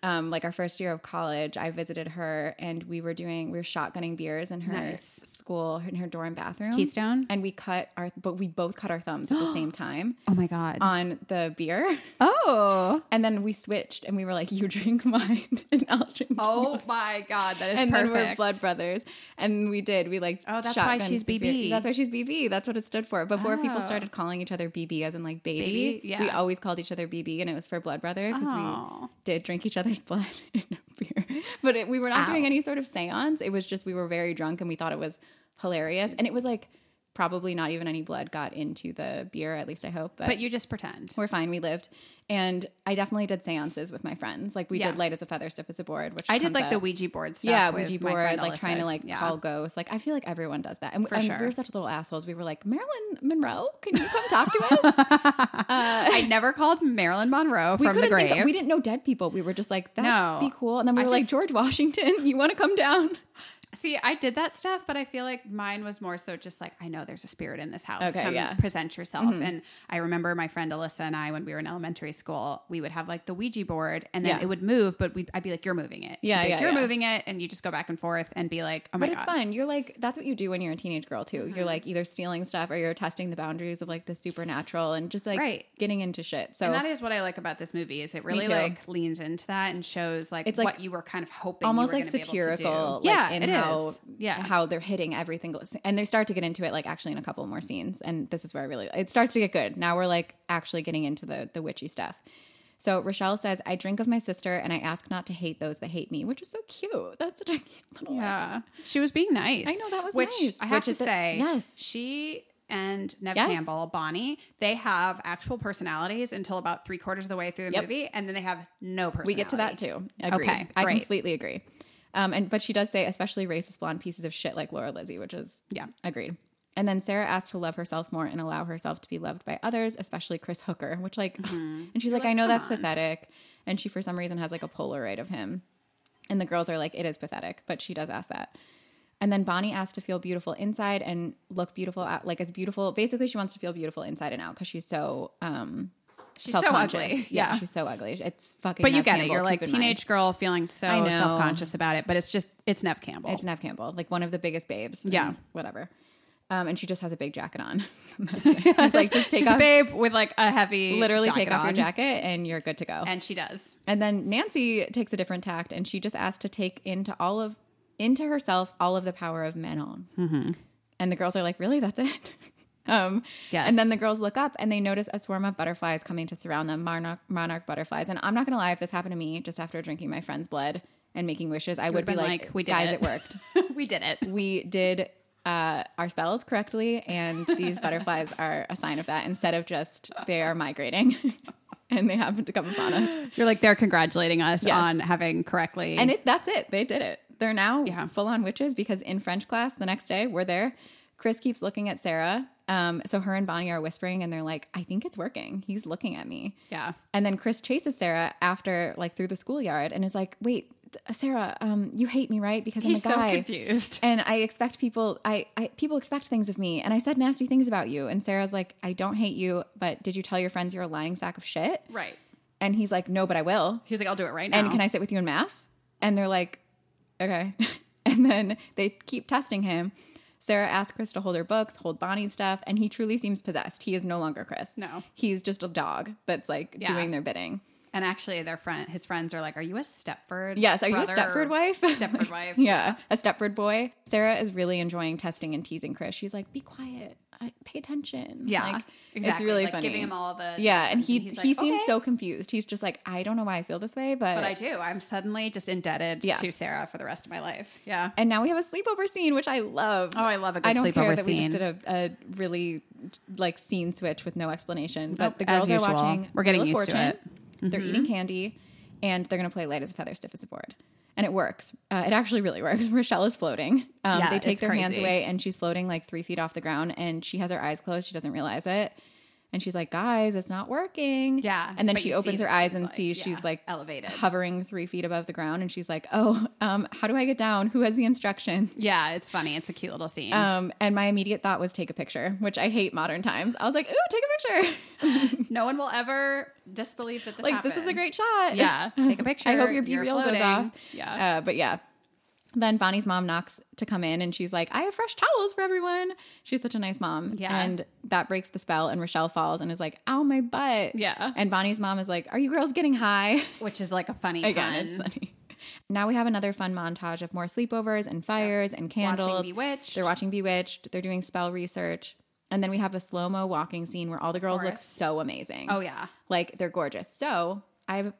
Speaker 1: um, like our first year of college, I visited her and we were doing we were shotgunning beers in her
Speaker 2: Nice.
Speaker 1: school in her dorm bathroom,
Speaker 2: Keystone?
Speaker 1: and we cut our but we both cut our thumbs at the same time
Speaker 2: Oh my god.
Speaker 1: on the beer,
Speaker 2: oh.
Speaker 1: and then we switched and we were like, you drink mine and I'll drink. yours."
Speaker 2: Oh my god, that is
Speaker 1: and
Speaker 2: perfect.
Speaker 1: then we're blood brothers. And we did. We like
Speaker 2: Oh, that's why
Speaker 1: shotgunned
Speaker 2: she's
Speaker 1: the beer.
Speaker 2: BB.
Speaker 1: That's why she's BB. That's what it stood for. Before
Speaker 2: Oh.
Speaker 1: people started calling each other BB as in like baby,
Speaker 2: Baby, yeah.
Speaker 1: we always called each other BB, and it was for blood brother because
Speaker 2: Oh.
Speaker 1: we did drink each other's blood in a beer. But it, we were not doing
Speaker 2: Ow.
Speaker 1: any sort of seance. It was just we were very drunk and we thought it was hilarious. And it was like probably not even any blood got into the beer. At least I hope.
Speaker 2: But you just pretend.
Speaker 1: we're fine. We lived. And I definitely did seances with my friends. Like we
Speaker 2: Yeah.
Speaker 1: did light as a feather, stiff as a board, which
Speaker 2: I did
Speaker 1: comes
Speaker 2: like the
Speaker 1: up
Speaker 2: Ouija board stuff.
Speaker 1: yeah,
Speaker 2: with
Speaker 1: Ouija
Speaker 2: my friend
Speaker 1: board, like trying to
Speaker 2: Alyssa.
Speaker 1: like
Speaker 2: Yeah.
Speaker 1: call ghosts. Like I feel like everyone does that, and, and
Speaker 2: sure.
Speaker 1: we were such little assholes. We were like, Marilyn Monroe, can you come talk to us?
Speaker 2: I never called Marilyn Monroe
Speaker 1: we
Speaker 2: from the
Speaker 1: think
Speaker 2: grave.
Speaker 1: of- we didn't know dead people. We were just like, that
Speaker 2: No.
Speaker 1: would be cool. And then we
Speaker 2: I
Speaker 1: were like,
Speaker 2: just- Oh
Speaker 1: George Washington, you want to come down?
Speaker 2: See, I did that stuff, but I feel like mine was more so just like, I know there's a spirit in this house.
Speaker 1: Okay,
Speaker 2: Come
Speaker 1: yeah. Mm-hmm.
Speaker 2: present yourself. And I remember my friend Alyssa and I, when we were in elementary school, we would have like the Ouija board and then
Speaker 1: Yeah.
Speaker 2: it would move, but we'd, I'd be like, you're moving it. She'd
Speaker 1: Yeah,
Speaker 2: be like,
Speaker 1: yeah,
Speaker 2: You're
Speaker 1: yeah.
Speaker 2: moving it. And you just go back and forth and be like, oh my
Speaker 1: But it's
Speaker 2: God. Mm-hmm.
Speaker 1: fun. You're like, that's what you do when you're a teenage girl, too. You're like either stealing stuff or you're testing the boundaries of like the supernatural and just like
Speaker 2: Right.
Speaker 1: getting into shit. So
Speaker 2: And that is what I like about this movie is it really
Speaker 1: too.
Speaker 2: like leans into that and shows like,
Speaker 1: It's, like,
Speaker 2: what you were kind of hoping you
Speaker 1: almost
Speaker 2: were
Speaker 1: like
Speaker 2: gonna be able to do.
Speaker 1: satirical. Like,
Speaker 2: yeah,
Speaker 1: in
Speaker 2: it is.
Speaker 1: how,
Speaker 2: Yeah,
Speaker 1: How they're hitting every single. And they start to get into it like actually in a couple more scenes. And this is where I really, it starts to get good. Now we're like actually getting into the, the witchy stuff. So Rochelle says, I drink of my sister and I ask not to hate those that hate me, which is so cute. That's such a cute little yeah.
Speaker 2: Yeah, she was being nice.
Speaker 1: I know, that was
Speaker 2: which
Speaker 1: nice.
Speaker 2: I have
Speaker 1: Which
Speaker 2: to
Speaker 1: is the-
Speaker 2: say,
Speaker 1: yes.
Speaker 2: she and Nev
Speaker 1: Yes.
Speaker 2: Campbell, Bonnie, they have actual personalities until about three quarters of the way through the
Speaker 1: Yep.
Speaker 2: movie, and then they have no personality.
Speaker 1: We get to that too. Agree.
Speaker 2: Okay,
Speaker 1: I
Speaker 2: great.
Speaker 1: completely agree. Um, and but she does say, especially racist blonde pieces of shit like Laura Lizzie, which is
Speaker 2: Yeah.
Speaker 1: agreed. And then Sarah asked to love herself more and allow herself to be loved by others, especially Chris Hooker, which like,
Speaker 2: Mm-hmm.
Speaker 1: and she's like, I know that's pathetic, and she for some reason has like a Polaroid of him, and the girls are like, it is pathetic, but she does ask that. And then Bonnie asked to feel beautiful inside and look beautiful out, like as beautiful. Basically, she wants to feel beautiful inside and out because she's so um,
Speaker 2: She's so
Speaker 1: self-conscious.
Speaker 2: ugly.
Speaker 1: Yeah.
Speaker 2: Yeah.
Speaker 1: she's so ugly. It's fucking.
Speaker 2: But you
Speaker 1: Neve
Speaker 2: get it.
Speaker 1: Campbell,
Speaker 2: You're like
Speaker 1: keep in mind.
Speaker 2: teenage girl feeling so
Speaker 1: I know.
Speaker 2: self conscious about it, but it's just it's Nev Campbell.
Speaker 1: It's Nev Campbell, like one of the biggest babes. and
Speaker 2: Yeah.
Speaker 1: whatever. Um, and she just has a big jacket on. That's it. It's like just take
Speaker 2: She's
Speaker 1: off,
Speaker 2: a babe with like a heavy,
Speaker 1: literally
Speaker 2: jacket
Speaker 1: take off your
Speaker 2: on.
Speaker 1: jacket, and you're good to go.
Speaker 2: and she does.
Speaker 1: And then Nancy takes a different tact, and she just asks to take into all of into herself all of the power of Menon.
Speaker 2: Mm-hmm.
Speaker 1: And the girls are like, "Really? That's it." um,
Speaker 2: Yes.
Speaker 1: And then the girls look up and they notice a swarm of butterflies coming to surround them, monarch, monarch butterflies. And I'm not gonna lie, if this happened to me just after drinking my friend's blood and making wishes, I would be
Speaker 2: been
Speaker 1: like,
Speaker 2: like, "We did
Speaker 1: guys,
Speaker 2: it."
Speaker 1: it worked."
Speaker 2: we did it.
Speaker 1: we did uh, our spells correctly, and these butterflies are a sign of that instead of just they are migrating and they happen to come upon us.
Speaker 2: You're like they're congratulating us
Speaker 1: Yes.
Speaker 2: on having correctly.
Speaker 1: And it, that's it. They did it. They're now
Speaker 2: Yeah.
Speaker 1: full on witches because in French class the next day we're there. Chris keeps looking at Sarah. Um, so her and Bonnie are whispering, and they're like, "I think it's working. He's looking at me."
Speaker 2: yeah.
Speaker 1: And then Chris chases Sarah after, like, through the schoolyard, and is like, "Wait, Sarah, um, you hate me, right? Because I'm
Speaker 2: He's
Speaker 1: a
Speaker 2: so
Speaker 1: guy."
Speaker 2: confused.
Speaker 1: and I expect people I, I people expect things of me and I said nasty things about you and Sarah's like I don't hate you but did you tell your friends you're a lying sack of shit
Speaker 2: Right.
Speaker 1: and he's like no but I will
Speaker 2: He's like, I'll do it right now.
Speaker 1: and can I sit with you in mass and they're like okay and then they keep testing him Sarah asks Chris to hold her books hold Bonnie's stuff and he truly seems possessed he is no longer Chris
Speaker 2: No.
Speaker 1: he's just a dog that's like
Speaker 2: Yeah.
Speaker 1: doing their bidding
Speaker 2: And actually, their friend, his friends are like, "Are you a Stepford?
Speaker 1: Yes, are
Speaker 2: brother
Speaker 1: you a Stepford
Speaker 2: or
Speaker 1: wife?
Speaker 2: Stepford wife.
Speaker 1: yeah, a Stepford boy. Sarah is really enjoying testing and teasing Chris. She's like, "Be quiet, I, pay attention."
Speaker 2: yeah,
Speaker 1: Like,
Speaker 2: exactly.
Speaker 1: It's really
Speaker 2: like,
Speaker 1: funny.
Speaker 2: Giving him all the
Speaker 1: yeah, and
Speaker 2: directions,
Speaker 1: he
Speaker 2: he's
Speaker 1: he
Speaker 2: like,
Speaker 1: seems
Speaker 2: "Okay,
Speaker 1: so confused. He's just like, "I don't know why I feel this way, but."
Speaker 2: But I do. I'm suddenly just indebted
Speaker 1: Yeah.
Speaker 2: to Sarah for the rest of my life. Yeah.
Speaker 1: and now we have a sleepover scene, which I love.
Speaker 2: Oh, I love a good
Speaker 1: I don't care
Speaker 2: sleepover
Speaker 1: that we
Speaker 2: scene.
Speaker 1: just did a, a really like scene switch with no explanation. But the
Speaker 2: as
Speaker 1: girls are
Speaker 2: usual.
Speaker 1: watching.
Speaker 2: We're getting
Speaker 1: Wheel of
Speaker 2: used to it. Mm-hmm.
Speaker 1: They're eating candy, and they're gonna play light as a feather, stiff as a board. And it works. Uh, it actually really works. Rochelle is floating. Um,
Speaker 2: Yeah,
Speaker 1: they take
Speaker 2: it's
Speaker 1: their hands
Speaker 2: crazy.
Speaker 1: away, and she's floating like three feet off the ground, and she has her eyes closed. She doesn't realize it. And she's like, guys, it's not working.
Speaker 2: Yeah,
Speaker 1: And then
Speaker 2: but
Speaker 1: she
Speaker 2: you see
Speaker 1: opens her
Speaker 2: that
Speaker 1: eyes
Speaker 2: she's,
Speaker 1: and
Speaker 2: like,
Speaker 1: sees
Speaker 2: yeah,
Speaker 1: she's like
Speaker 2: elevated.
Speaker 1: hovering three feet above the ground. And she's like, oh, um, how do I get down? Who has the instruction?
Speaker 2: Yeah, it's funny. It's a cute little scene.
Speaker 1: Um, and my immediate thought was take a picture, which I hate modern times. I was like, ooh, take a picture.
Speaker 2: no one will ever disbelieve that this
Speaker 1: like, this is a
Speaker 2: happened.
Speaker 1: great shot.
Speaker 2: Yeah, take a picture.
Speaker 1: I hope your
Speaker 2: You're
Speaker 1: BBL goes
Speaker 2: floating.
Speaker 1: off.
Speaker 2: Yeah.
Speaker 1: Uh, but yeah. Then Bonnie's mom knocks to come in and she's like, I have fresh towels for everyone. She's such a nice mom.
Speaker 2: Yeah.
Speaker 1: And that breaks the spell and Rochelle falls and is like, ow, my butt.
Speaker 2: Yeah.
Speaker 1: And Bonnie's mom is like, are you girls getting high?
Speaker 2: Which is like a funny
Speaker 1: Again,
Speaker 2: pun.
Speaker 1: it's funny. Now we have another fun montage of more sleepovers and fires and candles.
Speaker 2: Bewitched.
Speaker 1: They're watching Bewitched. They're doing spell research. And then we have a slow mo walking scene where all the girls look
Speaker 2: Forest.
Speaker 1: so amazing.
Speaker 2: Oh yeah.
Speaker 1: Like they're gorgeous. So I've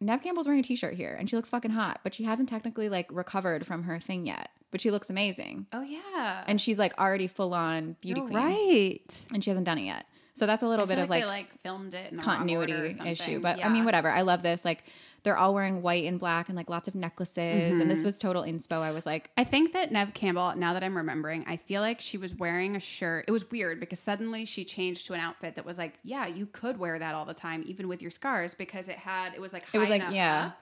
Speaker 1: Nev Campbell's wearing a t shirt here and she looks fucking hot, but she hasn't technically like recovered from her thing yet. But she looks amazing.
Speaker 2: Oh yeah.
Speaker 1: And she's like already full on beauty
Speaker 2: You're
Speaker 1: queen.
Speaker 2: right.
Speaker 1: And she hasn't done it yet. So that's a little
Speaker 2: I
Speaker 1: bit
Speaker 2: feel
Speaker 1: of like,
Speaker 2: they, like filmed it in the wrong order or
Speaker 1: continuity
Speaker 2: something.
Speaker 1: issue. But I
Speaker 2: Yeah.
Speaker 1: mean, whatever. I love this. Like They're all wearing white and black and like lots of necklaces. And
Speaker 2: Mm-hmm.
Speaker 1: this was total inspo. I was like,
Speaker 2: I think that Nev Campbell, now that I'm remembering, I feel like she was wearing a shirt. It was weird because suddenly she changed to an outfit that was like, yeah, you could wear that all the time, even with your scars, because it had, it was like, Mm-hmm. high
Speaker 1: It was like,
Speaker 2: enough
Speaker 1: yeah.
Speaker 2: up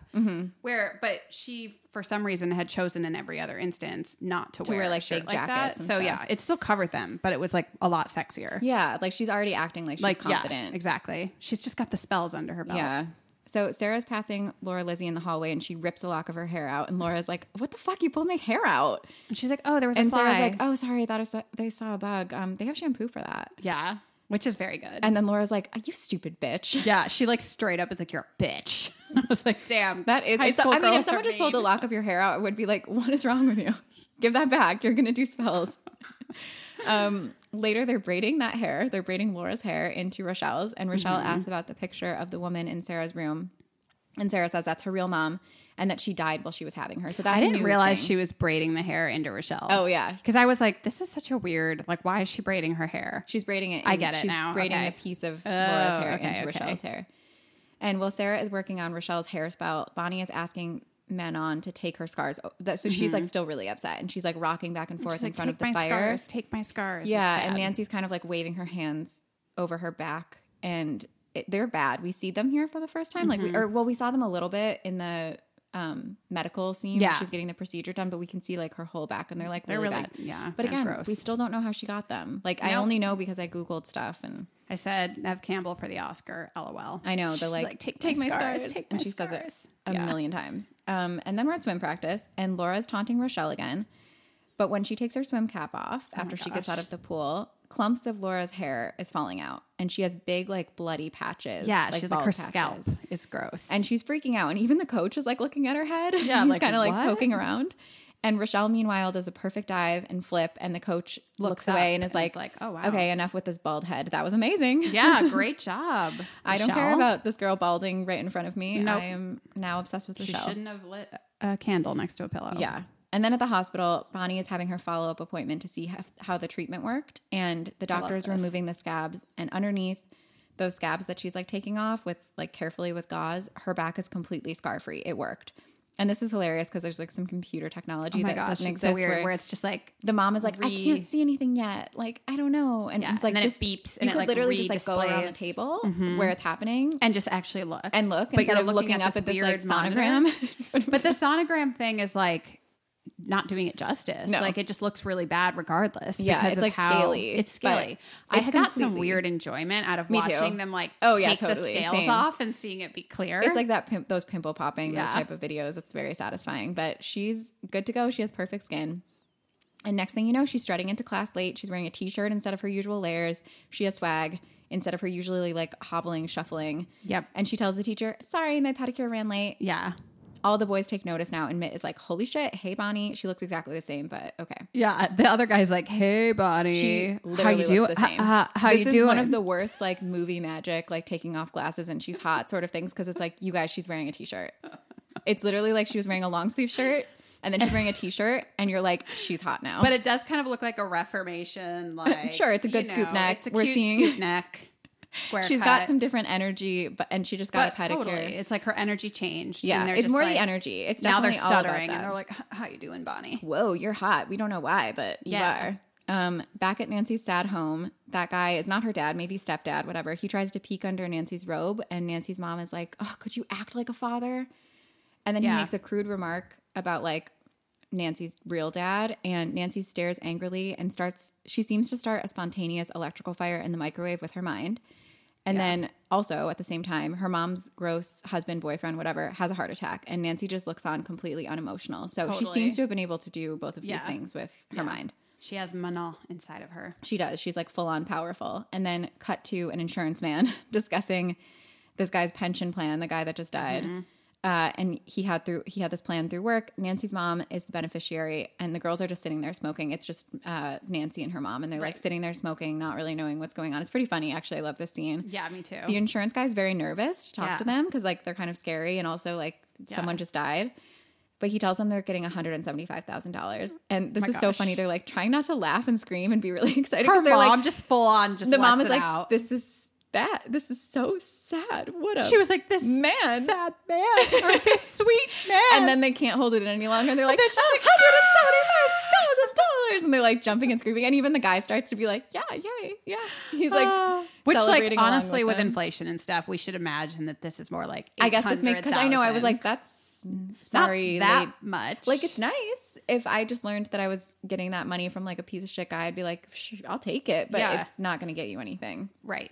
Speaker 2: Where, but she, for some reason, had chosen in every other instance not to,
Speaker 1: wear,
Speaker 2: a
Speaker 1: like,
Speaker 2: shirt
Speaker 1: big
Speaker 2: like that.
Speaker 1: jackets
Speaker 2: So,
Speaker 1: and
Speaker 2: yeah, it still covered them, but it was like a lot sexier.
Speaker 1: yeah, like she's already acting like she's
Speaker 2: like,
Speaker 1: confident.
Speaker 2: yeah, exactly. She's just got the spells under her belt.
Speaker 1: Yeah. So Sarah's passing Laura Lizzie in the hallway and she rips a lock of her hair out. And Laura's like, What the fuck? You pulled my hair out.
Speaker 2: And she's like, oh, there was a
Speaker 1: And
Speaker 2: fly.
Speaker 1: Sarah's like, Oh, sorry. I thought I saw, they saw a bug. Um, they have shampoo for that.
Speaker 2: yeah, which is very good.
Speaker 1: And then Laura's like, oh, You stupid bitch.
Speaker 2: yeah, she like straight up is like, you're a bitch. I was like, damn.
Speaker 1: That is,
Speaker 2: high
Speaker 1: so-
Speaker 2: school
Speaker 1: I mean, if
Speaker 2: girls are
Speaker 1: someone just pulled a
Speaker 2: mean.
Speaker 1: lock of your hair out, I would be like, What is wrong with you? Give that back. You're going to do spells. um, later, they're braiding that hair. They're braiding Laura's hair into Rochelle's. And Rochelle
Speaker 2: Mm-hmm.
Speaker 1: asks about the picture of the woman in Sarah's room. And Sarah says that's her real mom and that she died while she was having her. So that's
Speaker 2: I
Speaker 1: a
Speaker 2: didn't
Speaker 1: new
Speaker 2: realize
Speaker 1: thing.
Speaker 2: she was braiding the hair into Rochelle.
Speaker 1: Oh, yeah.
Speaker 2: because I was like, this is such a weird. Like, why is she braiding her hair?
Speaker 1: She's braiding it.
Speaker 2: I
Speaker 1: in-
Speaker 2: get it
Speaker 1: she's
Speaker 2: now.
Speaker 1: Braiding
Speaker 2: Okay. Oh,
Speaker 1: a piece of Laura's hair
Speaker 2: okay,
Speaker 1: into
Speaker 2: okay.
Speaker 1: Rochelle's hair. And while Sarah is working on Rochelle's hair spell, Bonnie is asking Manon to take her scars. o- that- So she's like still really upset, and she's like rocking back and forth
Speaker 2: Mm-hmm. She's
Speaker 1: in front
Speaker 2: like,
Speaker 1: of
Speaker 2: take
Speaker 1: the
Speaker 2: my
Speaker 1: fire.
Speaker 2: scars, take my scars. It's
Speaker 1: Yeah, and
Speaker 2: sad.
Speaker 1: Nancy's kind of like waving her hands over her back, and it, they're bad. We see them here for the first time,
Speaker 2: Mm-hmm.
Speaker 1: like we, or well, we saw them a little bit in the um medical scene.
Speaker 2: Yeah.
Speaker 1: where she's getting the procedure done, but we can see like her whole back, and they're like
Speaker 2: they're
Speaker 1: really,
Speaker 2: really,
Speaker 1: bad.
Speaker 2: yeah.
Speaker 1: But
Speaker 2: they're
Speaker 1: again,
Speaker 2: gross.
Speaker 1: we still don't know how she got them. Like I
Speaker 2: Nope.
Speaker 1: only know because I googled stuff, and
Speaker 2: I said Nev Campbell for the Oscar. LOL.
Speaker 1: I know
Speaker 2: She's
Speaker 1: they're like,
Speaker 2: take, my scars, take my
Speaker 1: and she says
Speaker 2: scars."
Speaker 1: it a
Speaker 2: Yeah.
Speaker 1: million times. Um, and then we're at swim practice, and Laura's taunting Rochelle again. But when she takes her swim cap off
Speaker 2: Oh
Speaker 1: after she gets out of the pool, clumps of Laura's hair is falling out, and she has big like bloody patches.
Speaker 2: Yeah,
Speaker 1: like,
Speaker 2: she's like
Speaker 1: bald
Speaker 2: her
Speaker 1: patches.
Speaker 2: scalp is gross.
Speaker 1: and she's freaking out. And even the coach is like looking at her head.
Speaker 2: Yeah,
Speaker 1: he's
Speaker 2: like,
Speaker 1: kind of like
Speaker 2: what?
Speaker 1: poking around. And Rochelle, meanwhile, does a perfect dive and flip, and the coach looks,
Speaker 2: Looks
Speaker 1: away
Speaker 2: up
Speaker 1: and is
Speaker 2: and
Speaker 1: like,
Speaker 2: is like, "Oh, wow."
Speaker 1: okay, enough with this bald head. That was amazing."
Speaker 2: yeah, great job.
Speaker 1: I don't care
Speaker 2: Rochelle.
Speaker 1: about this girl balding right in front of me.
Speaker 2: Nope.
Speaker 1: I am now obsessed with
Speaker 2: She
Speaker 1: Rochelle.
Speaker 2: shouldn't have lit a candle next to a pillow.
Speaker 1: Yeah. And then at the hospital, Bonnie is having her follow up appointment to see how, how the treatment worked. And the doctor is
Speaker 2: this.
Speaker 1: removing the scabs. And underneath those scabs that she's like taking off with like carefully with gauze, her back is completely scar free. It worked. And this is hilarious because there's like some computer technology
Speaker 2: Oh my
Speaker 1: that
Speaker 2: gosh,
Speaker 1: doesn't
Speaker 2: it's
Speaker 1: exist.
Speaker 2: so weird.
Speaker 1: where
Speaker 2: Where it's just like
Speaker 1: the mom is like, I
Speaker 2: re-
Speaker 1: can't see anything yet. Like, I don't know. And
Speaker 2: Yeah,
Speaker 1: it's like
Speaker 2: and then it
Speaker 1: just
Speaker 2: beeps
Speaker 1: You
Speaker 2: and it,
Speaker 1: could
Speaker 2: like,
Speaker 1: literally just like go around the
Speaker 2: redisplays. Mm-hmm.
Speaker 1: table where it's happening
Speaker 2: and just actually look
Speaker 1: and look
Speaker 2: But
Speaker 1: instead
Speaker 2: you're
Speaker 1: of looking, up at this like
Speaker 2: weird monitor.
Speaker 1: sonogram.
Speaker 2: but the sonogram thing is like not doing it justice.
Speaker 1: No.
Speaker 2: Like it just looks really bad regardless.
Speaker 1: Yeah,
Speaker 2: because
Speaker 1: it's,
Speaker 2: of
Speaker 1: like,
Speaker 2: how-
Speaker 1: scaly,
Speaker 2: It's
Speaker 1: but
Speaker 2: scaly. I
Speaker 1: it's
Speaker 2: had got some
Speaker 1: completely-
Speaker 2: weird enjoyment out of
Speaker 1: Me too.
Speaker 2: watching them like
Speaker 1: Oh,
Speaker 2: take
Speaker 1: yeah,
Speaker 2: the
Speaker 1: totally.
Speaker 2: scales
Speaker 1: Same.
Speaker 2: off and seeing it be clear.
Speaker 1: It's like that pimp, those pimple popping,
Speaker 2: Yeah.
Speaker 1: those type of videos. It's very satisfying. But she's good to go. She has perfect skin. And next thing you know, she's strutting into class late. She's wearing a t-shirt instead of her usual layers. She has swag instead of her usually like hobbling, shuffling.
Speaker 2: Yep.
Speaker 1: And she tells the teacher, "Sorry, my pedicure ran late."
Speaker 2: yeah.
Speaker 1: All the boys take notice now, and Mitt is like, "Holy shit! Hey, Bonnie, she looks exactly the same." But okay,
Speaker 2: Yeah. The other guy's like, Hey Bonnie.
Speaker 1: she literally
Speaker 2: how you
Speaker 1: looks
Speaker 2: do
Speaker 1: the same.
Speaker 2: How, how
Speaker 1: this
Speaker 2: you
Speaker 1: is
Speaker 2: doing?
Speaker 1: one of the worst like movie magic, like taking off glasses and she's hot sort of things because it's like you guys, she's wearing a t-shirt. It's literally like she was wearing a long sleeve shirt and then she's wearing a t-shirt and you're like she's hot now.
Speaker 2: but it does kind of look like a reformation, like
Speaker 1: Oh. Sure, it's a good
Speaker 2: you
Speaker 1: scoop
Speaker 2: know,
Speaker 1: neck.
Speaker 2: It's a
Speaker 1: We're
Speaker 2: cute
Speaker 1: seeing-
Speaker 2: scoop neck. Square
Speaker 1: she's
Speaker 2: cut.
Speaker 1: got some different energy, but and she just got
Speaker 2: but
Speaker 1: a pedicure.
Speaker 2: Totally. It's like her energy changed.
Speaker 1: Yeah,
Speaker 2: and they're
Speaker 1: it's
Speaker 2: just
Speaker 1: more
Speaker 2: like-
Speaker 1: the energy. It's
Speaker 2: now they're
Speaker 1: definitely all about
Speaker 2: stuttering
Speaker 1: that.
Speaker 2: and they're like, "H- "How you doing, Bonnie?"
Speaker 1: whoa, you're hot. We don't know why, but
Speaker 2: Yeah.
Speaker 1: you are. Um, back at Nancy's sad home, that guy is not her dad, maybe stepdad, whatever. He tries to peek under Nancy's robe, and Nancy's mom is like, Oh, could you act like a father? And then
Speaker 2: Yeah.
Speaker 1: he makes a crude remark about like Nancy's real dad, and Nancy stares angrily and starts, she seems to start a spontaneous electrical fire in the microwave with her mind. And then also at the same time, her mom's gross husband, boyfriend, whatever, has a heart attack, and Nancy just looks on completely unemotional. So she
Speaker 2: Totally.
Speaker 1: seems to have been able to do both of these
Speaker 2: Yeah.
Speaker 1: things with her mind.
Speaker 2: She has Manal inside of her.
Speaker 1: She does. She's like full on powerful. And then cut to an insurance man discussing this guy's pension plan, the guy that just died.
Speaker 2: Mm-hmm.
Speaker 1: Uh, and he had through he had this plan through work. Nancy's mom is the beneficiary, and the girls are just sitting there smoking. It's just uh, Nancy and her mom, and they're like
Speaker 2: Right.
Speaker 1: sitting there smoking, not really knowing what's going on. It's pretty funny, actually. I love this scene.
Speaker 2: Yeah, me too.
Speaker 1: The insurance guy's very nervous to talk
Speaker 2: Yeah.
Speaker 1: to them because like they're kind of scary and also like someone just died. But he tells them they're getting $175,000. And this is so
Speaker 2: Oh gosh.
Speaker 1: funny. They're like trying not to laugh and scream and be really excited.
Speaker 2: her
Speaker 1: 'cause they're
Speaker 2: mom
Speaker 1: like,
Speaker 2: just full on just
Speaker 1: the mom
Speaker 2: lets
Speaker 1: is
Speaker 2: it
Speaker 1: like,
Speaker 2: out.
Speaker 1: this is that this is so sad. What a
Speaker 2: She was like this
Speaker 1: Man.
Speaker 2: sad man, or this sweet man.
Speaker 1: and then they can't hold it in any longer. They're like,
Speaker 2: then she's
Speaker 1: "Oh,
Speaker 2: like,
Speaker 1: $175,000. And they're like jumping and screaming. And even the guy starts to be like, yeah, yay, yeah. He's like,
Speaker 2: Ah. which like
Speaker 1: celebrating along
Speaker 2: honestly
Speaker 1: with
Speaker 2: with,
Speaker 1: them.
Speaker 2: inflation and stuff, we should imagine that this is more like
Speaker 1: I guess this makes, because I know I was
Speaker 2: 800,000.
Speaker 1: like, that's
Speaker 2: Not
Speaker 1: sorry.
Speaker 2: that
Speaker 1: late.
Speaker 2: much.
Speaker 1: Like, it's nice. If I just learned that I was getting that money from like a piece of shit guy, I'd be like, "Sh- I'll take it, but
Speaker 2: Yeah.
Speaker 1: it's not going to get you anything.
Speaker 2: Right.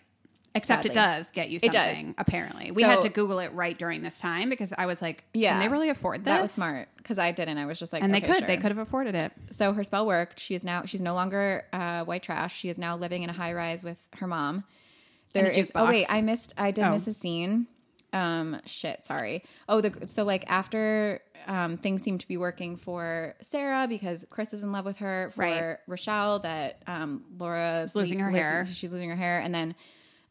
Speaker 2: Except it
Speaker 1: Sadly.
Speaker 2: does get you
Speaker 1: It does.
Speaker 2: something, apparently. We had
Speaker 1: So-
Speaker 2: to Google it right during this time because I was like, yeah.
Speaker 1: Yeah.
Speaker 2: can they really afford this?
Speaker 1: That was smart because I didn't. I was just like,
Speaker 2: And they
Speaker 1: "Okay,
Speaker 2: could. They
Speaker 1: sure."
Speaker 2: could have afforded it.
Speaker 1: So her spell worked. She is now she's no longer uh, white trash. She is now living in a high rise with her mom. There
Speaker 2: a
Speaker 1: is. Oh wait,
Speaker 2: jukebox.
Speaker 1: I missed. I did
Speaker 2: Oh.
Speaker 1: miss a scene. Um, shit. Sorry. Oh, the so like after um things seem to be working for Sarah because Chris is in love with her. For
Speaker 2: Right.
Speaker 1: Rochelle, that um Laura is
Speaker 2: losing her hair.
Speaker 1: She's losing her hair, and then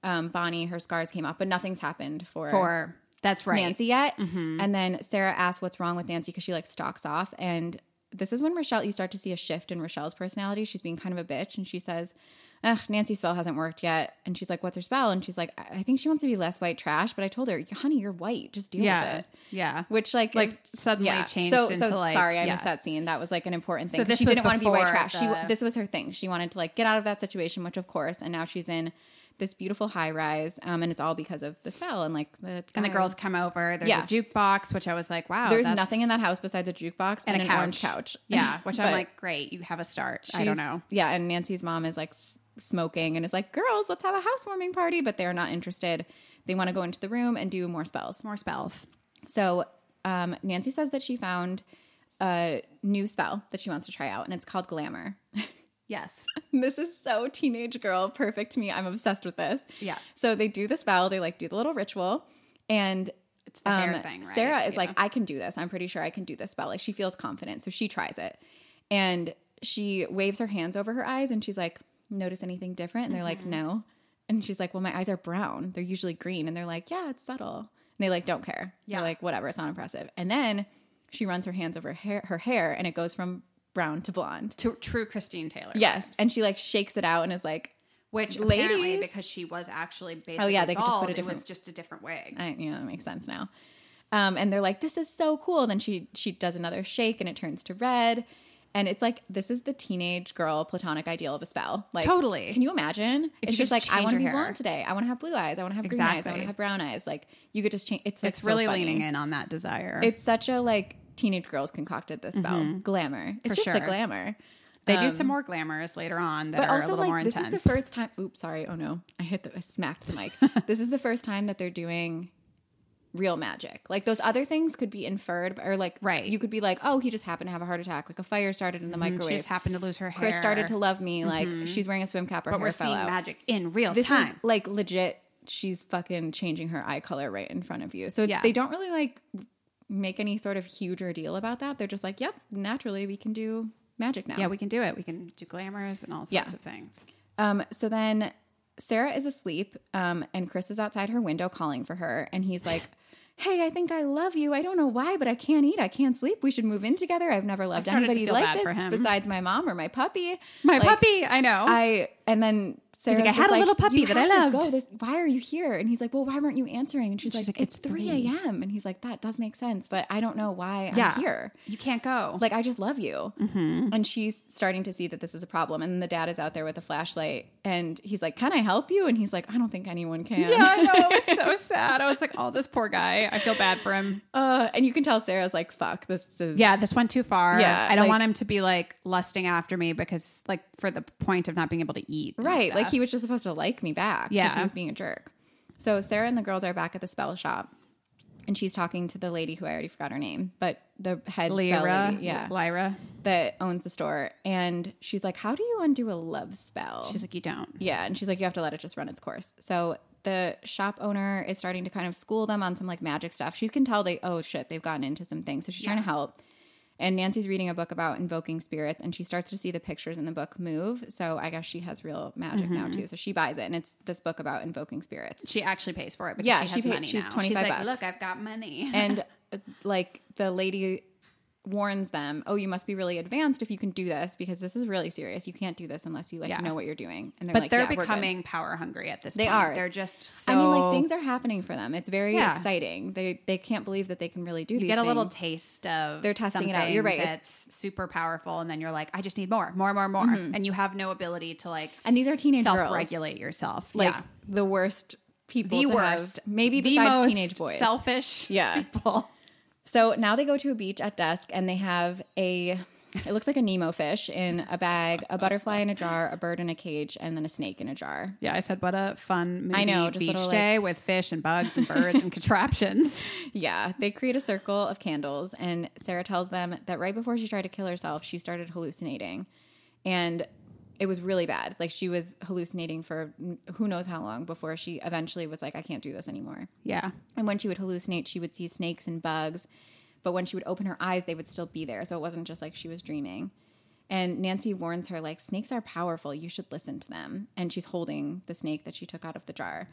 Speaker 1: um Bonnie, her scars came off, but nothing's happened for
Speaker 2: For that's right. Mm-hmm.
Speaker 1: Nancy yet. And then Sarah asks what's wrong with Nancy because she like stalks off. And this is when Rochelle, you start to see a shift in Rochelle's personality. She's being kind of a bitch and she says, Ugh, Nancy's spell hasn't worked yet. And she's like, What's her spell? And she's like, I I think she wants to be less white trash, but I told her, honey, you're white. Just deal
Speaker 2: Yeah.
Speaker 1: with it.
Speaker 2: Yeah.
Speaker 1: Which like
Speaker 2: Like,
Speaker 1: is-
Speaker 2: suddenly changed
Speaker 1: so,
Speaker 2: into,
Speaker 1: so
Speaker 2: like-
Speaker 1: sorry I
Speaker 2: yeah.
Speaker 1: missed that scene that was like an important thing 'cause
Speaker 2: this
Speaker 1: she
Speaker 2: was
Speaker 1: didn't want to be white
Speaker 2: before
Speaker 1: trash she
Speaker 2: the-
Speaker 1: this was her thing she wanted to like get out of that situation which of course and now she's in this beautiful high rise um and it's all because of the spell and like the
Speaker 2: And the
Speaker 1: guy.
Speaker 2: girls come over. There's
Speaker 1: Yeah.
Speaker 2: a jukebox, which I was like, wow.
Speaker 1: There's
Speaker 2: that's-
Speaker 1: nothing in that house besides a jukebox and,
Speaker 2: and a
Speaker 1: an
Speaker 2: couch.
Speaker 1: orange couch.
Speaker 2: Yeah. Which I'm
Speaker 1: But
Speaker 2: like, great. You have a start. I don't
Speaker 1: she's-
Speaker 2: know.
Speaker 1: Yeah, and Nancy's mom is like s- smoking and is like, "Girls, let's have a housewarming party," but they're not interested. They want to go into the room and do more spells.
Speaker 2: More spells.
Speaker 1: So, um, Nancy says that she found a new spell that she wants to try out, and it's called Glamour.
Speaker 2: Yes.
Speaker 1: this is so teenage girl perfect to me. I'm obsessed with this.
Speaker 2: Yeah.
Speaker 1: So they do the spell. They like do the little ritual, and
Speaker 2: It's the hair
Speaker 1: um,
Speaker 2: thing, right?
Speaker 1: Sarah is
Speaker 2: Yeah.
Speaker 1: like, I can do this. I'm pretty sure I can do this spell. Like she feels confident, so she tries it, and she waves her hands over her eyes, and she's like, "Notice anything different?" And they're
Speaker 2: Mm-hmm.
Speaker 1: like, "No," and she's like, "Well, my eyes are brown. They're usually green," and they're like, "Yeah, it's subtle." And they like don't care.
Speaker 2: Yeah.
Speaker 1: They're like, "Whatever, it's not impressive." And then she runs her hands over hair, her hair, and it goes from brown to blonde.
Speaker 2: to, true Christine Taylor.
Speaker 1: Yes, and she like shakes it out and is like,
Speaker 2: Which apparently,
Speaker 1: Ladies. Oh,
Speaker 2: because she was actually basically
Speaker 1: yeah, they could just put
Speaker 2: bald,
Speaker 1: a
Speaker 2: it was
Speaker 1: different-
Speaker 2: just a different wig.
Speaker 1: I, yeah, that makes sense now. Um, and they're like, "This is so cool." Then she she does another shake, and it turns to red. And it's like this is the teenage girl platonic ideal of a spell. Like
Speaker 2: Totally.
Speaker 1: can you imagine?
Speaker 2: If
Speaker 1: it's
Speaker 2: you
Speaker 1: just
Speaker 2: just
Speaker 1: like I
Speaker 2: change
Speaker 1: want to be
Speaker 2: your hair.
Speaker 1: blonde today. I want to have blue eyes. I want to have green eyes. I
Speaker 2: Exactly.
Speaker 1: want to have brown eyes. Like you could just change. It's like
Speaker 2: It's
Speaker 1: so
Speaker 2: really
Speaker 1: funny.
Speaker 2: leaning in on that desire.
Speaker 1: It's such a like teenage girls concocted this spell glamour. It's
Speaker 2: Mm-hmm. For
Speaker 1: just the
Speaker 2: sure.
Speaker 1: glamour.
Speaker 2: They do some more glamorous later on that
Speaker 1: But
Speaker 2: are a
Speaker 1: also,
Speaker 2: little
Speaker 1: like,
Speaker 2: more
Speaker 1: this
Speaker 2: intense.
Speaker 1: is the first time. Oops, sorry. Oh no, I hit the. I smacked the mic. this is the first time that they're doing real magic. Like those other things could be inferred, or like,
Speaker 2: Right. Mm-hmm.
Speaker 1: You could be like, oh, he just happened to have a heart attack. Like a fire started in the
Speaker 2: She
Speaker 1: microwave.
Speaker 2: just happened to lose her hair. Mm-hmm.
Speaker 1: Chris started to love me. Like she's wearing a swim cap. Her
Speaker 2: But
Speaker 1: hair
Speaker 2: we're
Speaker 1: fell
Speaker 2: seeing
Speaker 1: out.
Speaker 2: magic in real
Speaker 1: This is
Speaker 2: time.
Speaker 1: like legit. She's fucking changing her eye color right in front of you. So it's,
Speaker 2: Yeah.
Speaker 1: they don't really like make any sort of huge ordeal about that. They're just like, yep, naturally we can do magic now.
Speaker 2: yeah, we can do it. We can do glamours and all sorts
Speaker 1: Yeah.
Speaker 2: of things.
Speaker 1: Um, so then Sarah is asleep, um, and Chris is outside her window calling for her, and he's like, Hey, I think I love you. I don't know why, but I can't eat. I can't sleep. We should move in together. I've never loved
Speaker 2: started to
Speaker 1: anybody
Speaker 2: feel
Speaker 1: like
Speaker 2: bad
Speaker 1: this
Speaker 2: for him.
Speaker 1: besides my mom or my puppy.
Speaker 2: My
Speaker 1: Like,
Speaker 2: puppy, I know.
Speaker 1: I and then Sarah's
Speaker 2: like, "I
Speaker 1: just
Speaker 2: had a
Speaker 1: like,
Speaker 2: little puppy
Speaker 1: "You
Speaker 2: that
Speaker 1: have
Speaker 2: I
Speaker 1: to go.
Speaker 2: loved."
Speaker 1: This- why are you here? And he's like, Well, why weren't you answering? And she's, like,
Speaker 2: like,
Speaker 1: It's,
Speaker 2: "It's
Speaker 1: 3 a.m. And he's like, That does make sense, but I don't know why
Speaker 2: yeah,
Speaker 1: I'm here
Speaker 2: You can't go.
Speaker 1: like i just love you mm-hmm. and she's starting to see that this is a problem and the dad is out there with a flashlight and he's like can i help you and he's like i don't think anyone can
Speaker 2: yeah, I know. It was so sad. I was like, oh, this poor guy. I feel bad for him.
Speaker 1: uh, and you can tell sarah's like fuck this is
Speaker 2: Yeah, this went too far.
Speaker 1: Yeah,
Speaker 2: I don't
Speaker 1: like-
Speaker 2: want him to be like lusting after me because, like, for the point of not being able to eat. and
Speaker 1: right like
Speaker 2: stuff.
Speaker 1: he was just supposed to like me back because
Speaker 2: Yeah.
Speaker 1: he was being a jerk so sarah and the girls are back at the spell shop and she's talking to the lady who i already forgot her name but the head spell
Speaker 2: Lyra.
Speaker 1: lady yeah
Speaker 2: Lyra.
Speaker 1: that owns the store and she's like how do you undo a love spell
Speaker 2: She's like, you don't.
Speaker 1: Yeah, and she's like, you have to let it just run its course. So the shop owner is starting to kind of school them on some like magic stuff. She can tell they, oh shit, they've gotten into some things. So she's trying to help. And Nancy's reading a book about invoking spirits, and she starts to see the pictures in the book move. So I guess she has real magic
Speaker 2: Mm-hmm.
Speaker 1: now too. So she buys it, and it's this book about invoking spirits.
Speaker 2: She actually pays for it because
Speaker 1: Yeah,
Speaker 2: she
Speaker 1: she
Speaker 2: has
Speaker 1: paid-
Speaker 2: money
Speaker 1: she-
Speaker 2: now. She's
Speaker 1: 25
Speaker 2: like,
Speaker 1: bucks.
Speaker 2: look, I've got money.
Speaker 1: And uh, like the uh, lady warns them, "Oh, you must be really advanced if you can do this because this is really serious. You can't do this unless you like
Speaker 2: Yeah.
Speaker 1: know what you're doing." And they're
Speaker 2: but
Speaker 1: like,
Speaker 2: they're
Speaker 1: "Yeah, we're good."
Speaker 2: becoming power hungry at this
Speaker 1: They
Speaker 2: point.
Speaker 1: are.
Speaker 2: They're just so
Speaker 1: I mean, like things are happening for them. It's very
Speaker 2: Yeah.
Speaker 1: exciting. They they can't believe that they can really do
Speaker 2: you
Speaker 1: these.
Speaker 2: get a little
Speaker 1: things.
Speaker 2: taste of
Speaker 1: They're testing it out. You're
Speaker 2: something
Speaker 1: right.
Speaker 2: That's super powerful and then you're like, I just need more, more, more, more. And you have no ability to like
Speaker 1: and these are teenage Mm-hmm. girls.
Speaker 2: self-regulate yourself.
Speaker 1: Like
Speaker 2: yeah.
Speaker 1: the worst people.
Speaker 2: the
Speaker 1: to have,
Speaker 2: worst.
Speaker 1: maybe
Speaker 2: the
Speaker 1: besides
Speaker 2: most
Speaker 1: teenage boys.
Speaker 2: Selfish
Speaker 1: Yeah.
Speaker 2: people.
Speaker 1: So now they go to a beach at dusk and they have a it looks like a Nemo fish in a bag, a butterfly in a jar, a bird in a cage, and then a snake in a jar.
Speaker 2: Yeah, I said what a fun movie
Speaker 1: know, just
Speaker 2: beach
Speaker 1: little, like-
Speaker 2: day with fish and bugs and birds and contraptions.
Speaker 1: Yeah, they create a circle of candles and Sarah tells them that right before she tried to kill herself, she started hallucinating. And it was really bad. Like she was hallucinating for who knows how long before she eventually was like I can't do this anymore.
Speaker 2: Yeah.
Speaker 1: And when she would hallucinate, she would see snakes and bugs. But when she would open her eyes, they would still be there. So it wasn't just like she was dreaming. And Nancy warns her, like, snakes are powerful. You should listen to them. And she's holding the snake that she took out of the jar.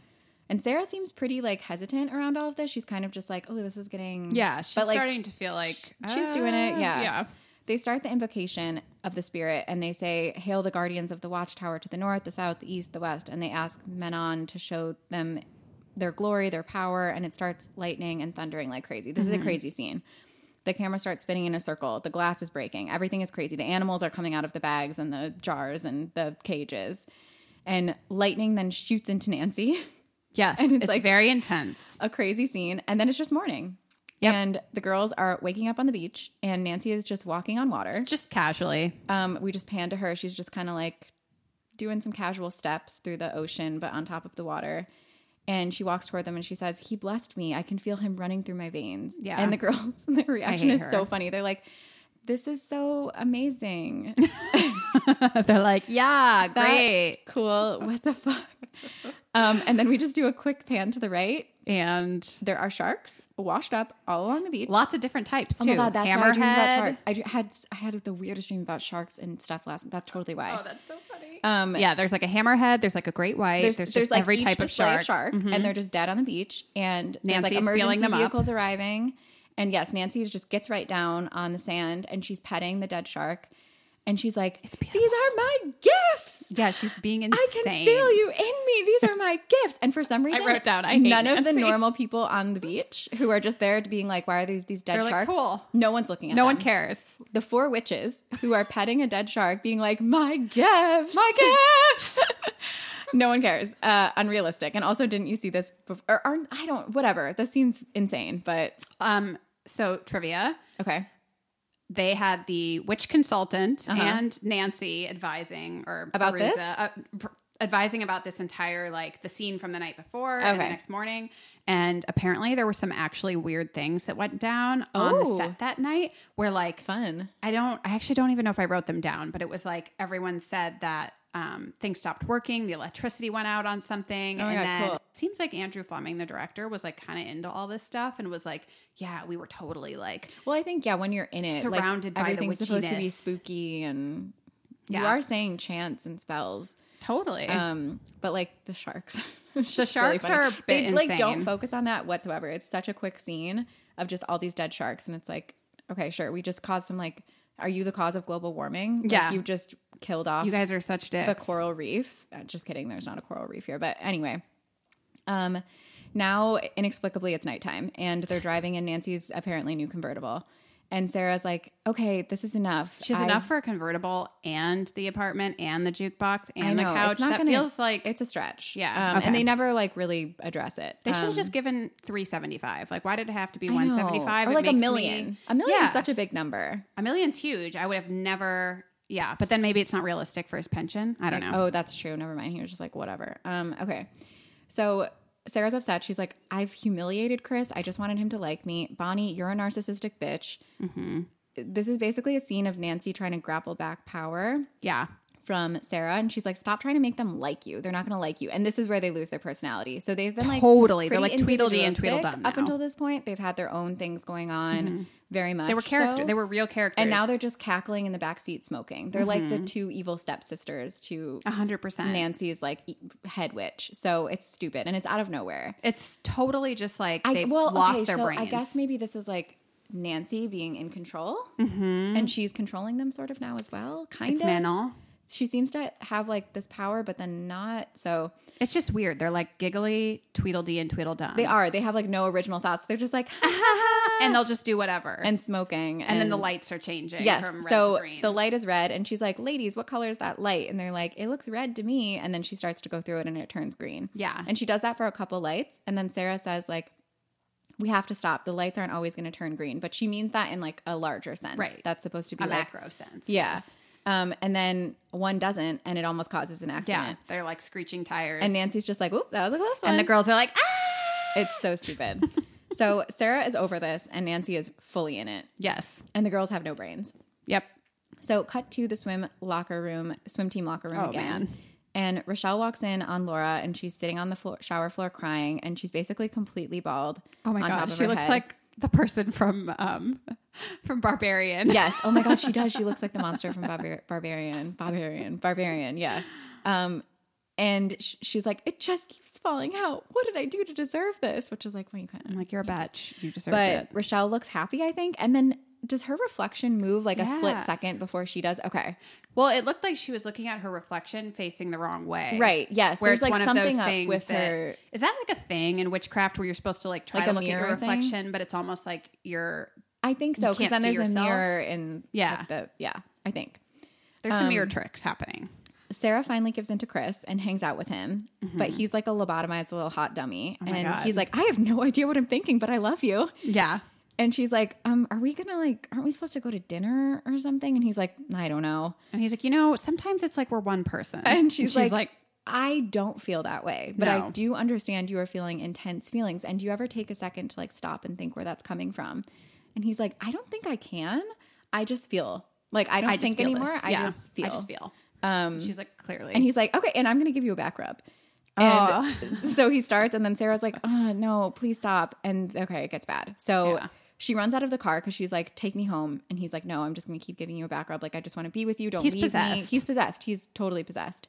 Speaker 1: And Sarah seems pretty like hesitant around all of this. She's kind of just like, oh, this is getting.
Speaker 2: Yeah. She's
Speaker 1: But, like,
Speaker 2: starting to feel like
Speaker 1: She's doing it.
Speaker 2: ah,
Speaker 1: Yeah.
Speaker 2: Yeah.
Speaker 1: They start the invocation of the spirit and they say, Hail the guardians of the watchtower to the north, the south, the east, the west. And they ask Menon to show them their glory, their power. And it starts lightning and thundering like crazy. This is a crazy scene. The camera starts spinning in a circle. The glass is breaking. Everything is crazy. The animals are coming out of the bags and the jars and the cages. And lightning then shoots into Nancy.
Speaker 2: Yes.
Speaker 1: And it's
Speaker 2: it's
Speaker 1: like-
Speaker 2: very intense.
Speaker 1: a crazy scene. And then it's just morning.
Speaker 2: Yep.
Speaker 1: And the girls are waking up on the beach, and Nancy is just walking on water.
Speaker 2: Just casually.
Speaker 1: um, we just pan to her. She's just kind of like doing some casual steps through the ocean, but on top of the water. And she walks toward them and she says, He blessed me. I can feel him running through my veins.
Speaker 2: Yeah.
Speaker 1: And the girls, their reaction
Speaker 2: hate
Speaker 1: is so
Speaker 2: her.
Speaker 1: funny. They're like, This is so amazing.
Speaker 2: They're like, yeah,
Speaker 1: That's
Speaker 2: great.
Speaker 1: cool. What the fuck? Um, and then we just do a quick pan to the right.
Speaker 2: And
Speaker 1: There are sharks washed up all along the beach.
Speaker 2: lots of different types too.
Speaker 1: Oh my god, that's why I
Speaker 2: Hammerhead.
Speaker 1: dreamed about sharks. I dr- had I had the weirdest dream about sharks and stuff last. That's totally why.
Speaker 2: Oh,
Speaker 3: that's so funny.
Speaker 1: um,
Speaker 2: Yeah, there's like a hammerhead. There's like a great white. There's, just every
Speaker 1: each
Speaker 2: type of
Speaker 1: display
Speaker 2: shark. Mm-hmm.
Speaker 1: and they're just dead on the beach. And there's like
Speaker 2: Nancy's
Speaker 1: emergency
Speaker 2: feeling them up.
Speaker 1: vehicles arriving. And yes, Nancy just gets right down on the sand and she's petting the dead shark. And she's like, These are my gifts.
Speaker 2: Yeah, she's being
Speaker 1: I can
Speaker 2: insane.
Speaker 1: feel you in me. These are my gifts. And for some reason,
Speaker 2: wrote down, I hate
Speaker 1: none of the
Speaker 2: Nancy.
Speaker 1: normal people on the beach who are just there being like, Why are these these dead
Speaker 2: They're like,
Speaker 1: sharks?
Speaker 2: "Cool."
Speaker 1: No one's looking at
Speaker 2: No
Speaker 1: them.
Speaker 2: one cares.
Speaker 1: The four witches who are petting a dead shark being like, My gifts.
Speaker 2: My gifts.
Speaker 1: no one cares. Uh, unrealistic. And also, didn't you see this before? Or, or I don't. Whatever. This scene's insane. But
Speaker 2: um. So trivia.
Speaker 1: okay.
Speaker 2: They had the witch consultant
Speaker 1: Uh-huh.
Speaker 2: and Nancy advising or
Speaker 1: About this?
Speaker 2: uh, v- advising about this entire like the scene from the night before and the
Speaker 1: Okay.
Speaker 2: next morning. And apparently there were some actually weird things that went down on the
Speaker 1: Oh.
Speaker 2: set that night where like
Speaker 1: Fun.
Speaker 2: I don't I actually don't even know if I wrote them down, but it was like everyone said that um, things stopped working, the electricity went out on something,
Speaker 1: Oh my
Speaker 2: and
Speaker 1: God,
Speaker 2: then
Speaker 1: cool.
Speaker 2: it seems like Andrew Fleming, the director, was like kind of into all this stuff and was like, "Yeah, we were totally like,
Speaker 1: Well, I think yeah. When you're in it, like,
Speaker 2: Surrounded by the
Speaker 1: everything's supposed to be
Speaker 2: witchiness.
Speaker 1: spooky, and you
Speaker 2: Yeah.
Speaker 1: are saying chants and spells.
Speaker 2: totally."
Speaker 1: Um, but like the sharks, It's just
Speaker 2: sharks
Speaker 1: funny.
Speaker 2: are a bit
Speaker 1: they like don't
Speaker 2: insane.
Speaker 1: focus on that whatsoever. It's such a quick scene of just all these dead sharks, and it's like, okay, sure, we just caused some like. Are you the cause of global warming? Like,
Speaker 2: Yeah.
Speaker 1: you've just killed off
Speaker 2: you guys are such dicks.
Speaker 1: the coral reef. Uh, just kidding, there's not a coral reef here. But anyway, um, now inexplicably it's nighttime and they're driving in Nancy's apparently new convertible. And Sarah's like, okay, this is enough.
Speaker 2: She's
Speaker 1: I've-
Speaker 2: enough for a convertible and the apartment and the jukebox and
Speaker 1: I
Speaker 2: the
Speaker 1: know, it's
Speaker 2: couch.
Speaker 1: not
Speaker 2: that
Speaker 1: gonna-
Speaker 2: feels like
Speaker 1: It's a stretch.
Speaker 2: Yeah,
Speaker 1: Um,
Speaker 2: okay.
Speaker 1: And they never like really address it.
Speaker 2: they should
Speaker 1: Um,
Speaker 2: have just given three seventy five. Like, why did it have to be
Speaker 1: I
Speaker 2: one
Speaker 1: know.
Speaker 2: seventy five?
Speaker 1: Or like a million. a million
Speaker 2: Yeah.
Speaker 1: is such a big number.
Speaker 2: A million's huge. I would have never. Yeah, but then maybe it's not realistic for his pension. I don't know.
Speaker 1: Oh, that's true. Never mind. He was just like, whatever. Um, okay. So Sarah's upset. She's like, I've humiliated Chris. I just wanted him to like me. Bonnie, you're a narcissistic bitch.
Speaker 2: Mm-hmm.
Speaker 1: This is basically a scene of Nancy trying to grapple back power
Speaker 2: Yeah.
Speaker 1: from Sarah. And she's like, stop trying to make them like you. They're not going to like you. And this is where they lose their personality. So they've been like,
Speaker 2: Totally. They're
Speaker 1: pretty
Speaker 2: like Tweedledee and
Speaker 1: individualistic
Speaker 2: Tweedledum
Speaker 1: Up
Speaker 2: now. Mm-hmm.
Speaker 1: until this point, they've had their own things going on very much.
Speaker 2: They were character.
Speaker 1: so.
Speaker 2: They were real characters.
Speaker 1: And now they're just cackling in the backseat smoking. They're like the two evil stepsisters to
Speaker 2: hundred percent.
Speaker 1: Nancy's like e- head witch. So it's stupid and it's out of nowhere.
Speaker 2: It's totally just like
Speaker 1: I
Speaker 2: they
Speaker 1: well,
Speaker 2: lost
Speaker 1: okay,
Speaker 2: their
Speaker 1: so
Speaker 2: brains.
Speaker 1: I guess maybe this is like Nancy being in control,
Speaker 2: Mm-hmm.
Speaker 1: and she's controlling them sort of now as well. Kind
Speaker 2: It's
Speaker 1: of.
Speaker 2: Manol.
Speaker 1: She seems to have like this power, but then not. So
Speaker 2: It's just weird. They're like giggly Tweedledee and Tweedledum.
Speaker 1: they are. They have like no original thoughts. They're just like
Speaker 2: and they'll just do whatever. And,
Speaker 1: and smoking, and,
Speaker 2: then the lights are changing.
Speaker 1: Yes.
Speaker 2: from red
Speaker 1: so
Speaker 2: to green.
Speaker 1: the light is red, and she's like, "Ladies, what color is that light?" And they're like, "It looks red to me." And then she starts to go through it, and it turns green.
Speaker 2: yeah,
Speaker 1: And she does that for a couple lights. And then Sarah says, like, we have to stop. The lights aren't always going to turn green. But she means that in like a larger sense.
Speaker 2: Right.
Speaker 1: That's supposed to be
Speaker 2: a
Speaker 1: like,
Speaker 2: macro sense.
Speaker 1: yeah.
Speaker 2: yes.
Speaker 1: Um, and then one doesn't, and it almost causes an accident.
Speaker 2: yeah. They're like screeching tires.
Speaker 1: And Nancy's just like, oop, that was a close one.
Speaker 2: and the girls are like, ah,
Speaker 1: it's so stupid. so Sarah is over this, and Nancy is fully in it.
Speaker 2: yes,
Speaker 1: And the girls have no brains.
Speaker 2: yep.
Speaker 1: So cut to the swim locker room, swim team locker room
Speaker 2: Oh,
Speaker 1: again.
Speaker 2: man.
Speaker 1: And Rochelle walks in on Laura and she's sitting on the floor, shower floor crying and she's basically completely bald.
Speaker 2: Oh my
Speaker 1: on top
Speaker 2: god,
Speaker 1: of
Speaker 2: she
Speaker 1: her
Speaker 2: looks
Speaker 1: head.
Speaker 2: like the person from um from Barbarian.
Speaker 1: Yes. Oh my god, she does. She looks like the monster from Barbar- Barbarian. Barbarian. Barbarian. Yeah. Um and sh- she's like it just keeps falling out. What did I do to deserve this? Which is like when you kind
Speaker 2: I'm
Speaker 1: of
Speaker 2: like you're a bitch. You deserve
Speaker 1: But
Speaker 2: it.
Speaker 1: Rochelle looks happy, I think. And then does her reflection move like a split
Speaker 2: Yeah.
Speaker 1: second before she does? Okay.
Speaker 2: Well, it looked like she was looking at her reflection facing the wrong way.
Speaker 1: Right. Yes.
Speaker 2: Where
Speaker 1: There's
Speaker 2: it's
Speaker 1: like
Speaker 2: one of
Speaker 1: something
Speaker 2: those
Speaker 1: up
Speaker 2: things
Speaker 1: with
Speaker 2: that-
Speaker 1: her
Speaker 2: Is that like a thing in witchcraft where you're supposed to like try
Speaker 1: Like
Speaker 2: to
Speaker 1: a
Speaker 2: look at your
Speaker 1: mirror thing?
Speaker 2: reflection, but it's almost like you're
Speaker 1: I think so because
Speaker 2: can't
Speaker 1: then
Speaker 2: see
Speaker 1: there's
Speaker 2: yourself.
Speaker 1: a mirror in
Speaker 2: Yeah.
Speaker 1: like the yeah I think
Speaker 2: there's some Um, mirror tricks happening.
Speaker 1: Sarah finally gives in to Chris and hangs out with him, but he's like a lobotomized little hot dummy,
Speaker 2: Mm-hmm. Oh my
Speaker 1: and
Speaker 2: God.
Speaker 1: he's like, I have no idea what I'm thinking, but I love you.
Speaker 2: Yeah.
Speaker 1: And she's like, Um, are we gonna like, aren't we supposed to go to dinner or something? And he's like, I don't know.
Speaker 2: And he's like, you know, sometimes it's like we're one person.
Speaker 1: And she's
Speaker 2: she's
Speaker 1: like-
Speaker 2: like,
Speaker 1: I don't feel that way, but I
Speaker 2: No.
Speaker 1: do understand you are feeling intense feelings. And do you ever take a second to like stop and think where that's coming from? And he's like, I don't think I can. I just feel like I don't
Speaker 2: I just
Speaker 1: think
Speaker 2: feel
Speaker 1: anymore.
Speaker 2: this.
Speaker 1: I
Speaker 2: Yeah.
Speaker 1: just feel.
Speaker 2: I just feel.
Speaker 1: Um,
Speaker 2: She's like, clearly.
Speaker 1: And he's like, okay, and I'm going to give you a back rub.
Speaker 2: Oh.
Speaker 1: And so he starts, and then Sarah's like, oh, no, please stop. And okay, it gets bad. So
Speaker 2: Yeah.
Speaker 1: she runs out of the car because she's like, take me home. And he's like, no, I'm just going to keep giving you a back rub. Like, I just want to be with you. Don't
Speaker 2: He's
Speaker 1: leave me.
Speaker 2: possessed.
Speaker 1: He's possessed. He's totally possessed.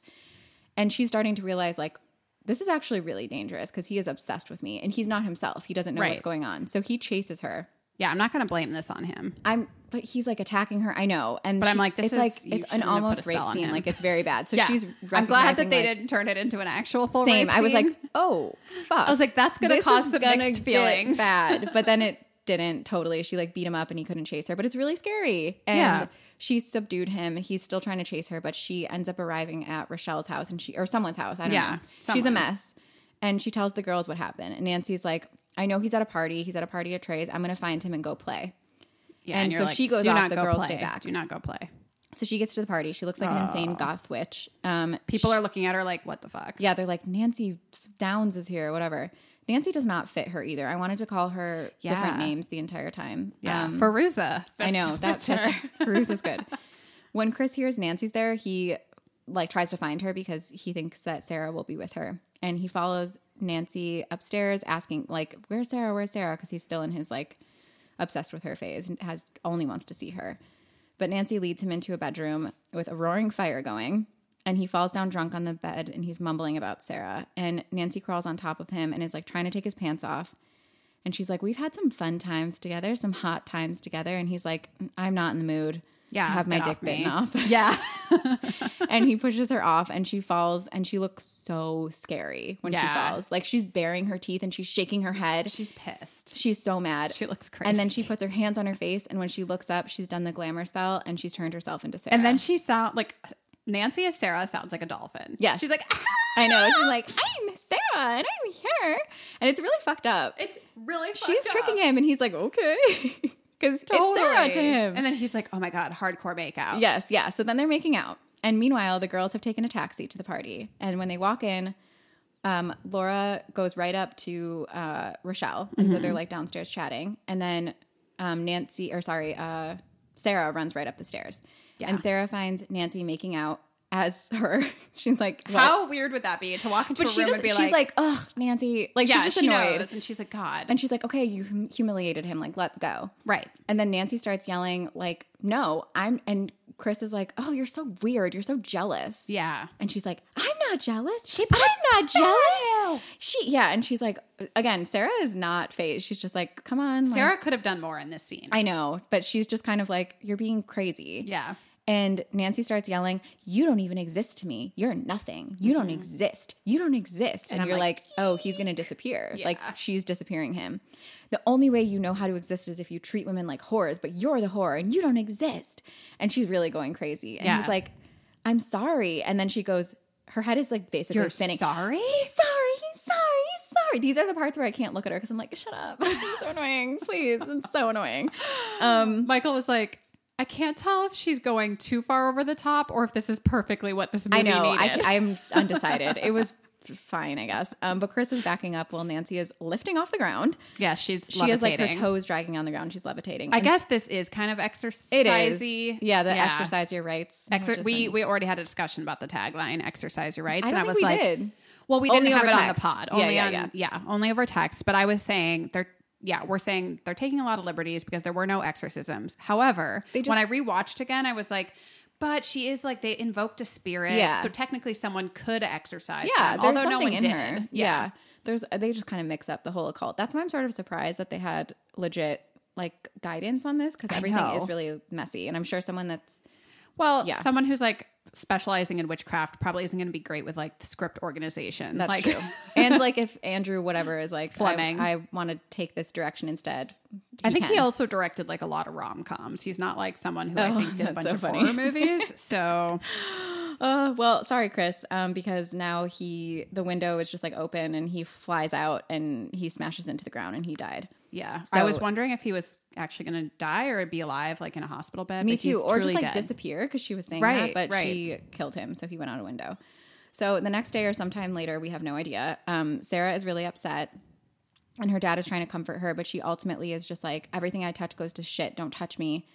Speaker 1: And she's starting to realize, like, this is actually really dangerous because he is obsessed with me and he's not himself. He doesn't know what's
Speaker 2: Right.
Speaker 1: going on. So he chases her.
Speaker 2: yeah, I'm not going to blame this on him.
Speaker 1: I'm but he's like attacking her. I know, and
Speaker 2: But I'm like, this
Speaker 1: it's
Speaker 2: is-
Speaker 1: like
Speaker 2: you
Speaker 1: it's an
Speaker 2: shouldn't have put a
Speaker 1: almost
Speaker 2: spell
Speaker 1: rape
Speaker 2: on
Speaker 1: scene.
Speaker 2: him.
Speaker 1: Like it's very bad. So
Speaker 2: Yeah.
Speaker 1: she's.
Speaker 2: I'm glad that
Speaker 1: recognizing,
Speaker 2: they
Speaker 1: like,
Speaker 2: didn't turn it into an actual full
Speaker 1: Same.
Speaker 2: rape
Speaker 1: I was like,
Speaker 2: scene.
Speaker 1: oh fuck.
Speaker 2: I was like, that's going to cause some mixed feelings.
Speaker 1: bad, but then it didn't totally. She like beat him up and he couldn't chase her, but it's really scary. And
Speaker 2: Yeah.
Speaker 1: she subdued him. He's still trying to chase her, but she ends up arriving at Rochelle's house and she or someone's house. I don't
Speaker 2: Yeah,
Speaker 1: know. She's a
Speaker 2: someone.
Speaker 1: mess. And she tells the girls what happened. And Nancy's like, I know he's at a party. He's at a party at Trey's. I'm gonna find him and go play.
Speaker 2: Yeah,
Speaker 1: And
Speaker 2: you're
Speaker 1: so
Speaker 2: like,
Speaker 1: she goes
Speaker 2: "Do
Speaker 1: off,
Speaker 2: not
Speaker 1: the
Speaker 2: go
Speaker 1: girls
Speaker 2: play.
Speaker 1: stay back.
Speaker 2: Do not go play.
Speaker 1: So she gets to the party. She looks like an insane goth witch. Um,
Speaker 2: People are looking at her like, what the fuck?
Speaker 1: yeah, they're like Nancy Downs is here, whatever. Nancy does not fit her either. I wanted to call her different
Speaker 2: Yeah.
Speaker 1: names the entire time.
Speaker 2: Yeah.
Speaker 1: Um,
Speaker 2: Feruza.
Speaker 1: I know that,
Speaker 2: That's-
Speaker 1: that's her. Bruce is good. When Chris hears Nancy's there, he like tries to find her because he thinks that Sarah will be with her, and he follows Nancy upstairs, asking like, "Where's Sarah? Where's Sarah?" Because he's still in his like obsessed with her phase and has only wants to see her. But Nancy leads him into a bedroom with a roaring fire going, and he falls down drunk on the bed and he's mumbling about Sarah. And Nancy crawls on top of him and is like trying to take his pants off. And she's like, We've had some fun times together, some hot times together. And he's like, I'm not in the mood
Speaker 2: Yeah,
Speaker 1: to have my
Speaker 2: get
Speaker 1: dick
Speaker 2: off
Speaker 1: bitten
Speaker 2: me.
Speaker 1: off.
Speaker 2: Yeah.
Speaker 1: and he pushes her off and she falls and she looks so scary when she
Speaker 2: Yeah.
Speaker 1: falls. Like she's baring her teeth and she's shaking her head.
Speaker 2: She's pissed.
Speaker 1: She's so mad.
Speaker 2: She looks crazy.
Speaker 1: and then she puts her hands on her face. And when she looks up, she's done the glamour spell and she's turned herself into Sarah.
Speaker 2: and then she sound like Nancy as Sarah sounds like a dolphin.
Speaker 1: Yes.
Speaker 2: She's like, "Ah!"
Speaker 1: I know. She's like, I'm Sarah and I'm here. And it's really fucked up.
Speaker 2: it's really
Speaker 1: she's tricking him and he's like, Okay. Because it's Sarah to him.
Speaker 2: And then he's like, oh my God, hardcore makeout.
Speaker 1: Yes, yeah. So then they're making out. And meanwhile, the girls have taken a taxi to the party. And when they walk in, um, Laura goes right up to uh, Rochelle. And so they're like downstairs chatting. And then um, Nancy, or sorry, uh, Sarah runs right up the stairs. And Sarah finds Nancy making out as her. she's like, well-
Speaker 2: How weird would that be to walk into
Speaker 1: But
Speaker 2: a
Speaker 1: she
Speaker 2: room
Speaker 1: doesn't,
Speaker 2: and be
Speaker 1: she's
Speaker 2: like,
Speaker 1: like, ugh, Nancy. Like,
Speaker 2: yeah,
Speaker 1: she's just
Speaker 2: she
Speaker 1: annoyed.
Speaker 2: knows. And she's like, God.
Speaker 1: And she's like, okay, you hum- humiliated him. Like, let's go.
Speaker 2: right.
Speaker 1: And then Nancy starts yelling, like, no, I'm, and Chris is like, oh, you're so weird. You're so jealous.
Speaker 2: Yeah.
Speaker 1: And she's like, I'm not jealous.
Speaker 2: She
Speaker 1: I'm not jealous.
Speaker 2: go.
Speaker 1: She, yeah. And she's like, again, Sarah is not phased. She's just like, come on. like-
Speaker 2: Sarah could have done more in this scene.
Speaker 1: I know, but she's just kind of like, you're being crazy.
Speaker 2: yeah.
Speaker 1: And Nancy starts yelling, You don't even exist to me. You're nothing. You don't exist. You don't exist. And,
Speaker 2: Mm-hmm. I'm
Speaker 1: you're
Speaker 2: like,
Speaker 1: like, Oh, he's going to disappear. Like,
Speaker 2: Yeah.
Speaker 1: she's disappearing him. The only way you know how to exist is if you treat women like whores, but you're the whore and you don't exist. And she's really going crazy. And
Speaker 2: Yeah.
Speaker 1: he's like, I'm sorry. And then she goes, Her head is like basically
Speaker 2: You're
Speaker 1: spinning.
Speaker 2: sorry?
Speaker 1: He's sorry. He's sorry. He's sorry. These are the parts where I can't look at her because I'm like, Shut up. It's so annoying. Please. It's so annoying. Um,
Speaker 2: Michael was like, I can't tell if she's going too far over the top or if this is perfectly what this movie
Speaker 1: I know. I,
Speaker 2: needed.
Speaker 1: I'm undecided. it was f- fine, I guess. Um, but Chris is backing up while Nancy is lifting off the ground.
Speaker 2: yeah, she's
Speaker 1: She has like her toes dragging on the ground. She's levitating.
Speaker 2: I guess this is kind of exercise.
Speaker 1: it is. Yeah, the exercise your rights.
Speaker 2: Exer-
Speaker 1: which
Speaker 2: we
Speaker 1: isn't-
Speaker 2: we already had a discussion about the tagline "Exercise Your Rights,"
Speaker 1: I
Speaker 2: and
Speaker 1: don't
Speaker 2: I
Speaker 1: think
Speaker 2: was
Speaker 1: we
Speaker 2: like,
Speaker 1: did.
Speaker 2: "Well, we
Speaker 1: Only
Speaker 2: didn't have
Speaker 1: over
Speaker 2: it on the
Speaker 1: text.
Speaker 2: pod,
Speaker 1: Yeah,
Speaker 2: only
Speaker 1: yeah,
Speaker 2: on
Speaker 1: yeah.
Speaker 2: yeah. only over text." But I was saying they're yeah, we're saying they're taking a lot of liberties because there were no exorcisms. However,
Speaker 1: just-
Speaker 2: when I rewatched again, I was like. But she is like they invoked a spirit,
Speaker 1: Yeah.
Speaker 2: so technically someone could exercise.
Speaker 1: Yeah,
Speaker 2: them,
Speaker 1: there's
Speaker 2: although
Speaker 1: something
Speaker 2: no one
Speaker 1: in
Speaker 2: did.
Speaker 1: her. Yeah. there's. They just kind of mix up the whole occult. That's why I'm sort of surprised that they had legit like guidance on this because everything
Speaker 2: know.
Speaker 1: is really messy. And I'm sure someone that's
Speaker 2: Well,
Speaker 1: Yeah.
Speaker 2: someone who's like specializing in witchcraft probably isn't going to be great with like the script organization.
Speaker 1: that's
Speaker 2: like,
Speaker 1: true. and like if Andrew whatever is like
Speaker 2: Fleming.
Speaker 1: I, I want to take this direction instead.
Speaker 2: I think he
Speaker 1: can.
Speaker 2: also directed like a lot of rom coms. He's not like someone who I
Speaker 1: Oh,
Speaker 2: think did a
Speaker 1: that's
Speaker 2: bunch
Speaker 1: so
Speaker 2: of
Speaker 1: funny.
Speaker 2: horror movies. So
Speaker 1: Uh, well, sorry, Chris, um, because now he the window is just like open and he flies out and he smashes into the ground and he died.
Speaker 2: yeah, I was
Speaker 1: So-
Speaker 2: wondering if he was actually going to die or be alive, like in a hospital bed.
Speaker 1: Me
Speaker 2: but he's
Speaker 1: too, or just
Speaker 2: truly
Speaker 1: like
Speaker 2: dead.
Speaker 1: disappear because she was saying that,
Speaker 2: Right,
Speaker 1: but
Speaker 2: right.
Speaker 1: she killed him, so he went out a window. So the next day or sometime later, we have no idea. Um, Sarah is really upset, and her dad is trying to comfort her, but she ultimately is just like, "Everything I touch goes to shit. Don't touch me."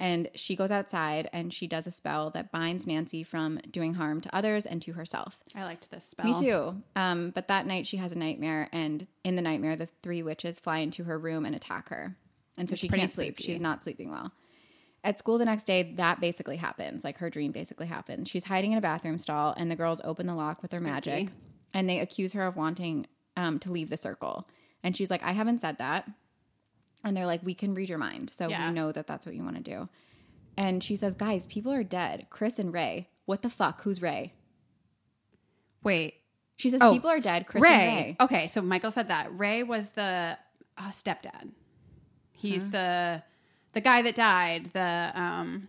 Speaker 1: And she goes outside and she does a spell that binds Nancy from doing harm to others and to herself.
Speaker 2: I liked this spell.
Speaker 1: Me too. Um, but that night she has a nightmare, and in the nightmare, the three witches fly into her room and attack her. And so she
Speaker 2: pretty
Speaker 1: can't sleep.
Speaker 2: spooky.
Speaker 1: She's not sleeping well. At school the next day, that basically happens. Like her dream basically happens. She's hiding in a bathroom stall, and the girls open the lock with their magic, and they accuse her of wanting um, to leave the circle. And she's like, I haven't said that. And they're like, we can read your mind. So
Speaker 2: Yeah.
Speaker 1: we know that that's what you want to do. And she says, guys, people are dead. Chris and Ray. What the fuck? Who's Ray?
Speaker 2: Wait,
Speaker 1: She says,
Speaker 2: Oh,
Speaker 1: people are dead. Chris
Speaker 2: Ray.
Speaker 1: and Ray.
Speaker 2: Okay, so Michael said that Ray was the uh, stepdad. He's
Speaker 1: Hmm.
Speaker 2: the the guy that died. The um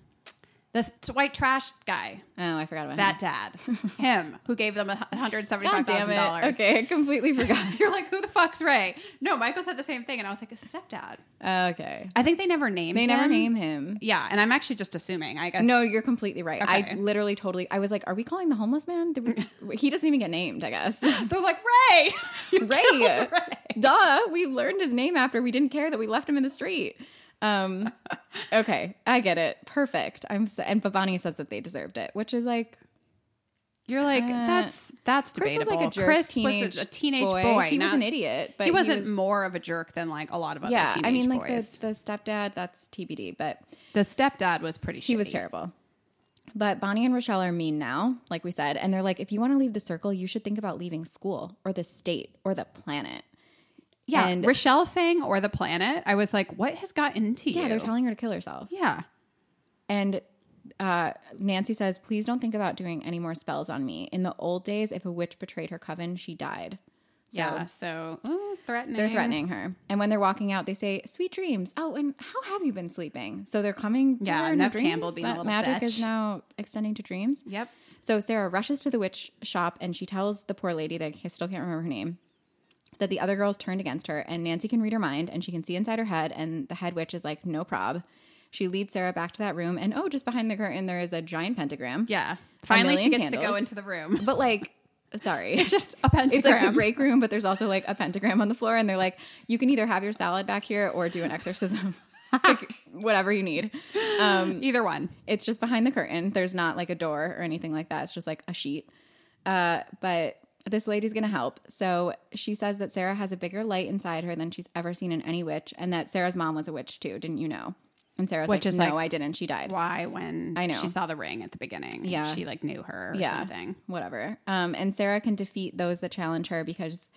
Speaker 2: the s- white trash guy.
Speaker 1: Oh, I forgot about
Speaker 2: That dad, him who gave them a hundred seventy five thousand dollars.
Speaker 1: Okay, I completely forgot.
Speaker 2: You're like, who the fuck's Ray? No, Michael said the same thing, and I was like, a stepdad.
Speaker 1: Oh, okay,
Speaker 2: I think they never named.
Speaker 1: they never
Speaker 2: him.
Speaker 1: name him.
Speaker 2: Yeah, and I'm actually just assuming. I guess
Speaker 1: No, you're completely right.
Speaker 2: Okay.
Speaker 1: I literally, totally. I was like, "Are we calling the homeless man?" Did we, he doesn't even get named. I guess
Speaker 2: they're like Ray. You
Speaker 1: Ray.
Speaker 2: killed Ray.
Speaker 1: Duh. We learned his name after we didn't care that we left him in the street. Um, okay, I get it. Perfect. I'm so, and Bavani says that they deserved it, which is like
Speaker 2: You're like that's that's
Speaker 1: Chris
Speaker 2: debatable.
Speaker 1: was like a jerk
Speaker 2: Uh, Chris
Speaker 1: teenage
Speaker 2: was a, a teenage boy.
Speaker 1: boy. He was
Speaker 2: not-
Speaker 1: an idiot, but
Speaker 2: he wasn't more of a jerk than like a lot of other
Speaker 1: yeah,
Speaker 2: teenage
Speaker 1: I mean, like
Speaker 2: boys.
Speaker 1: the, the stepdad. That's TBD, but.
Speaker 2: The, stepdad was pretty.
Speaker 1: She was terrible. But Bonnie and Rochelle are mean now, like we said, and they're like, if you want to leave the circle, you should think about leaving school or the state or the planet.
Speaker 2: Yeah,
Speaker 1: and-
Speaker 2: Rochelle sang or the planet. I was like, what has gotten into you?
Speaker 1: Yeah, they're telling her to kill herself.
Speaker 2: yeah.
Speaker 1: And uh, Nancy says, please don't think about doing any more spells on me. In the old days, if a witch betrayed her coven, she died. So
Speaker 2: yeah, so ooh, threatening.
Speaker 1: They're threatening her. And when they're walking out, they say, sweet dreams. Oh, and how have you been sleeping? So they're coming. to
Speaker 2: Yeah,
Speaker 1: her in her
Speaker 2: Neve Campbell
Speaker 1: dreams.
Speaker 2: being a
Speaker 1: That
Speaker 2: little
Speaker 1: Magic
Speaker 2: bitch.
Speaker 1: is now extending to dreams.
Speaker 2: Yep.
Speaker 1: So Sarah rushes to the witch shop and she tells the poor lady that I still can't remember her name that the other girls turned against her and Nancy can read her mind and she can see inside her head and the head witch is like no prob. She leads Sarah back to that room and oh just behind the curtain there is a giant pentagram.
Speaker 2: Yeah. Finally, she
Speaker 1: million
Speaker 2: gets to go
Speaker 1: candles.
Speaker 2: into the room.
Speaker 1: But like sorry.
Speaker 2: It's just a pentagram.
Speaker 1: It's like the break room, but there's also like a pentagram on the floor, and they're like, you can either have your salad back here or do an exorcism, like, whatever you need. Um,
Speaker 2: Either one.
Speaker 1: it's just behind the curtain. There's not like a door or anything like that. It's just like a sheet. Uh, but this lady's gonna help. So she says that Sarah has a bigger light inside her than she's ever seen in any witch, and that Sarah's mom was a witch too. Didn't you know? And Sarah's
Speaker 2: Which
Speaker 1: like,
Speaker 2: is
Speaker 1: no,
Speaker 2: like-
Speaker 1: I didn't. She died.
Speaker 2: Why when
Speaker 1: I know.
Speaker 2: she saw the ring at the beginning? and
Speaker 1: Yeah.
Speaker 2: she like knew her or
Speaker 1: Yeah.
Speaker 2: something.
Speaker 1: Whatever. Um, and Sarah can defeat those that challenge her because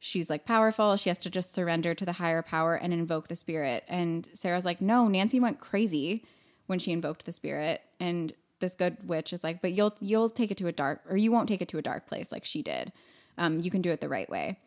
Speaker 1: she's like powerful. She has to just surrender to the higher power and invoke the spirit. And Sarah's like, no, Nancy went crazy when she invoked the spirit. And this good witch is like, but you'll you'll take it to a dark, or you won't take it to a dark place like she did. Um, you can do it the right way.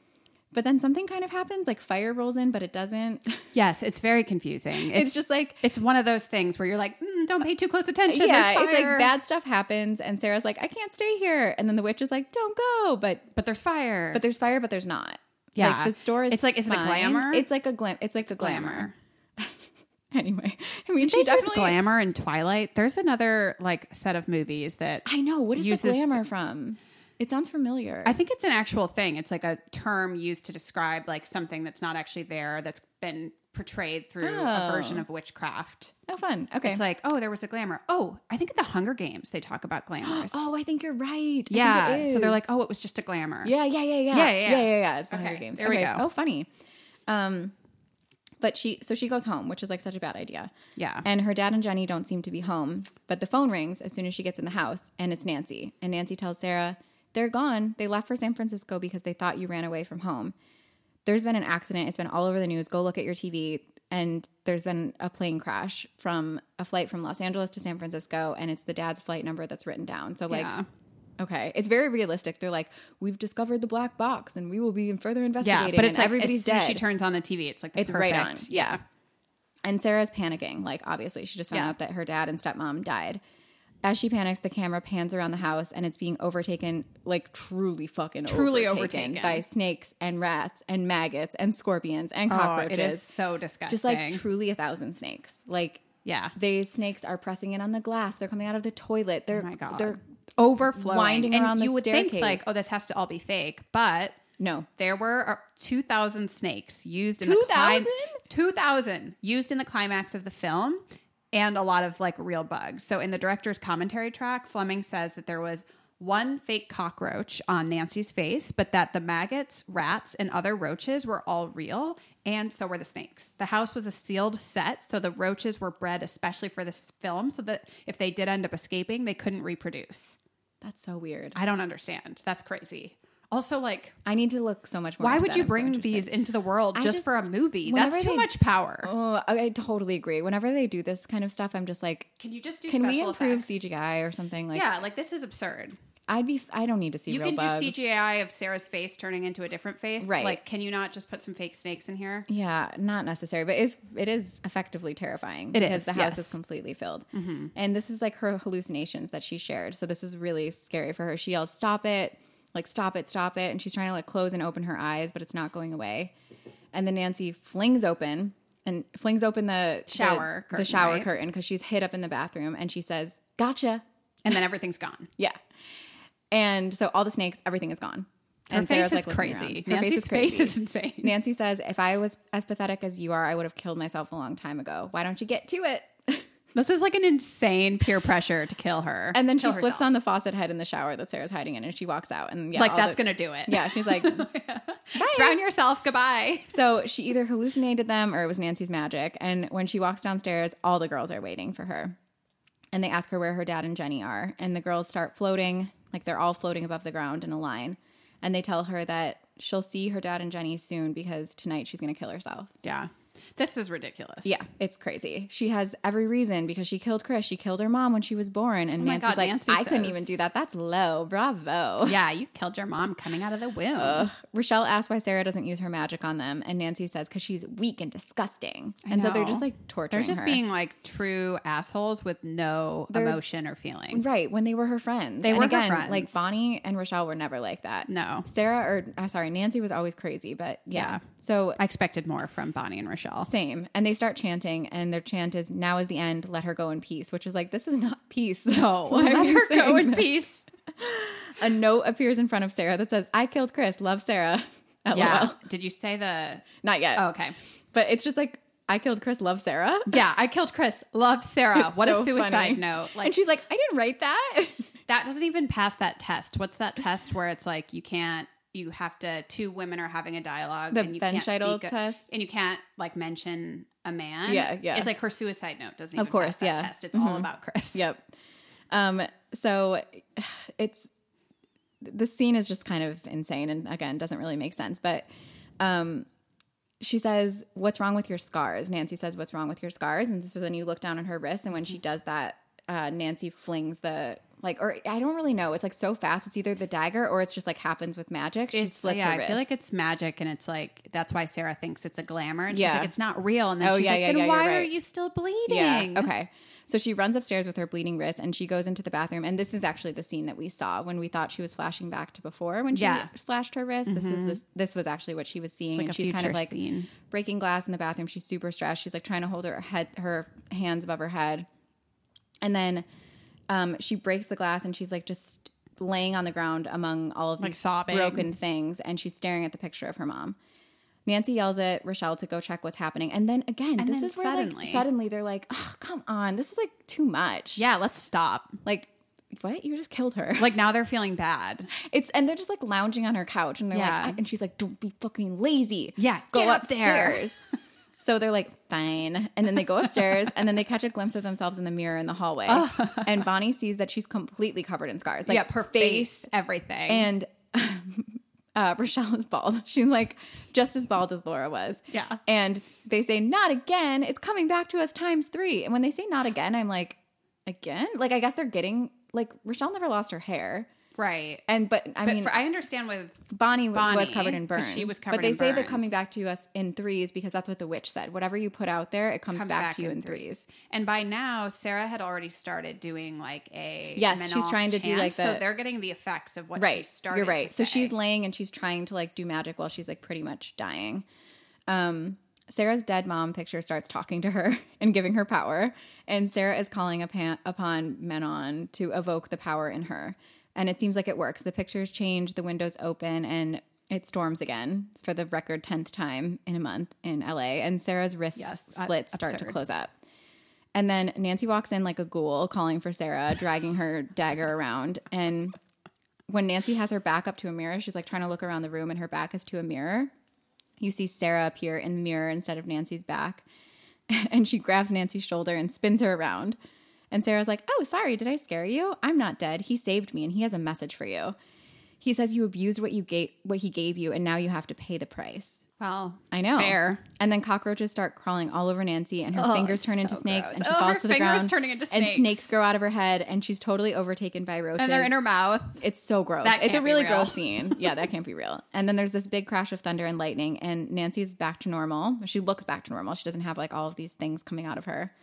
Speaker 1: But then something kind of happens, like fire rolls in, but it doesn't.
Speaker 2: Yes, it's very confusing. It's,
Speaker 1: It's just like
Speaker 2: it's one of those things where you're like, mm, don't pay too close attention.
Speaker 1: yeah,
Speaker 2: there's
Speaker 1: it's like
Speaker 2: fire."
Speaker 1: bad stuff happens, and Sarah's like, I can't stay here, and then the witch is like, Don't go, but
Speaker 2: But there's fire.
Speaker 1: but there's fire, but there's not. like,
Speaker 2: Yeah.
Speaker 1: the store is.
Speaker 2: It's like- is it a
Speaker 1: fine.
Speaker 2: glamour?
Speaker 1: It's like a glam. It's like a glamour. anyway, I mean, she
Speaker 2: She there's
Speaker 1: definitely.
Speaker 2: glamour in Twilight. There's another like set of movies that
Speaker 1: I know. What is
Speaker 2: uses-
Speaker 1: the glamour from? It sounds familiar.
Speaker 2: I think it's an actual thing. It's like a term used to describe like something that's not actually there that's been portrayed through a
Speaker 1: Oh.
Speaker 2: version of witchcraft.
Speaker 1: oh, fun. Okay.
Speaker 2: It's like, oh, there was a glamour. Oh, I think at the Hunger Games they talk about glamours.
Speaker 1: oh, I think you're right. I think it
Speaker 2: yeah. So they're
Speaker 1: is.
Speaker 2: like, oh, it was just a glamour.
Speaker 1: Yeah, yeah, yeah, yeah,
Speaker 2: Yeah, yeah,
Speaker 1: yeah,
Speaker 2: yeah.
Speaker 1: yeah, yeah. It's the
Speaker 2: Okay,
Speaker 1: Hunger Games.
Speaker 2: there we
Speaker 1: Okay.
Speaker 2: go.
Speaker 1: Oh, funny. Um, but she so she goes home, which is like such a bad idea.
Speaker 2: Yeah.
Speaker 1: And her dad and Jenny don't seem to be home, but the phone rings as soon as she gets in the house, and it's Nancy. And Nancy tells Sarah, "They're gone. They left for San Francisco because they thought you ran away from home. There's been an accident. It's been all over the news. Go look at your TV." And there's been a plane crash from a flight from Los Angeles to San Francisco, and it's the dad's flight number that's written down. So, like,
Speaker 2: yeah.
Speaker 1: Okay, it's very realistic. They're like, we've discovered the black box, and we will be further investigating.
Speaker 2: Yeah. But it's
Speaker 1: and
Speaker 2: like
Speaker 1: everybody's
Speaker 2: as soon as
Speaker 1: dead.
Speaker 2: she turns on the TV, it's like the
Speaker 1: it's right on.
Speaker 2: perfect-
Speaker 1: Yeah. And Sarah's panicking. Like obviously, she just found
Speaker 2: Yeah.
Speaker 1: out that her dad and stepmom died. As she panics, the camera pans around the house, and it's being overtaken, like truly fucking
Speaker 2: Truly overtaken.
Speaker 1: by snakes and rats and maggots and scorpions and
Speaker 2: Oh, it
Speaker 1: cockroaches.
Speaker 2: is so disgusting.
Speaker 1: just like truly a thousand snakes. Like
Speaker 2: yeah.
Speaker 1: they snakes are pressing in on the glass. They're coming out of the toilet. They're
Speaker 2: Oh my god.
Speaker 1: they're
Speaker 2: overflowing.
Speaker 1: winding
Speaker 2: and
Speaker 1: around the
Speaker 2: you would
Speaker 1: staircase.
Speaker 2: think like, oh, this has to all be fake, but
Speaker 1: no
Speaker 2: there were uh, 2000 snakes used in the
Speaker 1: 2,000?
Speaker 2: clim- 2000 used in the climax of the film and a lot of like real bugs so in the director's commentary track fleming says that there was one fake cockroach on nancy's face but that the maggots rats and other roaches were all real and so were the snakes the house was a sealed set so the roaches were bred especially for this film so that if they did end up escaping they couldn't reproduce
Speaker 1: that's so weird.
Speaker 2: i don't understand that's crazy also like
Speaker 1: I need to look so much more.
Speaker 2: why
Speaker 1: into
Speaker 2: would
Speaker 1: that.
Speaker 2: you
Speaker 1: I'm so
Speaker 2: bring
Speaker 1: interested.
Speaker 2: these into the world
Speaker 1: I
Speaker 2: just, for a
Speaker 1: just-
Speaker 2: movie?
Speaker 1: whenever
Speaker 2: That's too
Speaker 1: they-
Speaker 2: much power.
Speaker 1: Oh, I I totally agree. Whenever they do this kind of stuff, I'm just like,
Speaker 2: Can you just do?
Speaker 1: can we
Speaker 2: special
Speaker 1: improve
Speaker 2: effects?
Speaker 1: CGI or something? Like,
Speaker 2: Yeah, like this is absurd.
Speaker 1: I'd be, I don't need to see
Speaker 2: You
Speaker 1: real
Speaker 2: can
Speaker 1: bugs.
Speaker 2: do CGI of Sarah's face turning into a different face.
Speaker 1: Right.
Speaker 2: Like, can you not just put some fake snakes in here?
Speaker 1: Yeah, not necessary, but it's it is effectively terrifying. It because
Speaker 2: is,
Speaker 1: the house
Speaker 2: yes. Mm-hmm.
Speaker 1: is completely filled, and this is like her hallucinations that she shared. So this is really scary for her. She yells, "Stop it!" Like, "Stop it! Stop it!" And she's trying to like close and open her eyes, but it's not going away. And then Nancy flings open and flings open the the-
Speaker 2: Shower
Speaker 1: the,
Speaker 2: curtain,
Speaker 1: shower
Speaker 2: right?
Speaker 1: curtain because she's hid up in the bathroom, and she says, "Gotcha."
Speaker 2: And then everything's gone.
Speaker 1: Yeah. And so all the snakes, everything is gone.
Speaker 2: Her
Speaker 1: and
Speaker 2: face
Speaker 1: Sarah's,
Speaker 2: is
Speaker 1: like, looking
Speaker 2: crazy.
Speaker 1: around. Her
Speaker 2: Nancy's
Speaker 1: face is crazy.
Speaker 2: face is insane.
Speaker 1: Nancy says, if I was as pathetic as you are, I would have killed myself a long time ago. Why don't you get to it?
Speaker 2: This is like an insane peer pressure to kill her.
Speaker 1: And then she flips on the faucet head in the shower that Sarah's hiding in and she walks out. And yeah,
Speaker 2: like
Speaker 1: all
Speaker 2: that's
Speaker 1: the-
Speaker 2: gonna do it.
Speaker 1: Yeah, she's like,
Speaker 2: Drown yourself. Goodbye.
Speaker 1: so she either hallucinated them or it was Nancy's magic. And when she walks downstairs, all the girls are waiting for her. And they ask her where her dad and Jenny are. And the girls start floating, like they're all floating above the ground in a line. And they tell her that she'll see her dad and Jenny soon because tonight she's going to kill herself.
Speaker 2: Yeah. This is ridiculous.
Speaker 1: Yeah, it's crazy. She has every reason because she killed Chris. She killed her mom when she was born. And
Speaker 2: Oh my
Speaker 1: Nancy's
Speaker 2: God,
Speaker 1: like,
Speaker 2: Nancy
Speaker 1: I couldn't
Speaker 2: says-
Speaker 1: even do that. That's low. Bravo.
Speaker 2: Yeah. You killed your mom coming out of the womb.
Speaker 1: Rochelle asks why Sarah doesn't use her magic on them. And Nancy says, because she's weak and disgusting.
Speaker 2: I
Speaker 1: and so they're
Speaker 2: know.
Speaker 1: just like torturing
Speaker 2: They're just
Speaker 1: her.
Speaker 2: being like true assholes with no emotion or feeling.
Speaker 1: Right, when they were her friends.
Speaker 2: They
Speaker 1: and
Speaker 2: were her
Speaker 1: again,
Speaker 2: friends.
Speaker 1: Like Bonnie and Rochelle were never like that.
Speaker 2: No.
Speaker 1: Sarah or uh, sorry, Nancy was always crazy, but yeah.
Speaker 2: Yeah.
Speaker 1: So
Speaker 2: I expected more from Bonnie and Rochelle.
Speaker 1: same. And they start chanting and their chant is now is the end, let her go in peace, which is like this is not peace. No.
Speaker 2: Let her go in peace.
Speaker 1: A note appears in front of Sarah that says, I killed Chris, love Sarah. LOL.
Speaker 2: Yeah. Did you say the
Speaker 1: Not yet.
Speaker 2: Oh, okay.
Speaker 1: But it's just like I killed Chris, love Sarah.
Speaker 2: Yeah, I killed Chris. Love Sarah. what
Speaker 1: So
Speaker 2: a suicide
Speaker 1: funny.
Speaker 2: note.
Speaker 1: and
Speaker 2: Like
Speaker 1: she's like, I didn't write that.
Speaker 2: that doesn't even pass that test. What's that test where it's like you can't you have to two women are having a dialogue
Speaker 1: The
Speaker 2: and you
Speaker 1: Ben Scheidel
Speaker 2: speak-
Speaker 1: test?
Speaker 2: and you can't like mention a man.
Speaker 1: Yeah, yeah.
Speaker 2: It's like her suicide note doesn't
Speaker 1: Of
Speaker 2: even
Speaker 1: course,
Speaker 2: pass that
Speaker 1: yeah. Mm-hmm.
Speaker 2: test. It's all about Chris.
Speaker 1: Yep. Um, so it's the scene is just kind of insane and again doesn't really make sense. But um she says, What's wrong with your scars? Nancy says, What's wrong with your scars? And so then you look down on her wrist, and when
Speaker 2: Mm-hmm.
Speaker 1: she does that, uh, Nancy flings the like or I don't really know. It's like so fast, it's either the dagger or it's just like happens with magic. She
Speaker 2: It's,
Speaker 1: slits
Speaker 2: yeah,
Speaker 1: her wrist.
Speaker 2: I feel like it's magic, and it's like that's why Sarah thinks it's a glamour. And
Speaker 1: Yeah.
Speaker 2: she's like, it's not real. And then
Speaker 1: Oh,
Speaker 2: she's
Speaker 1: yeah,
Speaker 2: like,
Speaker 1: yeah,
Speaker 2: then
Speaker 1: yeah, you're
Speaker 2: why are
Speaker 1: right.
Speaker 2: you still bleeding?
Speaker 1: Yeah. Okay. So she runs upstairs with her bleeding wrist and she goes into the bathroom. And this is actually the scene that we saw when we thought she was flashing back to before when she
Speaker 2: Yeah. Mm-hmm.
Speaker 1: slashed her wrist. This is this this was actually what she was seeing.
Speaker 2: like
Speaker 1: and
Speaker 2: a
Speaker 1: she's kind
Speaker 2: future
Speaker 1: of like
Speaker 2: scene.
Speaker 1: breaking glass in the bathroom. She's super stressed. She's like trying to hold her head her hands above her head. And then um, she breaks the glass and she's like just laying on the ground among all of these
Speaker 2: sobbing.
Speaker 1: broken things and she's staring at the picture of her mom. Nancy yells at Rochelle to go check what's happening. And then again, this
Speaker 2: then
Speaker 1: is where like,
Speaker 2: suddenly-
Speaker 1: suddenly they're like, oh, come on, this is like too much.
Speaker 2: Yeah, let's stop.
Speaker 1: Like, what? You just killed her.
Speaker 2: Like now they're feeling bad.
Speaker 1: It's and they're just like lounging on her couch and they're
Speaker 2: Yeah.
Speaker 1: like I- and she's like, Don't be fucking lazy.
Speaker 2: Yeah,
Speaker 1: Go
Speaker 2: get up there."
Speaker 1: upstairs. so they're like, fine. And then they go upstairs and then they catch a glimpse of themselves in the mirror in the hallway. and Bonnie sees that she's completely covered in scars. Like
Speaker 2: yeah, her face, everything.
Speaker 1: and uh, Rochelle is bald. She's like just as bald as Laura was.
Speaker 2: Yeah.
Speaker 1: And they say, not again. It's coming back to us times three. And when they say not again, I'm like, again? Like, I guess they're getting, like, Rochelle never lost her hair.
Speaker 2: right.
Speaker 1: And, but I
Speaker 2: But
Speaker 1: mean,
Speaker 2: for, I understand with
Speaker 1: Bonnie, w- was
Speaker 2: Bonnie,
Speaker 1: covered in burns.
Speaker 2: 'cause she was
Speaker 1: But
Speaker 2: covered
Speaker 1: they
Speaker 2: in
Speaker 1: say they're
Speaker 2: burns.
Speaker 1: coming back to us in threes because that's what the witch said. Whatever you put out there, it comes,
Speaker 2: comes
Speaker 1: back, to you in threes.
Speaker 2: threes. And by now, Sarah had already started doing like a
Speaker 1: Yes, she's
Speaker 2: Menal
Speaker 1: trying to do, like,
Speaker 2: so
Speaker 1: the-
Speaker 2: they're getting the effects of what she
Speaker 1: right
Speaker 2: started.
Speaker 1: you're right
Speaker 2: to
Speaker 1: so
Speaker 2: say.
Speaker 1: she's laying and she's trying to like do magic while she's like pretty much dying um sarah's dead mom picture starts talking to her and giving her power and sarah is calling upon, upon menon to evoke the power in her and it seems like it works the pictures change the windows open and it storms again for the record 10th time in a month in la and sarah's wrist
Speaker 2: Yes, uh,
Speaker 1: slits start to
Speaker 2: absurd.
Speaker 1: close up and then Nancy walks in like a ghoul, calling for Sarah, dragging her dagger around. And when Nancy has her back up to a mirror, she's like trying to look around the room, and her back is to a mirror. You see Sarah appear in the mirror instead of Nancy's back. And she grabs Nancy's shoulder and spins her around. And Sarah's like, Oh, sorry, did I scare you? I'm not dead. He saved me, and he has a message for you. He says you abused what you gave what he gave you and now you have to pay the price.
Speaker 2: well,
Speaker 1: I know.
Speaker 2: fair. Oh,
Speaker 1: And then cockroaches start crawling all over Nancy, and her fingers turn into snakes,
Speaker 2: gross.
Speaker 1: and she
Speaker 2: Oh,
Speaker 1: falls
Speaker 2: her
Speaker 1: to the
Speaker 2: fingers
Speaker 1: ground.
Speaker 2: turning into
Speaker 1: And
Speaker 2: snakes.
Speaker 1: snakes grow out of her head, and she's totally overtaken by roaches.
Speaker 2: and they're in her mouth.
Speaker 1: it's so gross.
Speaker 2: That
Speaker 1: it's a
Speaker 2: can't be
Speaker 1: really
Speaker 2: real.
Speaker 1: gross scene. Yeah, that can't be real. And then there's this big crash of thunder and lightning, and Nancy's back to normal. She looks back to normal. She doesn't have like all of these things coming out of her.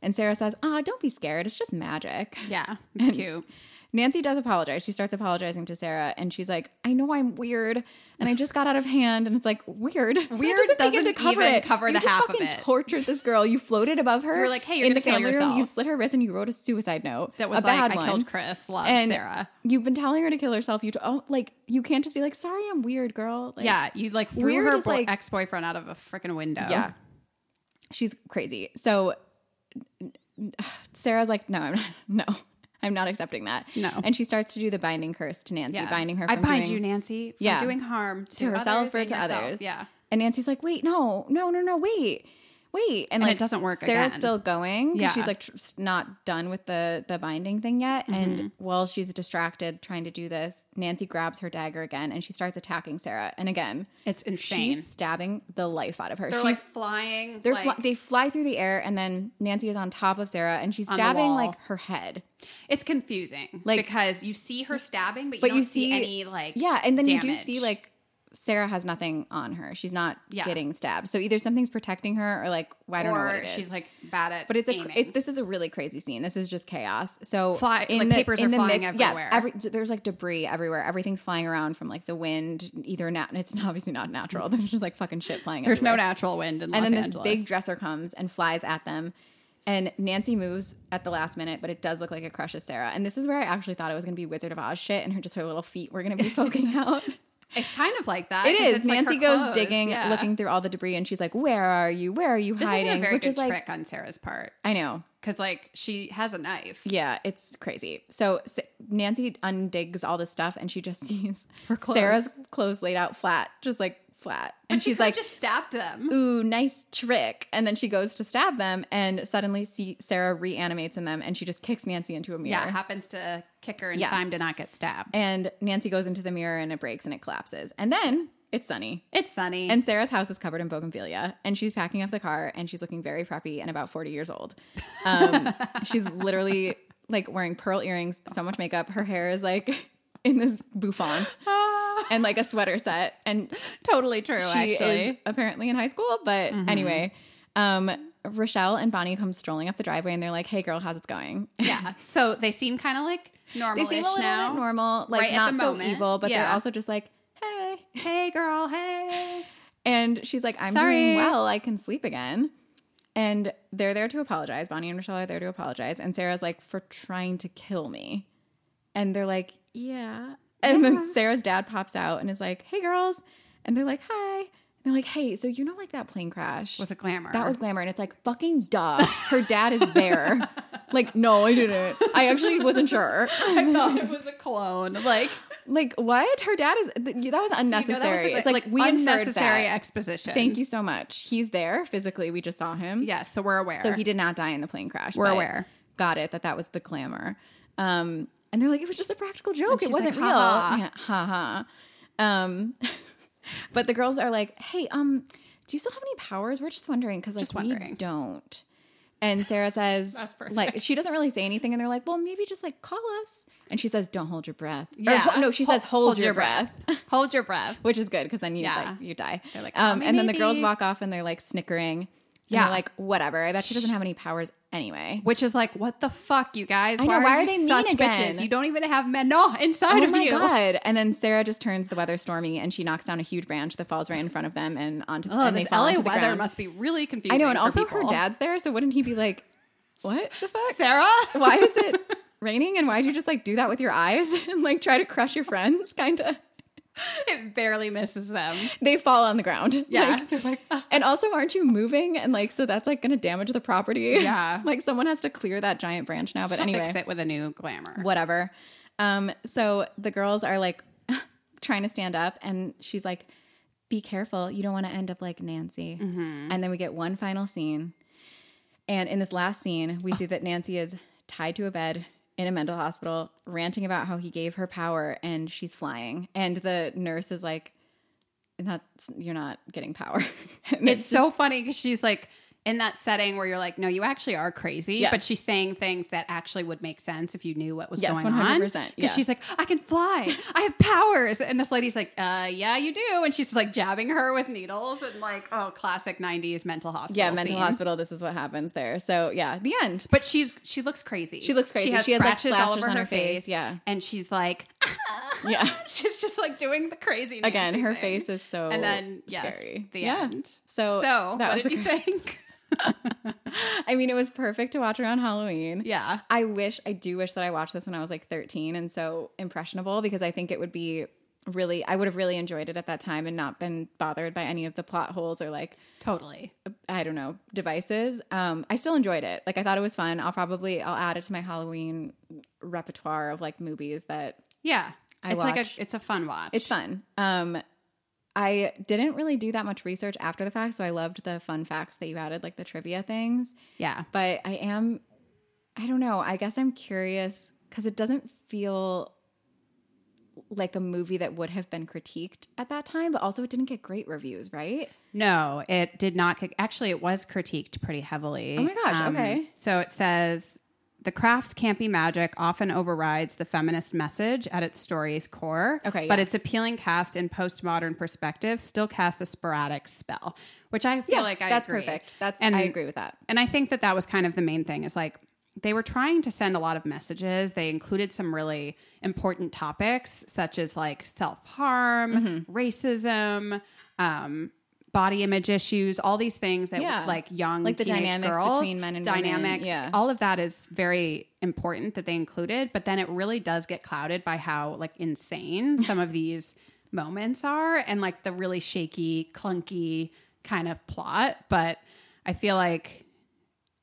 Speaker 1: And Sarah says, "Ah, don't be scared. It's just magic."
Speaker 2: Yeah, it's cute.
Speaker 1: Nancy does apologize. She starts apologizing to Sarah and she's like, I know I'm weird and I just got out of hand. And it's like, weird. Weird
Speaker 2: doesn't even cover
Speaker 1: you
Speaker 2: the
Speaker 1: just
Speaker 2: half of
Speaker 1: fucking
Speaker 2: it.
Speaker 1: tortured this girl. You floated above her.
Speaker 2: were like, hey, you're
Speaker 1: in
Speaker 2: gonna
Speaker 1: the
Speaker 2: kill
Speaker 1: family room.
Speaker 2: yourself.
Speaker 1: You slit her wrist and you wrote a suicide note.
Speaker 2: That was
Speaker 1: a
Speaker 2: like
Speaker 1: bad
Speaker 2: I
Speaker 1: one.
Speaker 2: killed Chris. Love
Speaker 1: And
Speaker 2: Sarah.
Speaker 1: you've been telling her to kill herself. You t- oh, like you can't just be like, sorry, I'm weird, girl. Like,
Speaker 2: yeah, you like threw
Speaker 1: Weird
Speaker 2: her
Speaker 1: is,
Speaker 2: bo-
Speaker 1: like-
Speaker 2: ex-boyfriend out of a freaking window.
Speaker 1: Yeah. She's crazy. So n- n- Sarah's like, no, I'm not, no, I'm not accepting that.
Speaker 2: No.
Speaker 1: And she starts to do the binding curse to Nancy,
Speaker 2: Yeah.
Speaker 1: binding her.
Speaker 2: I
Speaker 1: from
Speaker 2: bind
Speaker 1: doing-
Speaker 2: you, Nancy. For
Speaker 1: Yeah.
Speaker 2: doing harm to,
Speaker 1: to herself
Speaker 2: others
Speaker 1: or
Speaker 2: and
Speaker 1: to
Speaker 2: yourself.
Speaker 1: others.
Speaker 2: Yeah,
Speaker 1: And Nancy's like, wait, no, no, no, no, wait, wait. And,
Speaker 2: And it
Speaker 1: like,
Speaker 2: doesn't work
Speaker 1: Sarah's
Speaker 2: again.
Speaker 1: still going 'cause
Speaker 2: Yeah.
Speaker 1: she's like tr- s- not done with the the binding thing yet. And
Speaker 2: Mm-hmm.
Speaker 1: while she's distracted trying to do this, Nancy grabs her dagger again and she starts attacking Sarah. And again,
Speaker 2: it's insane.
Speaker 1: she's stabbing the life out of her.
Speaker 2: they're
Speaker 1: she's
Speaker 2: like flying.
Speaker 1: they're
Speaker 2: like,
Speaker 1: fly- they fly through the air, and then Nancy is on top of Sarah, and she's
Speaker 2: the
Speaker 1: stabbing
Speaker 2: wall.
Speaker 1: like her head.
Speaker 2: It's confusing,
Speaker 1: Like-
Speaker 2: because you see her stabbing, but you
Speaker 1: but
Speaker 2: don't
Speaker 1: you
Speaker 2: see,
Speaker 1: see-
Speaker 2: any like
Speaker 1: Yeah, and then you do
Speaker 2: damage.
Speaker 1: see like Sarah has nothing on her; she's not
Speaker 2: Yeah.
Speaker 1: getting stabbed. So either something's protecting her, or like I don't know
Speaker 2: or
Speaker 1: what it is.
Speaker 2: she's like bad at
Speaker 1: but it's a
Speaker 2: aiming.
Speaker 1: it's this is a really crazy scene. This is just chaos. So
Speaker 2: Fly- like, papers are flying
Speaker 1: Yeah,
Speaker 2: everywhere.
Speaker 1: every, there's like debris everywhere. Everything's flying around from like the wind. Either nat- it's obviously not natural. There's just like fucking shit flying.
Speaker 2: there's no
Speaker 1: everywhere
Speaker 2: natural wind
Speaker 1: and
Speaker 2: in Los
Speaker 1: then this
Speaker 2: Angeles.
Speaker 1: big dresser comes and flies at them and nancy moves at the last minute but it does look like it crushes sarah and this is where i actually thought it was going to be wizard of oz shit and her just her little feet were going to be poking out
Speaker 2: It's kind of like that.
Speaker 1: It
Speaker 2: 'cause
Speaker 1: is.
Speaker 2: it's like her
Speaker 1: Nancy goes
Speaker 2: clothes,
Speaker 1: digging,
Speaker 2: yeah.
Speaker 1: looking through all the debris, and she's like, "Where are you? Where are you
Speaker 2: This
Speaker 1: hiding?"
Speaker 2: is a very
Speaker 1: Which
Speaker 2: good
Speaker 1: is like,
Speaker 2: trick on Sarah's part
Speaker 1: I know,
Speaker 2: because like she has a knife.
Speaker 1: yeah, it's crazy. So S- Nancy undigs all this stuff, and she just sees
Speaker 2: Her clothes.
Speaker 1: Sarah's clothes laid out flat, just like flat,
Speaker 2: But
Speaker 1: and
Speaker 2: she
Speaker 1: she's
Speaker 2: could've
Speaker 1: like,
Speaker 2: just stabbed them.
Speaker 1: ooh, nice trick. And then she goes to stab them, and suddenly see Sarah reanimates in them, and she just kicks Nancy into a mirror.
Speaker 2: Yeah, happens to kick her in
Speaker 1: Yeah.
Speaker 2: time to not get stabbed.
Speaker 1: And Nancy goes into the mirror, and it breaks, and it collapses. And then it's sunny.
Speaker 2: It's sunny.
Speaker 1: And Sarah's house is covered in bougainvillea, and she's packing up the car, and she's looking very preppy and about 40 years old. Um, she's literally like wearing pearl earrings, so much makeup. Her hair is like in this bouffant and like a sweater set. And
Speaker 2: Ah, totally true. Mm-hmm.
Speaker 1: she is apparently in high school, but anyway, um, Rochelle and Bonnie come strolling up the driveway, and they're like, "Hey, girl, how's it going?"
Speaker 2: yeah. So they seem kind of like
Speaker 1: they
Speaker 2: normal.
Speaker 1: seem a little
Speaker 2: now.
Speaker 1: bit normal, like
Speaker 2: right at
Speaker 1: not
Speaker 2: the
Speaker 1: so
Speaker 2: moment.
Speaker 1: evil, but they're
Speaker 2: Yeah.
Speaker 1: also just like, "Hey."
Speaker 2: Hey, girl. Hey.
Speaker 1: And she's like, I'm
Speaker 2: Sorry.
Speaker 1: doing well. I can sleep again. And they're there to apologize. Bonnie and Michelle are there to apologize. And Sarah's like, for trying to kill me. And they're like, yeah. And then Sarah's dad pops out and is like, hey, girls. And they're like, hi. And they're like, hey, so you know, like that plane crash?
Speaker 2: Was a glamour.
Speaker 1: That was glamour. And it's like, fucking duh. Her dad is there. like, no, I didn't. I actually wasn't sure.
Speaker 2: I thought it was a clone. Like
Speaker 1: Like, what? Her dad is, th- that was unnecessary. it's like, we unnecessary.
Speaker 2: unnecessary exposition.
Speaker 1: Thank you so much. He's there physically. We just saw him.
Speaker 2: Yes. So we're aware.
Speaker 1: So he did not die in the plane crash.
Speaker 2: We're
Speaker 1: but
Speaker 2: aware.
Speaker 1: Got it. That that was the clamor. Um, and they're like, it was just a practical joke. It
Speaker 2: she's
Speaker 1: wasn't
Speaker 2: like,
Speaker 1: real.
Speaker 2: "Ha ha."
Speaker 1: Yeah, ha ha. Um, but the girls are like, hey, um, do you still have any powers? We're just wondering because like
Speaker 2: Just
Speaker 1: we
Speaker 2: wondering.
Speaker 1: don't. And Sarah says,
Speaker 2: That's perfect.
Speaker 1: like, she doesn't really say anything. And they're like, well, maybe just like call us. And she says, don't hold your breath. Or,
Speaker 2: Yeah.
Speaker 1: ho- no, she
Speaker 2: Hol-
Speaker 1: says, hold, your, breath
Speaker 2: Hold your breath.
Speaker 1: which is good because then you
Speaker 2: Yeah.
Speaker 1: like you die.
Speaker 2: They're like, "Call
Speaker 1: um,
Speaker 2: me
Speaker 1: and then the girls
Speaker 2: maybe."
Speaker 1: walk off and they're like snickering. Yeah,
Speaker 2: Yeah.
Speaker 1: and they're like whatever. I bet she doesn't have any powers anyway.
Speaker 2: Which is like, what the fuck, you guys?
Speaker 1: know, why are
Speaker 2: you
Speaker 1: they mean
Speaker 2: such
Speaker 1: again?
Speaker 2: bitches? You don't even have Manon inside
Speaker 1: Oh
Speaker 2: of
Speaker 1: my
Speaker 2: you.
Speaker 1: god! And then Sarah just turns the weather stormy, and she knocks down a huge branch that falls right in front of them and onto
Speaker 2: Oh,
Speaker 1: and they
Speaker 2: this
Speaker 1: fall
Speaker 2: LA
Speaker 1: onto
Speaker 2: weather
Speaker 1: the ground.
Speaker 2: must be really confusing.
Speaker 1: I know, and
Speaker 2: for
Speaker 1: also her
Speaker 2: people.
Speaker 1: dad's there, so wouldn't he be like, "What the fuck?
Speaker 2: Sarah.
Speaker 1: Why is it raining? And why'd you just like do that with your eyes and like try to crush your friends?" Kind of.
Speaker 2: it barely misses them.
Speaker 1: They fall on the ground. Like,
Speaker 2: Yeah. Like,
Speaker 1: And also, aren't you moving? And like, so that's like going to damage the property.
Speaker 2: Yeah.
Speaker 1: like, someone has to clear that giant branch now. But anyway,
Speaker 2: "Oh." fix it with a new glamour.
Speaker 1: whatever. Um, so the girls are like trying to stand up, and she's like, "Be careful! You don't want to end up like Nancy."
Speaker 2: Mm-hmm.
Speaker 1: And then we get one final scene, and in this last scene, we see that Nancy is tied to a bed in a mental hospital, ranting about how he gave her power, and she's flying. And the nurse is like, "That's you're not getting power." And
Speaker 2: It's so funny because she's like in that setting where you're like, no, you actually are crazy,
Speaker 1: Yes.
Speaker 2: but she's saying things that actually would make sense if you knew what was
Speaker 1: Yes,
Speaker 2: going on.
Speaker 1: 100%, yeah.
Speaker 2: she's like, I can fly, I have powers, and this lady's like, uh, yeah, you do, and she's like jabbing her with needles and like, oh, classic '90s mental hospital.
Speaker 1: Yeah, mental
Speaker 2: scene.
Speaker 1: hospital. This is what happens there. So yeah, the end.
Speaker 2: But she's she looks crazy.
Speaker 1: She looks crazy.
Speaker 2: She has,
Speaker 1: She has, like,
Speaker 2: scratches all
Speaker 1: slashes
Speaker 2: over
Speaker 1: on
Speaker 2: her,
Speaker 1: her face,
Speaker 2: face.
Speaker 1: yeah.
Speaker 2: and she's like,
Speaker 1: Yeah.
Speaker 2: she's just like doing the crazy Nancy
Speaker 1: Again, her
Speaker 2: thing.
Speaker 1: face is so
Speaker 2: and then yes,
Speaker 1: scary.
Speaker 2: the
Speaker 1: yeah.
Speaker 2: end.
Speaker 1: So
Speaker 2: so
Speaker 1: that
Speaker 2: what
Speaker 1: was
Speaker 2: did
Speaker 1: a
Speaker 2: you think?
Speaker 1: good- I mean, it was perfect to watch around Halloween.
Speaker 2: yeah.
Speaker 1: I wish I do wish that I watched this when I was like 13 and so impressionable because I think it would be really I would have really enjoyed it at that time and not been bothered by any of the plot holes or like
Speaker 2: Totally.
Speaker 1: I don't know, devices. Um, I still enjoyed it. Like I thought it was fun. I'll probably I'll add it to my Halloween repertoire of like movies that
Speaker 2: Yeah.
Speaker 1: I
Speaker 2: it's like
Speaker 1: watch.
Speaker 2: a it's a fun watch.
Speaker 1: It's fun. Um, I didn't really do that much research after the fact, so I loved the fun facts that you added, like the trivia things.
Speaker 2: yeah.
Speaker 1: But I am, I don't know. I guess I'm curious because it doesn't feel like a movie that would have been critiqued at that time, but also it didn't get great reviews, right?
Speaker 2: No, it did not kick- actually it was critiqued pretty heavily. Um,
Speaker 1: Oh my gosh, okay.
Speaker 2: So it says the craft's campy magic often overrides the feminist message at its story's core.
Speaker 1: Okay,
Speaker 2: But
Speaker 1: yeah.
Speaker 2: its appealing cast in postmodern perspective still casts a sporadic spell, which I feel like I
Speaker 1: that's
Speaker 2: agree.
Speaker 1: perfect. That's
Speaker 2: And-
Speaker 1: I agree with that.
Speaker 2: And I think that that was kind of the main thing is like they were trying to send a lot of messages. They included some really important topics, such as like self
Speaker 1: Mm-hmm.
Speaker 2: harm, racism, um, body image issues, all these things that
Speaker 1: Yeah.
Speaker 2: like young,
Speaker 1: Like the
Speaker 2: teenage
Speaker 1: dynamics
Speaker 2: girls,
Speaker 1: between men and women,
Speaker 2: dynamics,
Speaker 1: yeah.
Speaker 2: all of that is very important that they included. But then it really does get clouded by how like insane some of these moments are and like the really shaky, clunky kind of plot. But I feel like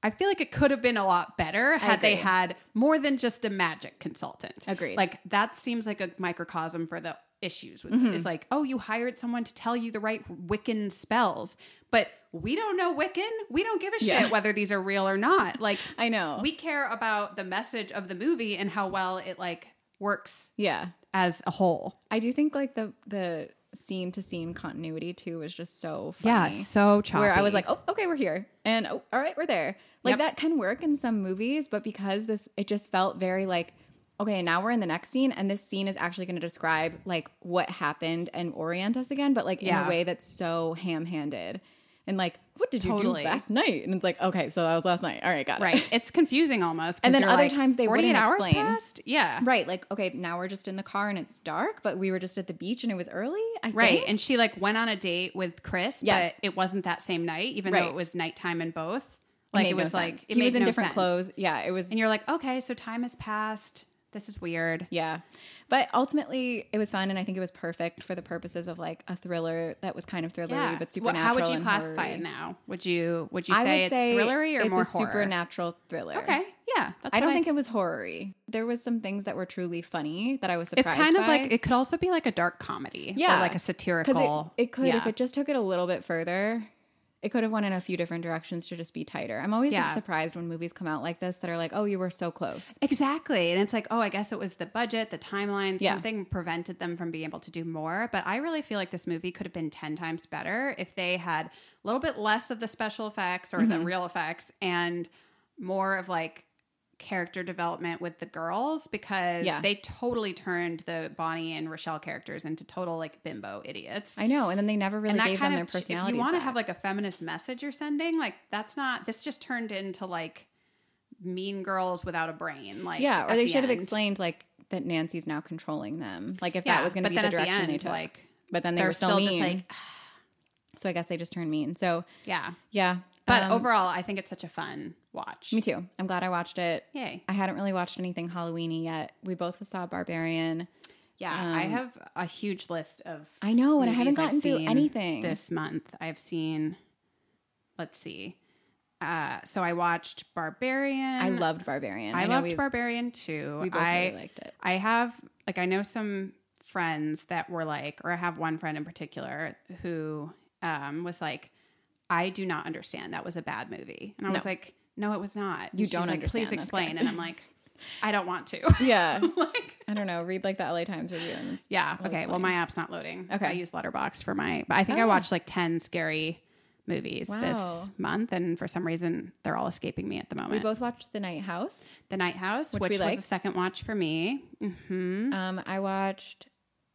Speaker 2: I feel like it could have been a lot better had they
Speaker 1: agree.
Speaker 2: had more than just a magic consultant.
Speaker 1: Agreed.
Speaker 2: Like that seems like a microcosm for the issues with
Speaker 1: Mm-hmm.
Speaker 2: it. It's like, oh, you hired someone to tell you the right Wiccan spells, but we don't know Wiccan. We don't give a
Speaker 1: Yeah.
Speaker 2: shit whether these are real or not. Like
Speaker 1: I know.
Speaker 2: we care about the message of the movie and how well it like works
Speaker 1: yeah.
Speaker 2: as a whole.
Speaker 1: I do think like the the scene to scene continuity too was just so funny.
Speaker 2: so choppy.
Speaker 1: where I was like, oh, okay, we're here, and oh, all right, we're there. Like
Speaker 2: Yep.
Speaker 1: that can work in some movies, but because this, it just felt very like, okay, now we're in the next scene, and this scene is actually going to describe like what happened and orient us again, but like in
Speaker 2: Yeah.
Speaker 1: a way that's so ham handed, and like, what did you
Speaker 2: Totally.
Speaker 1: do last night? And it's like, okay, so that was last night. All right, got it.
Speaker 2: oh, right, it's confusing almost. 'cause
Speaker 1: And then
Speaker 2: you're
Speaker 1: other
Speaker 2: like,
Speaker 1: times they
Speaker 2: 48
Speaker 1: wouldn't
Speaker 2: hours
Speaker 1: explain.
Speaker 2: passed? Yeah,
Speaker 1: Right, like okay, now we're just in the car and it's dark, but we were just at the beach and it was early. I
Speaker 2: Right.
Speaker 1: think.
Speaker 2: And she like went on a date with Chris,
Speaker 1: Yes.
Speaker 2: but it wasn't that same night, even though
Speaker 1: Right.
Speaker 2: it was nighttime in both. Like it,
Speaker 1: made no
Speaker 2: was like
Speaker 1: sense.
Speaker 2: it
Speaker 1: he was
Speaker 2: made
Speaker 1: in
Speaker 2: no
Speaker 1: different
Speaker 2: sense.
Speaker 1: clothes. Yeah, it was.
Speaker 2: And you're like, okay, so time has passed. This is weird.
Speaker 1: Yeah. But ultimately, it was fun, and I think it was perfect for the purposes of like a thriller that was kind of thrillery but
Speaker 2: Well,
Speaker 1: supernatural.
Speaker 2: how would you
Speaker 1: and
Speaker 2: classify
Speaker 1: horror-y.
Speaker 2: it now? Would you would you
Speaker 1: I
Speaker 2: say
Speaker 1: would
Speaker 2: it's
Speaker 1: say
Speaker 2: thrillery or
Speaker 1: it's
Speaker 2: more
Speaker 1: a
Speaker 2: horror?
Speaker 1: supernatural thriller.
Speaker 2: Okay. Yeah. That's
Speaker 1: I
Speaker 2: what
Speaker 1: don't think it was horror-y. There was some things that were truly funny that I was
Speaker 2: it's
Speaker 1: surprised.
Speaker 2: kind of
Speaker 1: by.
Speaker 2: like it could also be like a dark comedy. Or
Speaker 1: Yeah.
Speaker 2: like a
Speaker 1: 'Cause
Speaker 2: satirical.
Speaker 1: It, it could if
Speaker 2: yeah.
Speaker 1: it just took it a little bit further. It could have went in a few different directions to just be tighter. I'm always
Speaker 2: Yeah.
Speaker 1: surprised when movies come out like this that are like, "Oh, you were so close."
Speaker 2: Exactly. And it's like, oh, I guess it was the budget, the timeline,
Speaker 1: Yeah.
Speaker 2: something prevented them from being able to do more. But I really feel like this movie could have been 10 times better if they had a little bit less of the special effects or
Speaker 1: Mm-hmm.
Speaker 2: the real effects and more of like character development with the girls because
Speaker 1: Yeah.
Speaker 2: they totally turned the Bonnie and Rochelle characters into total like bimbo idiots.
Speaker 1: I know, and then they never really
Speaker 2: and that
Speaker 1: gave
Speaker 2: kind
Speaker 1: them their
Speaker 2: of, if
Speaker 1: personality.
Speaker 2: you want to have like a feminist message you're sending, like that's not, this just turned into like mean girls without a brain. Like,
Speaker 1: yeah, or
Speaker 2: at
Speaker 1: they
Speaker 2: the
Speaker 1: should have
Speaker 2: end.
Speaker 1: explained like that Nancy's now controlling them. Like if
Speaker 2: Yeah,
Speaker 1: that was going
Speaker 2: but
Speaker 1: to be
Speaker 2: then
Speaker 1: the
Speaker 2: at the
Speaker 1: direction they
Speaker 2: end,
Speaker 1: took.
Speaker 2: like,
Speaker 1: but then they
Speaker 2: They're
Speaker 1: were still,
Speaker 2: still
Speaker 1: mean.
Speaker 2: just like,
Speaker 1: so I guess they just turned mean. So
Speaker 2: yeah.
Speaker 1: yeah,
Speaker 2: But
Speaker 1: um,
Speaker 2: overall, I think it's such a fun watch.
Speaker 1: me too. I'm glad I watched it.
Speaker 2: Yay.
Speaker 1: I hadn't really watched anything Halloweeny yet. We both saw Barbarian.
Speaker 2: Yeah. I have a huge list of.
Speaker 1: Um, I know, and I haven't
Speaker 2: movies I've
Speaker 1: gotten through
Speaker 2: seen
Speaker 1: anything.
Speaker 2: This month, I've seen, let's see. Uh, so I watched Barbarian.
Speaker 1: I loved Barbarian.
Speaker 2: I,
Speaker 1: know
Speaker 2: loved
Speaker 1: we,
Speaker 2: Barbarian too.
Speaker 1: we both
Speaker 2: I
Speaker 1: really liked it.
Speaker 2: I have like I know some friends that were like, or I have one friend in particular who um, was like, I do not understand. That was a bad movie, and I was
Speaker 1: No.
Speaker 2: like, No, it was not. And
Speaker 1: You
Speaker 2: she's
Speaker 1: don't
Speaker 2: like,
Speaker 1: understand.
Speaker 2: Please
Speaker 1: That's
Speaker 2: explain.
Speaker 1: bad.
Speaker 2: And I'm like, I don't want to.
Speaker 1: Yeah,
Speaker 2: like,
Speaker 1: I don't know. Read like the LA Times review. And it's-
Speaker 2: yeah.
Speaker 1: Well,
Speaker 2: Okay.
Speaker 1: it's
Speaker 2: Well,
Speaker 1: fine.
Speaker 2: my app's not loading.
Speaker 1: Okay.
Speaker 2: I use Letterbox for my, but I think I
Speaker 1: Oh.
Speaker 2: watched like ten scary movies
Speaker 1: Wow.
Speaker 2: this month, and for some reason they're all escaping me at the
Speaker 1: we
Speaker 2: moment.
Speaker 1: both watched The Night House.
Speaker 2: the Night House,
Speaker 1: Which
Speaker 2: which,
Speaker 1: we
Speaker 2: was a
Speaker 1: liked.
Speaker 2: second watch for me. hmm
Speaker 1: Um, I watched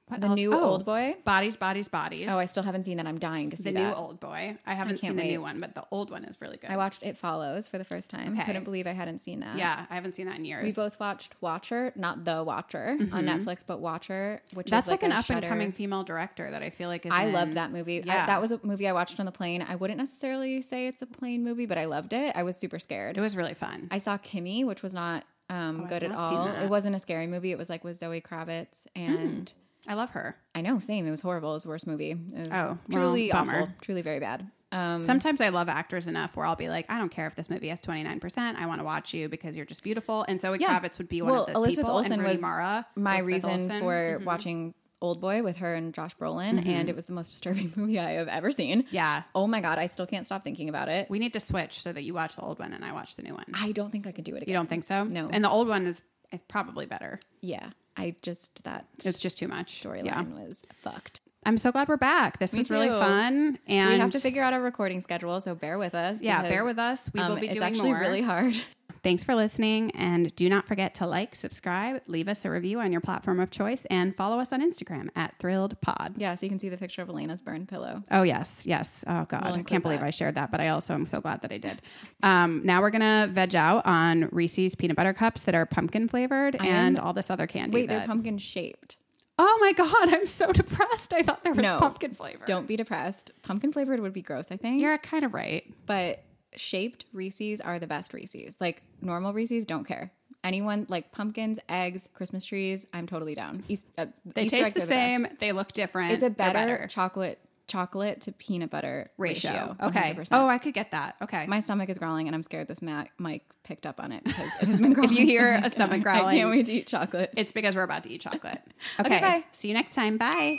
Speaker 2: What
Speaker 1: The
Speaker 2: else?
Speaker 1: New
Speaker 2: Oh,
Speaker 1: Old Boy.
Speaker 2: Bodies, Bodies, Bodies.
Speaker 1: Oh, I still haven't seen that. I'm dying to see
Speaker 2: the
Speaker 1: that.
Speaker 2: new old boy. I
Speaker 1: can't
Speaker 2: haven't seen the
Speaker 1: wait.
Speaker 2: new one, but the old one is really good.
Speaker 1: I watched It Follows for the first time.
Speaker 2: Okay.
Speaker 1: Couldn't believe I hadn't seen that.
Speaker 2: yeah, I haven't seen that in years.
Speaker 1: We both watched Watcher, not The Watcher on Netflix, but Watcher, which
Speaker 2: Mm-hmm. That's
Speaker 1: is
Speaker 2: like,
Speaker 1: like,
Speaker 2: an
Speaker 1: a
Speaker 2: up and
Speaker 1: Shudder-
Speaker 2: coming female director that I feel like is.
Speaker 1: I loved that movie. I-
Speaker 2: Yeah.
Speaker 1: that was a movie I watched on the plane. I wouldn't necessarily say it's a plane movie, but I loved it. I was super scared.
Speaker 2: It was really fun.
Speaker 1: I saw Kimmy, which was not um,
Speaker 2: Oh, I've
Speaker 1: good at
Speaker 2: not seen
Speaker 1: all.
Speaker 2: that.
Speaker 1: It wasn't a scary movie. It was like with Zoe Kravitz, and
Speaker 2: I love her.
Speaker 1: I know, same. It was horrible. It was the worst movie. It was
Speaker 2: Oh, well,
Speaker 1: truly awful.
Speaker 2: bummer.
Speaker 1: Truly very bad. Um,
Speaker 2: Sometimes I love actors enough where I'll be like, I don't care if this movie has twenty nine percent. I want to watch you because you're just beautiful. And Zoe
Speaker 1: Yeah.
Speaker 2: Kravitz would be one
Speaker 1: Well,
Speaker 2: of those
Speaker 1: Elizabeth
Speaker 2: people.
Speaker 1: Olsen
Speaker 2: and Rooney
Speaker 1: was
Speaker 2: Mara,
Speaker 1: my
Speaker 2: Elizabeth
Speaker 1: reason
Speaker 2: Olsen. Mm-hmm.
Speaker 1: for watching Old Boy with her and Josh Brolin, and it was the most disturbing movie I have ever seen.
Speaker 2: yeah,
Speaker 1: Oh my god, I still can't stop thinking about it.
Speaker 2: we need to switch so that you watch the old one and I watch the new one.
Speaker 1: I don't think I could do it again.
Speaker 2: You don't think so?
Speaker 1: No.
Speaker 2: And the old one is probably better.
Speaker 1: Yeah, I just that
Speaker 2: It's just too much.
Speaker 1: storyline
Speaker 2: Yeah.
Speaker 1: was fucked.
Speaker 2: I'm so glad we're back. This was really
Speaker 1: too.
Speaker 2: fun, and
Speaker 1: we have to figure out our recording schedule, so bear with us.
Speaker 2: yeah,
Speaker 1: because,
Speaker 2: bear with us. We will
Speaker 1: um,
Speaker 2: be
Speaker 1: it's
Speaker 2: doing
Speaker 1: actually
Speaker 2: more.
Speaker 1: really hard.
Speaker 2: Thanks for listening, and do not forget to like, subscribe, leave us a review on your platform of choice, and follow us on Instagram at Thrilled Pod.
Speaker 1: Yeah, so you can see the picture of Elena's burn pillow.
Speaker 2: Oh yes, yes. Oh god, I
Speaker 1: include
Speaker 2: can't believe
Speaker 1: that.
Speaker 2: I shared that, but I also am so glad that I did. Um, now we're gonna veg out on Reese's peanut butter cups that are pumpkin flavored and all this other candy.
Speaker 1: Wait,
Speaker 2: that-
Speaker 1: they're pumpkin shaped.
Speaker 2: oh my god, I'm so depressed. I thought there was
Speaker 1: No.
Speaker 2: pumpkin flavor.
Speaker 1: Don't be depressed. Pumpkin flavored would be gross, I think.
Speaker 2: You're kind of right.
Speaker 1: but shaped Reese's are the best Reese's. Like normal Reese's, don't care. anyone like pumpkins, eggs, Christmas trees. I'm totally down. East, uh,
Speaker 2: They
Speaker 1: Easter
Speaker 2: taste
Speaker 1: eggs
Speaker 2: the
Speaker 1: are best.
Speaker 2: same. they look different.
Speaker 1: It's a
Speaker 2: they're
Speaker 1: better, chocolate chocolate to peanut butter ratio.
Speaker 2: Okay.
Speaker 1: 100%.
Speaker 2: Oh, I could get that. Okay.
Speaker 1: My stomach is growling, and I'm scared this ma- mic picked up on it because it has been growling.
Speaker 2: you hear a stomach
Speaker 1: I
Speaker 2: growling-
Speaker 1: can't wait to eat chocolate.
Speaker 2: it's because we're about to eat chocolate.
Speaker 1: Okay, bye.
Speaker 2: See you next time. Bye.